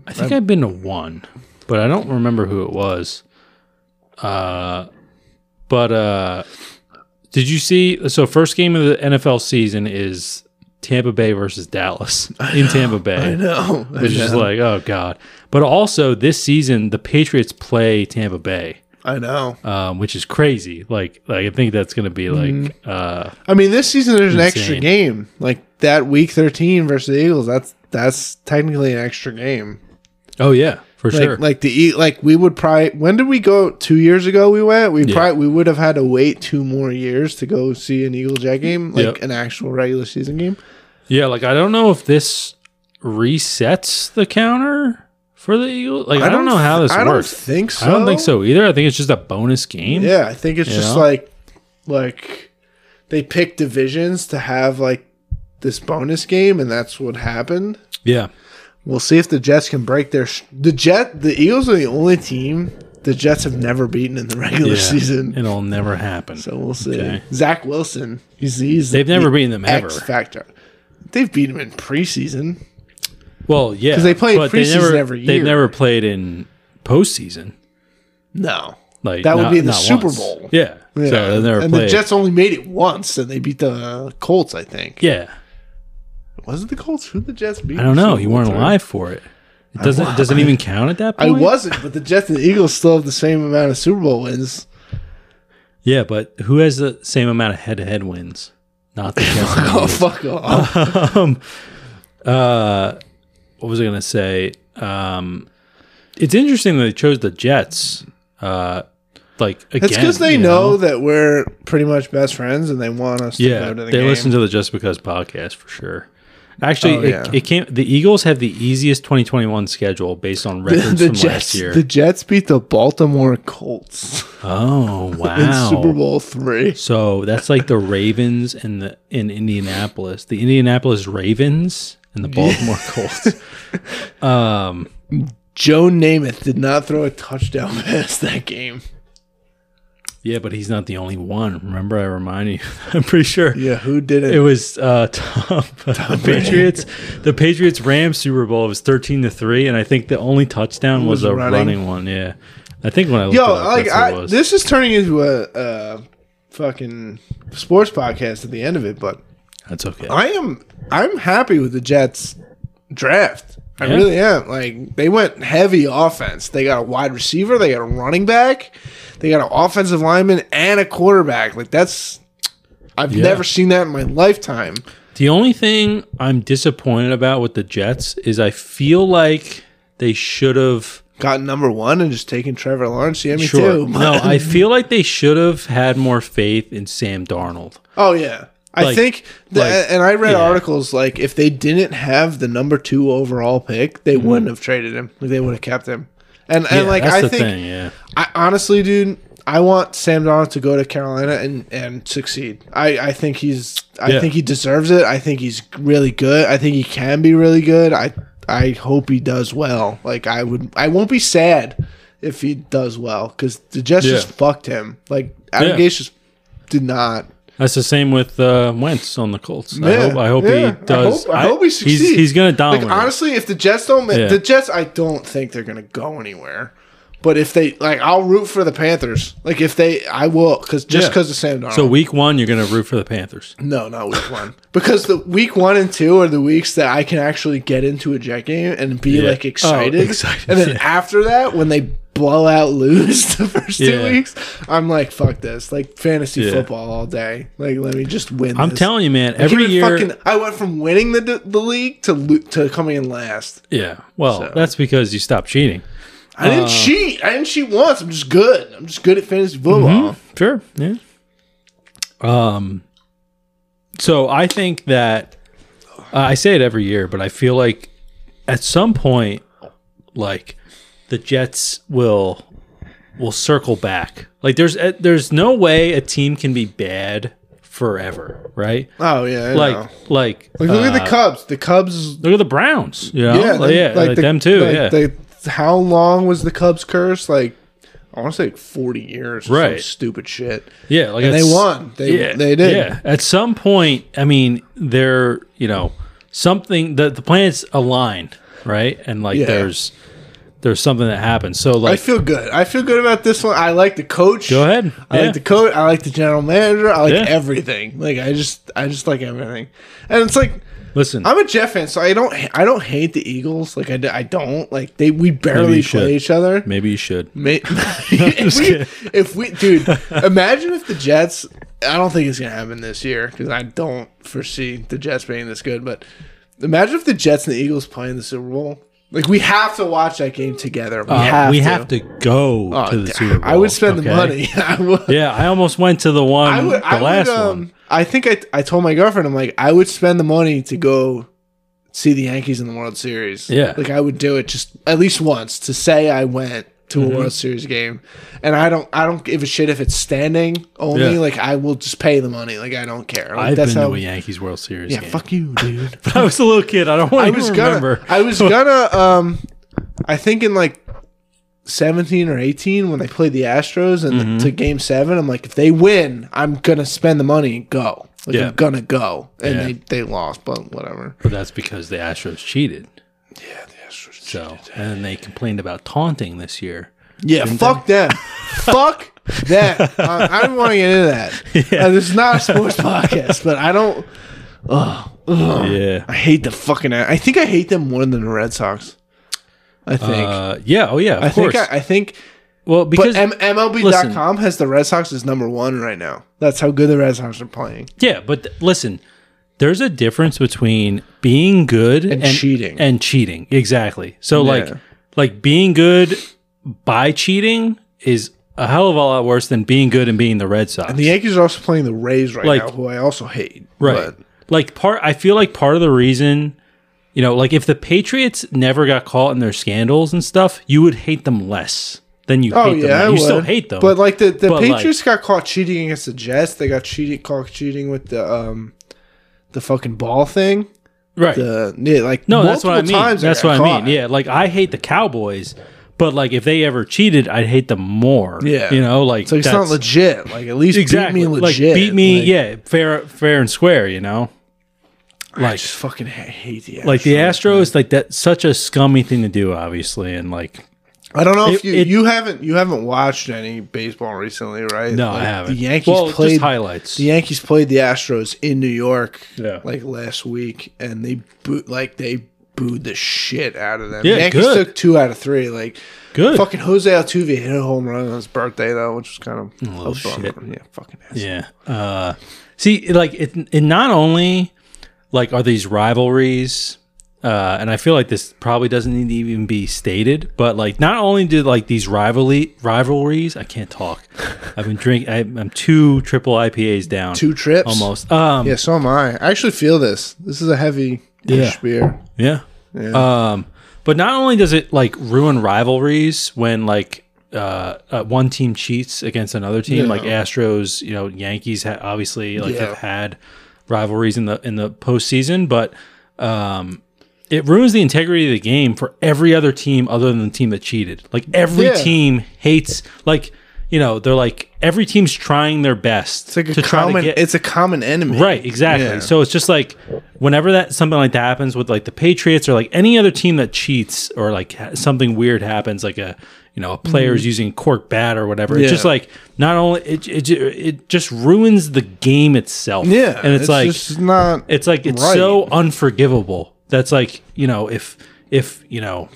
S2: think i have been to one, but I don't remember who it was. Uh, but, uh, did you see? So, first game of the NFL season is Tampa Bay versus Dallas
S1: <sighs>
S2: in Tampa Bay.
S1: No,
S2: It's just like, oh god. But also this season, the Patriots play Tampa Bay,
S1: I know.
S2: um, which is crazy. Like, like I think that's going to be like,
S1: Mm-hmm.
S2: uh,
S1: I mean, this season there's an extra
S2: Insane.
S1: game, like that week 13 versus the Eagles. That's that's technically an extra game.
S2: oh yeah, for
S1: Like
S2: sure.
S1: like the E- like we would probably when did we go? Two years ago we went. We probably we would have had to wait two more years to go see an Eagle Jet game, like
S2: Yep.
S1: an actual regular season game.
S2: yeah, like I don't know if this resets the counter for the Eagles. Like I, don't, know how this
S1: I don't
S2: works.
S1: think so.
S2: I don't think so either. I think it's just a bonus game.
S1: Yeah, I think it's
S2: You
S1: just
S2: know?
S1: like like they pick divisions to have like this bonus game, and that's what happened.
S2: yeah.
S1: We'll see if the Jets can break their sh- the Jet. The Eagles are the only team the Jets have never beaten in the <laughs> regular
S2: Yeah,
S1: season.
S2: It'll never happen.
S1: So we'll see.
S2: Okay.
S1: Zach Wilson, he's, he's e-
S2: They've never beaten them
S1: X
S2: ever.
S1: factor. They've beaten him in preseason.
S2: Well, yeah,
S1: 'Cause they play
S2: but
S1: preseason
S2: never,
S1: every
S2: They've
S1: year.
S2: never played in postseason.
S1: No,
S2: Like
S1: That would
S2: not-
S1: be the
S2: not
S1: Super
S2: once.
S1: Bowl.
S2: Yeah.
S1: Yeah.
S2: So they never
S1: and
S2: played.
S1: the Jets only made it once, and they beat the Colts. I think.
S2: yeah.
S1: Was it the Colts? Who the Jets beat?
S2: I don't know.
S1: Super
S2: You
S1: Bowl
S2: weren't
S1: three?
S2: alive for it. It doesn't. It doesn't even count at that
S1: I
S2: point.
S1: wasn't, but the Jets and the Eagles still have the same amount of Super Bowl wins.
S2: Yeah, but who has the same amount of head-to-head wins? Not
S1: <laughs>
S2: the Jets. and the
S1: Oh fuck off!
S2: um, uh, what was I going to say? Um, it's interesting that they chose the Jets. Uh, like again,
S1: It's because they
S2: you
S1: know, that we're pretty much best friends, and they want us. to
S2: Yeah,
S1: go to the
S2: they
S1: game.
S2: listen to the Just Because podcast for sure. Actually,
S1: Oh,
S2: it,
S1: yeah.
S2: it came. The Eagles have the easiest 2021 schedule based
S1: <laughs>
S2: on
S1: the,
S2: records
S1: the
S2: from
S1: Jets.
S2: last year.
S1: The Jets beat the Baltimore Colts
S2: oh
S1: <laughs> in
S2: wow!
S1: Super Bowl three.
S2: So that's like the Ravens and the in Indianapolis, the Indianapolis Ravens
S1: <laughs>
S2: and the Baltimore Colts.
S1: Joe Namath did not throw a touchdown <laughs> pass that game.
S2: Yeah, but he's not the only one. Remember, I remind you. <laughs> I'm pretty sure
S1: Yeah, who did it?
S2: it was uh, Tom, <laughs> the Patriots. The Patriots Rams Super Bowl was 13 to three, and I think the only touchdown was,
S1: was
S2: a
S1: running.
S2: running. one. Yeah, I think when I looked
S1: Yo,
S2: it up,
S1: like
S2: that's what it
S1: I,
S2: was.
S1: this is turning into a, a fucking sports podcast at the end of it, but
S2: that's okay.
S1: I am I'm happy with the Jets draft. I
S2: Yeah.
S1: really am. Like they went heavy offense. They got a wide receiver, they got a running back, they got an offensive lineman and a quarterback. Like that's I've
S2: Yeah.
S1: never seen that in my lifetime.
S2: The only thing I'm disappointed about with the Jets is I feel like they should have.
S1: Got number one and just taking Trevor Lawrence. Yeah, me
S2: Sure.
S1: too. <laughs>
S2: No, I feel like they should have had more faith in Sam Darnold.
S1: Oh yeah. I
S2: Like-
S1: think the,
S2: like-
S1: and I read
S2: yeah.
S1: articles like if they didn't have the number 2 overall pick, they wouldn't have traded him. Like, they would have kept him. And and
S2: Mm-hmm. Yeah,
S1: like
S2: that's
S1: I
S2: the
S1: think
S2: thing. Yeah.
S1: I honestly dude, I want Sam Donald to go to Carolina and and succeed. I I think he's I
S2: Yeah.
S1: think he deserves it. I think he's really good. I think he can be really good. I I hope he does well. Like I would I won't be sad if he does well cuz the Jets
S2: Yeah.
S1: just fucked him. Like Adam
S2: Yeah.
S1: Gase just did not
S2: That's the same with uh, Wentz on the Colts. I
S1: Yeah,
S2: hope, I hope
S1: yeah.
S2: he does.
S1: I hope, I hope he succeeds.
S2: He's, he's going to dominate.
S1: Like honestly, if the Jets don't, ma-
S2: Yeah.
S1: the Jets, I don't think they're gonna go anywhere. But if they like, I'll root for the Panthers. Like if they, I will, because just
S2: Yeah.
S1: because of Sam Darnold.
S2: so week one, you're going to root for the Panthers.
S1: no, not week one, because the week one and two are the weeks that I can actually get into a Jet game and be
S2: Yeah.
S1: like excited.
S2: Oh, excited,
S1: And then
S2: <laughs> yeah.
S1: after that, when they blow out lose <laughs> the first two
S2: Yeah.
S1: weeks, I'm like, fuck this, like fantasy
S2: Yeah.
S1: football all day. Like let me just win.
S2: I'm
S1: this.
S2: telling you, man.
S1: Like,
S2: Every
S1: even
S2: year,
S1: fucking, I went from winning the the league to lo- to coming in last.
S2: yeah. Well, that's because you stop cheating.
S1: I
S2: Uh.
S1: didn't cheat. I didn't cheat once. I'm just good. I'm just good at fantasy football.
S2: Sure. Yeah. Um. So I think that I say it every year, but I feel like at some point, like the Jets will will circle back. Like there's eh, there's no way a team can be bad forever, right?
S1: Oh yeah, I
S2: Like
S1: know.
S2: like
S1: like look at
S2: uh,
S1: the Cubs. The Cubs,
S2: look at the Browns. You know?
S1: yeah,
S2: Yeah, like,
S1: they-
S2: yeah, like,
S1: the-
S2: them too.
S1: like,
S2: yeah.
S1: they- how long was the Cubs curse? Like I want to say like 40 years. Or right.
S2: Right.
S1: stupid shit.
S2: Yeah, like
S1: And they
S2: it's-
S1: won. They- they did.
S2: At some point, I mean, they're you know something the the planets aligned, right? And like
S1: Yeah.
S2: there's there's something that happens. So
S1: I
S2: like,
S1: feel good. I feel good about this one. I like the coach.
S2: go ahead.
S1: I
S2: yeah.
S1: like the coach. I like the general manager. I like
S2: Yeah.
S1: everything. Like I just, I just like everything. And it's like,
S2: Listen,
S1: I'm a Jet fan, so I don't I don't hate the Eagles. Like I, d- I don't like they we barely play
S2: you should.
S1: each other.
S2: maybe you should.
S1: Ma-
S2: <laughs>
S1: <laughs> if, we,
S2: kidding.
S1: if we dude,
S2: <laughs>
S1: imagine if the Jets. I don't think it's gonna happen this year because I don't foresee the Jets being this good. But imagine if the Jets and the Eagles play in the Super Bowl. Like we have to watch that game together. We
S2: Uh,
S1: have
S2: we
S1: to.
S2: have to go
S1: Oh,
S2: to the
S1: d-
S2: Super Bowl.
S1: I would spend the
S2: okay?
S1: money. <laughs> I would.
S2: Yeah, I almost went to the one,
S1: I would.
S2: Mm, the
S1: I
S2: last
S1: would. Um,
S2: one.
S1: I think I, I told my girlfriend I'm like I would spend the money to go see the Yankees in the World Series.
S2: Yeah.
S1: like I would do it just at least once to say I went to
S2: Mm-hmm.
S1: a World Series game, and I don't I don't give a shit if it's standing only.
S2: Yeah.
S1: Like I will just pay the money. Like I don't care. Like,
S2: I've been to a Yankees World Series
S1: yeah,
S2: game. <laughs>
S1: fuck you, dude.
S2: But I was a little kid. I don't want
S1: I
S2: to
S1: was
S2: remember.
S1: gonna
S2: <laughs>
S1: I was gonna um I think in like 17 or 18 when they played the Astros and
S2: Mm-hmm.
S1: to game 7 I'm like if they win I'm going to spend the money and go. Like
S2: Yeah.
S1: I'm going to go. And
S2: Yeah.
S1: they they lost but whatever.
S2: but that's because the Astros cheated.
S1: Yeah, the Astros.
S2: So and then they complained about taunting this year.
S1: Yeah, fuck
S2: <laughs>
S1: them. fuck them. Uh, I don't want to get into
S2: <laughs>
S1: that. Uh, this is not a sports podcast, but I don't
S2: yeah.
S1: I hate the fucking I think I hate them more than the Red Sox. I think
S2: Uh, yeah. Oh yeah. Of
S1: I
S2: course.
S1: think I, I think
S2: well, because
S1: But M- MLB.com
S2: listen.
S1: has the Red Sox as number one right now. That's how good the Red Sox are playing.
S2: Yeah, but th- listen, there's a difference between being good and,
S1: cheating.
S2: and cheating. Exactly. So like
S1: Yeah.
S2: like being good by cheating is a hell of a lot worse than being good and being the Red Sox.
S1: The Yankees are also playing the Rays right
S2: Like-
S1: now, who I also hate.
S2: right. Like part I feel like part of the reason you know, like if the Patriots never got caught in their scandals and stuff, you would hate them less than you
S1: oh
S2: hate
S1: yeah,
S2: them.
S1: I
S2: now. You still
S1: would.
S2: hate them.
S1: But like the, the
S2: But, like-
S1: Patriots got caught cheating against the Jets. They got cheated caught cheating with the um the fucking ball thing.
S2: right.
S1: The yeah, like
S2: No, that's what I
S1: multiple
S2: mean.
S1: times they
S2: That's
S1: got
S2: what I
S1: caught.
S2: mean. Yeah, like I hate the Cowboys, but like if they ever cheated, I'd hate them more.
S1: Yeah.
S2: you know, like
S1: So it's not
S2: that's-
S1: legit. Like at least
S2: Exactly,
S1: beat me legit.
S2: Like beat me,
S1: Like,
S2: yeah, fair, fair and square. You know,
S1: I
S2: like
S1: just fucking ha- hate the Astros.
S2: like the Astros, like that's such a scummy thing to do, obviously, and like
S1: I don't know if
S2: It-
S1: you
S2: it-
S1: you haven't you haven't watched any baseball recently, right?
S2: no,
S1: Like,
S2: I haven't.
S1: The Yankees
S2: well,
S1: played
S2: just highlights.
S1: the Yankees played the Astros in New York,
S2: Yeah.
S1: like last week, and they boo- like they booed the shit out of them.
S2: Yeah,
S1: the Yankees
S2: good.
S1: took two out of three. Like
S2: Good.
S1: fucking Jose Altuve hit a home run on his birthday though, which was kind of a
S2: little
S1: bummer. Yeah, fucking ass.
S2: Oh, Yeah. Uh, see, like it, it not only like are these rivalries, uh, and I feel like this probably doesn't need to even be stated, but like not only do like these rivalry rivalries, I can't talk. I've been drink. I, I'm two triple IPAs down.
S1: Two trips
S2: almost. Um,
S1: Yeah, so am I. I actually feel this. This is a heavy
S2: Yeah.
S1: beer.
S2: Yeah. Um, but not only does it like ruin rivalries when like uh, uh one team cheats against another team, like Astros, you know, Yankees ha- obviously like
S1: Yeah.
S2: have had rivalries in the in the postseason, but um, it ruins the integrity of the game for every other team other than the team that cheated. Like every
S1: Yeah.
S2: team hates like. You know, they're like every team's trying their best
S1: It's like a common. it's a common enemy.
S2: Right, exactly.
S1: Yeah.
S2: So it's just like whenever that something like that happens with like the Patriots or like any other team that cheats or like ha- something weird happens, like a you know a player's using cork bat or whatever.
S1: Mm-hmm. Yeah.
S2: It's just like not only it, it ju- it just ruins the game itself.
S1: Yeah,
S2: and it's, like
S1: just not.
S2: it's like it's
S1: right.
S2: so unforgivable. That's like you know if if you know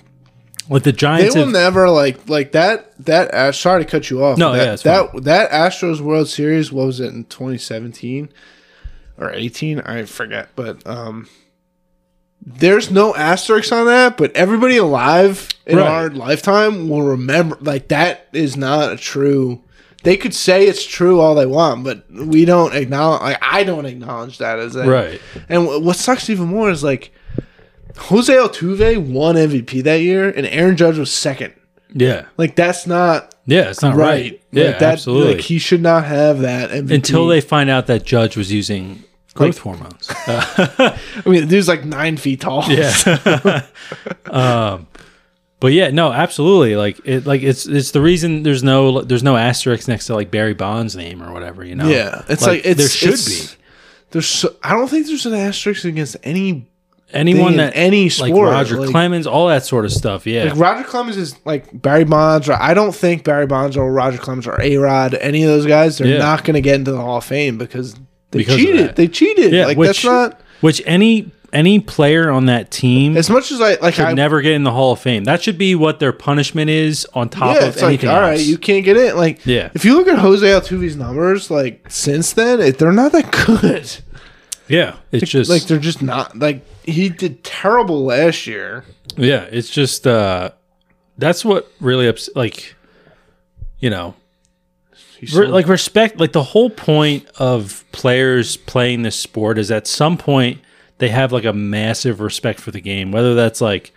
S2: like the
S1: They
S2: Giants
S1: will
S2: have-
S1: never like like that. That uh, sorry to cut you off.
S2: No,
S1: that,
S2: yeah, it's
S1: that that Astros World Series what was it in 2017 or 18? I forget. But um, there's no asterisks on that. But everybody alive in
S2: Right.
S1: our lifetime will remember. Like that is not a true. They could say it's true all they want, but we don't acknowledge. Like I don't acknowledge that as a
S2: Right.
S1: And wh- what sucks even more is like Jose Altuve won MVP that year, and Aaron Judge was second.
S2: yeah
S1: Like that's not
S2: yeah it's not
S1: right.
S2: right, yeah
S1: like, that,
S2: absolutely
S1: Like he should not have that MVP.
S2: until they find out that Judge was using growth hormones.
S1: I mean, the dude's like nine feet tall.
S2: Yeah. um, <laughs> but yeah, no, absolutely. Like it, like it's it's the reason there's no there's no asterisk next to like Barry Bonds' name or whatever. You
S1: <laughs>
S2: know.
S1: yeah. It's like, it's,
S2: there should
S1: it's- There's so, I don't think there's an asterisk against any.
S2: be anyone
S1: in
S2: that
S1: any
S2: like
S1: sport,
S2: Roger
S1: like-
S2: Clemens, all that sort of stuff. Yeah.
S1: Like Roger Clemens is like Barry Bonds, or I don't think Barry Bonds or Roger Clemens or A Rod, any of those guys, they're
S2: Yeah.
S1: not going to get into the Hall of Fame because they
S2: Because of
S1: cheated.
S2: that.
S1: They cheated.
S2: yeah.
S1: like
S2: which
S1: that's not
S2: which any any player on that team.
S1: as much as I like.
S2: should
S1: I
S2: never get in the Hall of Fame. That should be what their punishment is on top
S1: yeah,
S2: of
S1: it's like
S2: anything
S1: all right,
S2: else.
S1: you can't get in. Like
S2: Yeah.
S1: if you look at Jose Altuve's numbers, like since then, it, they're not that <laughs> good.
S2: yeah, it's
S1: <laughs>
S2: just
S1: like they're just not like he did terrible last year.
S2: Yeah, it's just uh that's what really ups like you know
S1: He's
S2: re-
S1: so-
S2: like respect like the whole point of players playing this sport is at some point they have like a massive respect for the game whether that's like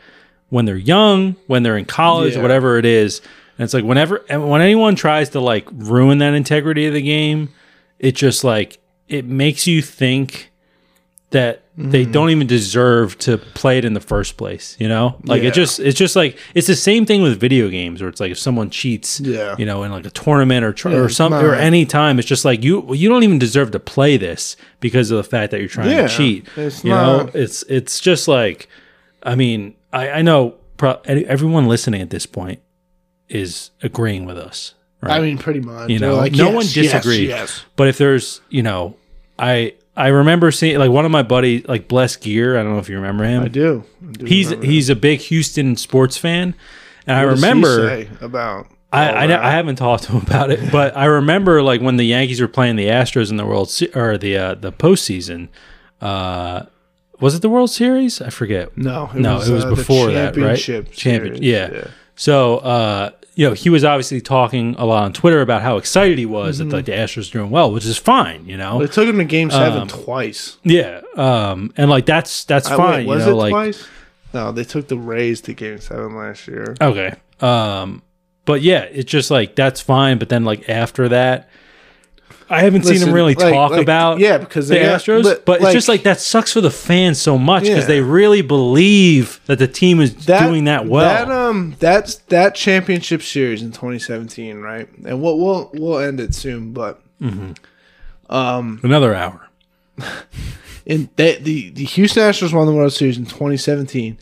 S2: when they're young, when they're in college,
S1: Yeah.
S2: whatever it is. And it's like whenever and when anyone tries to like ruin that integrity of the game, it just like it makes you think that they
S1: Mm.
S2: don't even deserve to play it in the first place, you know? Like
S1: Yeah.
S2: it just it's just like it's the same thing with video games where it's like if someone cheats,
S1: Yeah.
S2: you know, in like a tournament or tr-
S1: Yeah,
S2: or something or
S1: nah.
S2: any time, it's just like you you don't even deserve to play this because of the fact that you're trying
S1: Yeah,
S2: to cheat.
S1: it's
S2: you know,
S1: not-
S2: it's it's just like I mean, I, I know pro- everyone listening at this point is agreeing with us. Right?
S1: I mean, pretty much.
S2: you
S1: They're
S2: know,
S1: like,
S2: no
S1: yes,
S2: one
S1: yes,
S2: disagreed.
S1: yes.
S2: But if there's, you know, I I remember seeing like one of my buddy, like Bless Gear. I don't know if you remember him.
S1: I do. I do
S2: he's
S1: remember.
S2: he's a big Houston sports fan, and I
S1: What does he
S2: remember.
S1: say about
S2: I,
S1: all
S2: I,
S1: that?
S2: I haven't talked to him about it, but I remember like when the Yankees were playing the Astros in the World Se- or the uh, the postseason. Uh, was it the World Series? I forget.
S1: no, it
S2: no, it was
S1: uh, the
S2: before that, right?
S1: championship
S2: Champion,
S1: series,
S2: yeah. So, uh, you know, he was obviously talking a lot on Twitter about how excited he was
S1: Mm-hmm.
S2: that like the Astros were doing well, which is fine, you know.
S1: They took him to Game Seven
S2: Um,
S1: twice.
S2: yeah, um, and like that's that's
S1: I- wait,
S2: fine,
S1: was
S2: you know,
S1: it
S2: like
S1: twice? No, they took the Rays to Game Seven last year.
S2: Okay. Um, but yeah, it's just like that's fine. But then like after that, I haven't seen
S1: Listen,
S2: him really
S1: like-
S2: talk
S1: like-
S2: about
S1: yeah, because
S2: the
S1: they got-
S2: Astros.
S1: but,
S2: but it's just
S1: like-
S2: like that sucks for the fans so much because
S1: Yeah.
S2: they really believe that the team is doing that well.
S1: That um, that's that championship series in 2017, right? And we'll we'll we'll end it soon, but
S2: Another hour.
S1: in the, the the Houston Astros won the World Series in 2017.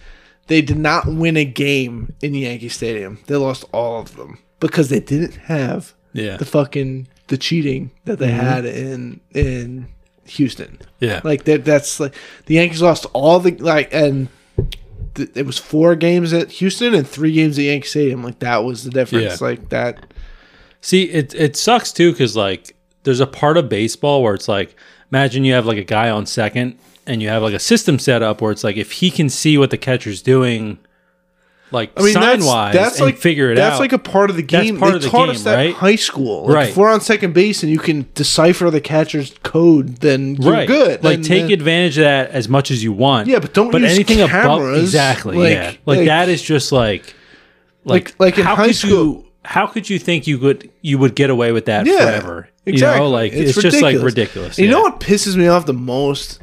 S1: They did not win a game in Yankee Stadium. They lost all of them because they didn't have
S2: Yeah. Mm-hmm.
S1: the fucking the cheating that they had in in Houston.
S2: Yeah.
S1: Like that that's like the Yankees lost all the like and th- it was four games at Houston and three games at Yankee Stadium. Like that was the difference.
S2: Yeah.
S1: Like that
S2: See, it it sucks too because like there's a part of baseball where it's like imagine you have like a guy on second and you have like a system set up where it's like if he can see what the catcher's doing, like
S1: I mean
S2: sign
S1: that's,
S2: wise,
S1: that's
S2: and
S1: like
S2: figure it
S1: that's
S2: out.
S1: like a part of the
S2: That's
S1: game.
S2: part
S1: they
S2: of the
S1: taught
S2: game,
S1: us that in
S2: right?
S1: high school. Like
S2: Right.
S1: if we're on second base and you can decipher the catcher's code, then you're
S2: right.
S1: good.
S2: Like
S1: And
S2: take
S1: then-
S2: advantage of that as much as you want.
S1: Yeah, but don't use cameras.
S2: exactly.
S1: Like-
S2: yeah, like,
S1: like-
S2: that is just like like
S1: Like- like in high
S2: could
S1: school-
S2: You, how could you think you would you would get away with that
S1: Yeah,
S2: forever? You know, like it's, just like ridiculous.
S1: You
S2: yeah.
S1: know what pisses me off the most?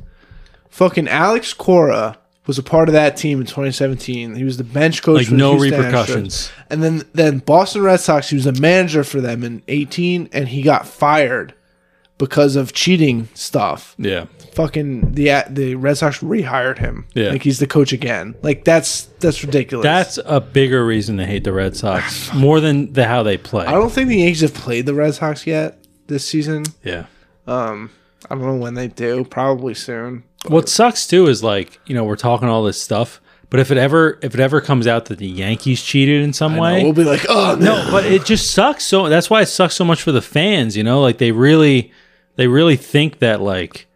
S1: Fucking Alex Cora was a part of that team in 2017. He was the bench coach.
S2: Like
S1: for the
S2: no
S1: Houston Astros.
S2: repercussions.
S1: And then then Boston Red Sox. He was a manager for them in 18, and he got fired because of cheating stuff.
S2: Yeah.
S1: Fucking the the Red Sox rehired him.
S2: Yeah.
S1: like he's the coach again. Like that's that's ridiculous.
S2: That's a bigger reason to hate the Red Sox more than the how they play.
S1: Ah, I don't think the Yankees have played the Red Sox yet this season.
S2: yeah.
S1: I don't know when they do. Probably soon.
S2: What sucks too is like you know we're talking all this stuff, but if it ever if it ever comes out that the Yankees cheated in some way,
S1: We'll be like, oh no,
S2: No, but it just sucks so that's why it sucks so much for the fans, you know? Like they really they really think that like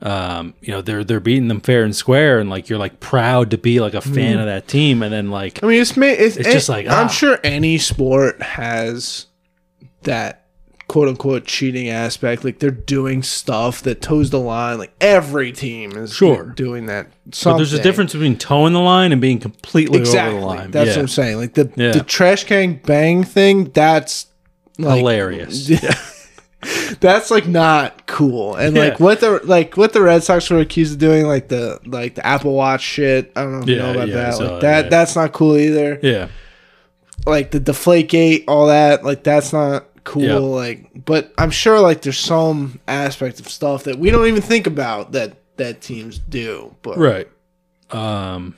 S2: um, you know, they're they're beating them fair and square and like you're like proud to be like a fan of that team and then like
S1: I mean, Mm-hmm. it's ma- it's,
S2: It's just
S1: eh,
S2: like,
S1: I'm
S2: ah.
S1: sure any sport has that quote unquote cheating aspect. Like they're doing stuff that toes the line. Like every team is
S2: Sure.
S1: doing that. Something.
S2: but there's a difference between toeing the line and being completely
S1: Exactly.
S2: over the line.
S1: That's
S2: yeah.
S1: what I'm saying. Like the
S2: Yeah.
S1: the trash can bang thing. That's <laughs> like,
S2: hilarious.
S1: that's like not cool. And like
S2: Yeah.
S1: what the like what the Red Sox were accused of doing, like the like the Apple Watch shit. I don't know if you
S2: Yeah,
S1: know about
S2: yeah, I
S1: that.
S2: saw
S1: Like
S2: it,
S1: that
S2: yeah.
S1: that's not cool either.
S2: yeah.
S1: like the deflate gate, all that, like that's not cool.
S2: Yeah.
S1: Like but I'm sure like there's some aspect of stuff that we don't even think about that that teams do. But
S2: Right. Um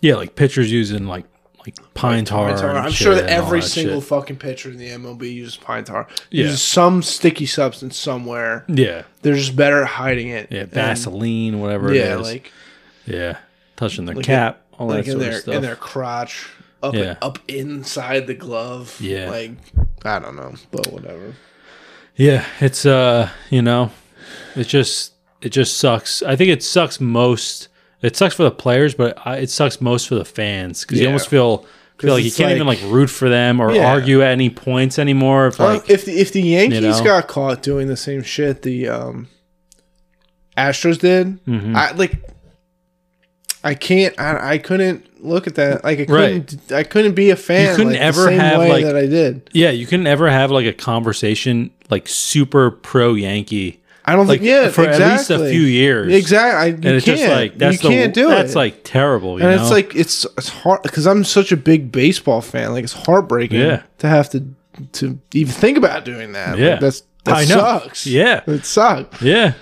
S2: yeah, like pitchers using like like pine tar.
S1: Pine tar,
S2: and
S1: I'm
S2: shit
S1: sure that
S2: and all
S1: every
S2: shit.
S1: single fucking pitcher in the MLB uses pine tar.
S2: Yeah.
S1: Uses some sticky substance somewhere.
S2: Yeah.
S1: They're just better at hiding it.
S2: Yeah,
S1: And-
S2: Vaseline, whatever
S1: yeah,
S2: it is.
S1: like
S2: yeah. Touching their
S1: Like
S2: cap, all
S1: like in
S2: that sort
S1: their
S2: of stuff.
S1: in their crotch, up
S2: Yeah.
S1: up inside the glove.
S2: Yeah.
S1: like I don't know, but whatever.
S2: Yeah, it's uh, you know, it just it just sucks. I think it sucks most. It sucks for the players, but I, it sucks most for the fans because you
S1: Yeah.
S2: almost feel feel like you
S1: it's
S2: can't even
S1: like-
S2: like root for them or
S1: Yeah.
S2: argue at any points anymore. If
S1: Well,
S2: like
S1: if the if the Yankees
S2: know?
S1: got caught doing the same shit the um,
S2: Hmm. mm-hmm.
S1: Astros did, I like I can't I, I couldn't look at that. Like I
S2: Right.
S1: couldn't, I couldn't be a fan.
S2: You couldn't
S1: like,
S2: ever
S1: the same
S2: have,
S1: way
S2: like-
S1: that I did.
S2: Yeah, you can never have like a conversation like super pro Yankee.
S1: I don't
S2: Like
S1: think yeah
S2: for
S1: exactly.
S2: at least a few years.
S1: Exactly. I, you
S2: And it's
S1: can't.
S2: just like that's
S1: you
S2: the
S1: can't do it.
S2: that's like terrible. You
S1: and
S2: know?
S1: it's like it's it's hard because I'm such a big baseball fan. Like it's heartbreaking
S2: Yeah.
S1: to have to to even think about doing that. Like,
S2: Yeah.
S1: that's that
S2: I know.
S1: sucks.
S2: Yeah.
S1: it sucks.
S2: Yeah.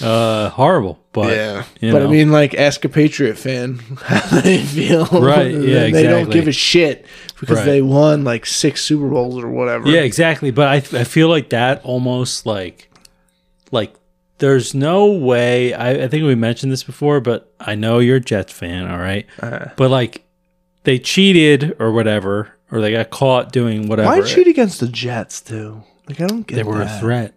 S2: Uh horrible. But
S1: yeah,
S2: you
S1: but I
S2: know.
S1: mean, like, ask a Patriot fan <laughs> how they feel. <laughs>
S2: Right, yeah,
S1: they don't
S2: exactly.
S1: give a shit because
S2: Right.
S1: they won like six Super Bowls or whatever.
S2: Yeah, exactly. But I I feel like that almost like like there's no way I, I think we mentioned this before, but I know you're a Jets fan, all right? But like they cheated or whatever, or they got caught doing whatever.
S1: Why cheat against the Jets too? Like, I don't get.
S2: They were a
S1: that.
S2: threat.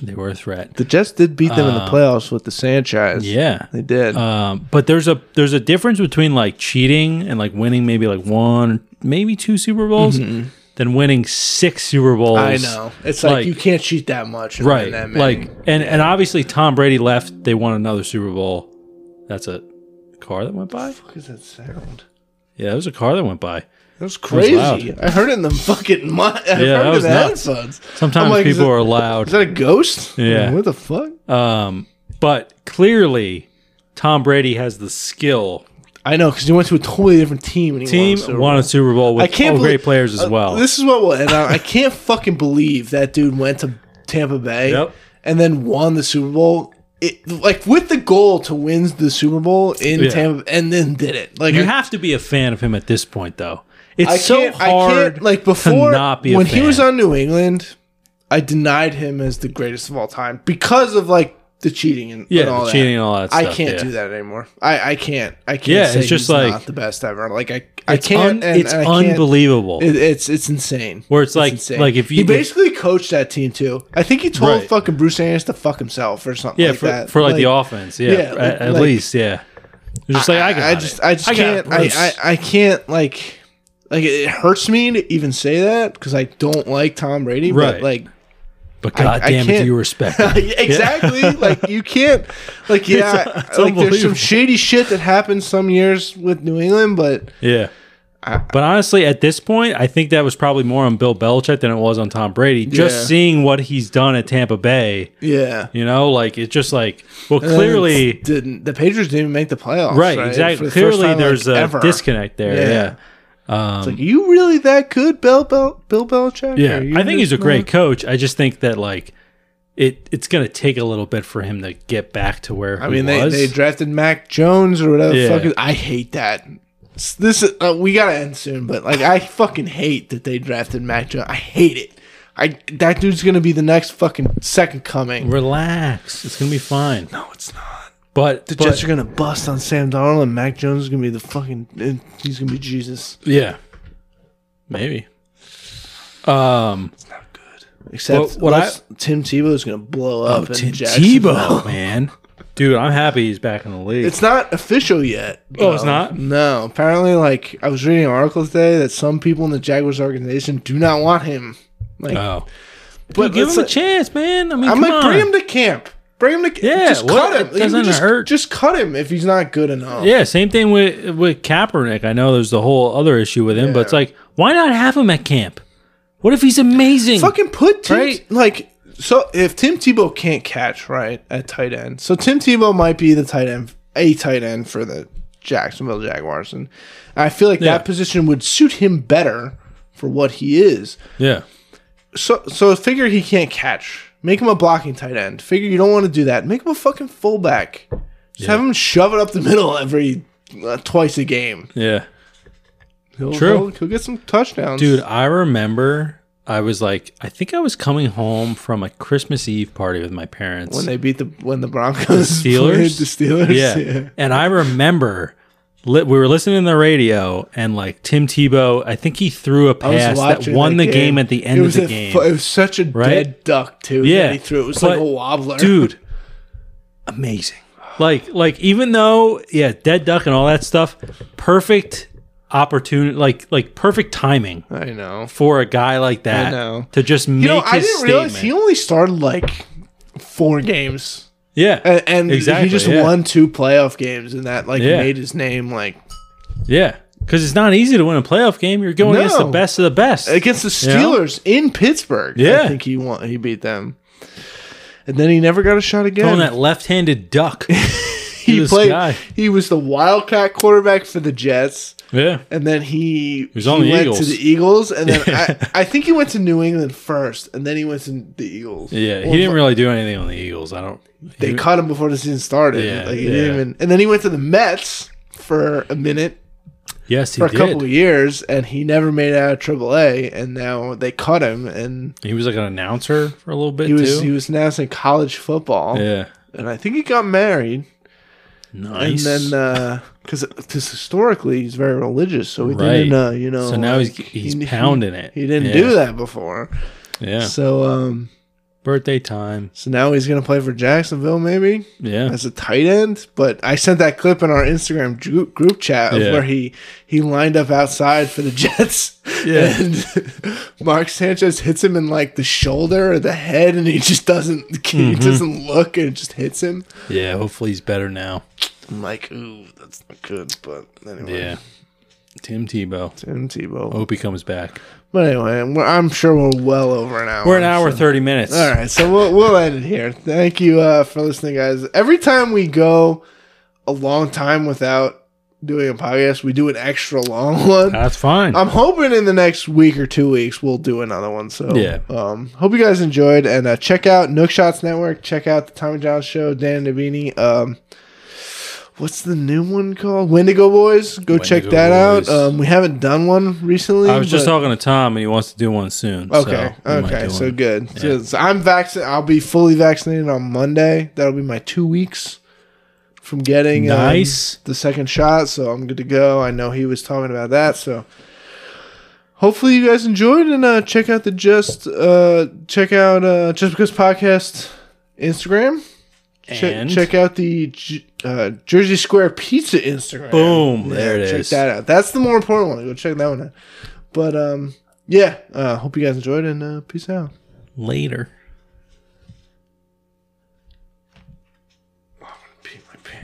S2: They were a threat.
S1: The Jets did beat them in the playoffs with the Sanchez.
S2: Yeah.
S1: they did.
S2: Um, but there's a there's a difference between like cheating and like winning maybe like one, maybe two Super Bowls, than winning six Super Bowls.
S1: Mm-hmm. I know. It's like,
S2: like-
S1: you can't cheat that much. and win
S2: right?
S1: That many.
S2: like and and obviously Tom Brady left. They won another Super Bowl. That's a car that went by.
S1: What is that sound?
S2: Yeah, that was a car that went by.
S1: That was
S2: was
S1: crazy.
S2: loud.
S1: I heard it in the <laughs> fucking. Mu- I heard
S2: that
S1: it
S2: was
S1: in the
S2: nuts.
S1: headphones.
S2: Sometimes
S1: I'm like, is
S2: people
S1: that- <laughs>
S2: are
S1: Is
S2: loud.
S1: that a ghost?
S2: Yeah.
S1: What the fuck?
S2: Um, but clearly, Tom Brady has the skill.
S1: I know because he went to a totally different team. And he won
S2: Team
S1: the Super Bowl.
S2: won a Super Bowl with
S1: I can't
S2: all
S1: believe-
S2: great players as
S1: uh,
S2: well.
S1: This is what was, and I, I can't fucking believe that dude went to Tampa Bay
S2: Yep.
S1: and then won the Super Bowl. It, like with the goal to win the Super Bowl in
S2: Yeah.
S1: Tampa, and then did it. Like
S2: You
S1: I-
S2: have to be a fan of him at this point, though. It's
S1: I
S2: so
S1: can't,
S2: hard.
S1: I can't, like before
S2: to not be a
S1: when he
S2: fan.
S1: was on New England, I denied him as the greatest of all time because of like the cheating and,
S2: yeah,
S1: and all
S2: the
S1: that.
S2: cheating and all that.
S1: I
S2: stuff,
S1: can't
S2: yeah.
S1: do that anymore. I, I can't. I can't.
S2: Yeah,
S1: say
S2: it's just
S1: he's
S2: like-
S1: not the best ever. Like I, I
S2: It's,
S1: can't.
S2: un-
S1: and,
S2: it's
S1: and I can't-
S2: unbelievable.
S1: It, it's it's insane.
S2: Where it's like-
S1: insane.
S2: like, if you-
S1: he basically coached that team too. I think he told
S2: Right.
S1: fucking Bruce Arians to fuck himself or something.
S2: yeah,
S1: like
S2: for,
S1: that.
S2: for like, the offense. Yeah,
S1: yeah,
S2: at,
S1: like-
S2: at
S1: like-
S2: least yeah. It's just like I, got
S1: I
S2: it.
S1: just I just
S2: got
S1: can't.
S2: it,
S1: I,
S2: Bruce.
S1: I I can't like like it hurts me to even say that because I don't like Tom Brady.
S2: Right.
S1: But like <laughs>
S2: but
S1: I- I
S2: goddamn it, do
S1: can't- <laughs>
S2: you respect? him.
S1: exactly like you can't like yeah
S2: <laughs> it's
S1: like there's
S2: unbelievable.
S1: some shady shit that happens some years with New England, but
S2: yeah. But honestly, at this point, I think that was probably more on Bill Belichick than it was on Tom Brady. Just
S1: Yeah.
S2: seeing what he's done at Tampa Bay,
S1: yeah.
S2: you know, like it's just like, well,
S1: And then
S2: clearly,
S1: it's- didn't the Patriots didn't even make the playoffs?
S2: right,
S1: For
S2: exactly.
S1: the first
S2: clearly,
S1: time, like,
S2: there's a
S1: ever.
S2: disconnect there.
S1: Yeah.
S2: yeah.
S1: It's like, are you really that good, Bill Bel- Bill Belichick?
S2: Um, Yeah,
S1: Are you
S2: I think he's a
S1: just
S2: great coach. I just think that like it it's gonna take a little bit for him to get back to where
S1: I mean, they, they drafted Mac Jones or whatever. the
S2: Yeah.
S1: fuck it- I hate that. S- This is, uh, we gotta end soon, but like I fucking hate that they drafted Mac Jones. I hate it. I that dude's gonna be the next fucking second coming.
S2: relax. It's gonna be fine.
S1: No, it's not.
S2: But
S1: The
S2: but-
S1: Jets are gonna bust on Sam Darnold, and Mac Jones is gonna be the fucking. uh, He's gonna be Jesus.
S2: yeah, maybe. Um,
S1: Except
S2: Well, what
S1: unless Tim Tebow's gonna blow
S2: oh,
S1: up. in
S2: Tim
S1: Jacksonville.
S2: Tebow, man, dude, I'm happy he's back in the league.
S1: It's not official yet.
S2: Oh, it's
S1: though.
S2: not?
S1: No. Apparently, like I was reading an article today that some people in the Jaguars organization do not want him. Like,
S2: oh,
S1: but
S2: give
S1: let's-
S2: him a chance, man. I mean,
S1: I'm
S2: come
S1: like,
S2: on.
S1: bring him to camp. Bring him to camp.
S2: Yeah,
S1: just
S2: what?
S1: cut him.
S2: It
S1: You
S2: doesn't
S1: just,
S2: hurt.
S1: Just cut him if he's not good enough.
S2: yeah, same thing with with Kaepernick. I know there's the whole other issue with him, but it's like, why not have him at camp? What if he's amazing?
S1: Fucking put Tim
S2: Right?
S1: like so. If Tim Tebow can't catch right at tight end, so Tim Tebow might be the tight end, a tight end for the Jacksonville Jaguars, and I feel like
S2: Yeah.
S1: that position would suit him better for what he is.
S2: yeah,
S1: So so figure he can't catch. Make him a blocking tight end. Figure you don't want to do that. Make him a fucking fullback. Just have him shove it up the middle every uh, twice a game.
S2: yeah.
S1: He'll,
S2: True.
S1: He'll, he'll get some touchdowns,
S2: Dude, I remember I was like, I think I was coming home from a Christmas Eve party with my parents.
S1: When they beat the when the Broncos <laughs>
S2: Steelers?
S1: played the Steelers,
S2: yeah.
S1: <laughs>
S2: And I remember li- we were listening to the radio and like Tim Tebow, I think he threw
S1: I
S2: a
S1: was
S2: pass that
S1: watching
S2: won the game at the
S1: It
S2: end of
S1: was
S2: the
S1: a
S2: game.
S1: fu- it was such a
S2: Right?
S1: dead duck too.
S2: Yeah.
S1: that he threw it was
S2: But-
S1: like a wobbler,
S2: Dude, amazing. Like like even though yeah, dead duck and all that stuff, perfect opportunity like like perfect timing
S1: I know.
S2: for a guy like that
S1: know.
S2: to just make
S1: You know, I
S2: his
S1: didn't
S2: statement.
S1: realize he only started like four games.
S2: yeah.
S1: and, and
S2: Exactly,
S1: he just
S2: yeah.
S1: won two playoff games, and that like
S2: Yeah.
S1: made his name like
S2: Yeah, because it's not easy to win a playoff game. You're going against the
S1: No.
S2: best of the best.
S1: against the
S2: You know?
S1: Steelers in Pittsburgh. I
S2: Yeah.
S1: think he won. He beat them, and then he never got a shot again.
S2: Throwing that left-handed
S1: <laughs>
S2: duck.
S1: he
S2: this
S1: played.
S2: guy.
S1: He was the Wildcat quarterback for the Jets,
S2: yeah.
S1: and then he,
S2: was on the
S1: went
S2: Eagles.
S1: to the Eagles, and then
S2: <laughs>
S1: I, I think he went to New England first, and then he went to the Eagles.
S2: Yeah,
S1: Or
S2: he didn't really do anything on the Eagles. I don't.
S1: They caught him before the season started.
S2: Yeah,
S1: like he
S2: yeah.
S1: didn't even, and then he went to the Mets for a minute.
S2: Yes, he
S1: For a couple of
S2: did.
S1: years, and he never made it out of AAA, and now they cut him, and
S2: He was like an announcer for a little bit
S1: he was
S2: too.
S1: he was announcing college football.
S2: yeah,
S1: and I think he got married.
S2: nice.
S1: And then because historically he's very religious, so he
S2: Right.
S1: didn't, uh, you know.
S2: So now he's-
S1: like,
S2: he's pounding it.
S1: He didn't
S2: Yeah.
S1: do that before.
S2: yeah,
S1: So um,
S2: birthday time.
S1: so now he's gonna play for Jacksonville maybe
S2: Yeah,
S1: as a tight end. But I sent that clip in our Instagram gr- group chat of
S2: Yeah.
S1: where he he lined up outside for the Jets.
S2: <laughs> Yeah.
S1: And Mark Sanchez hits him in like the shoulder or the head, and he just doesn't he
S2: Mm-hmm.
S1: doesn't look and it just hits him.
S2: yeah. Hopefully he's better now.
S1: I'm like, ooh, that's not good. But anyway,
S2: Yeah, Oh. Tim Tebow.
S1: Tim Tebow.
S2: Hope he comes back.
S1: But anyway, we're, I'm sure we're well over an hour.
S2: We're an hour
S1: so-
S2: thirty minutes.
S1: All right, so we'll, we'll end it here. Thank you uh, for listening, guys. Every time we go a long time without doing a podcast, we do an extra long <laughs> one.
S2: that's fine.
S1: I'm hoping in the next week or two weeks we'll do another one. So
S2: Yeah.
S1: um, hope you guys enjoyed and uh, check out Nook Shots Network. Check out the Tommy John Show, Dan Navini. Um, what's the new one called? Wendigo Boys. Go check
S2: Wendigo
S1: that
S2: Boys.
S1: out. Um, we haven't done one recently.
S2: I was just
S1: but-
S2: talking to Tom, and he wants to do one soon.
S1: Okay.
S2: so we might
S1: okay.
S2: do
S1: So
S2: one.
S1: good. So- so I'm vaccinated. I'll be fully vaccinated on Monday. That'll be my two weeks from getting um,
S2: Nice.
S1: the second shot. So I'm good to go. I know he was talking about that. So hopefully you guys enjoyed and uh, check out the just uh, check out uh, just because podcast Instagram. Che-
S2: And-
S1: check out the J- uh, Jersey Square Pizza Instagram.
S2: Boom.
S1: Yeah,
S2: there it is.
S1: check that out. That's the more important one. Go check that one out. But um, yeah, uh, hope you guys enjoyed and uh, peace out.
S2: Later.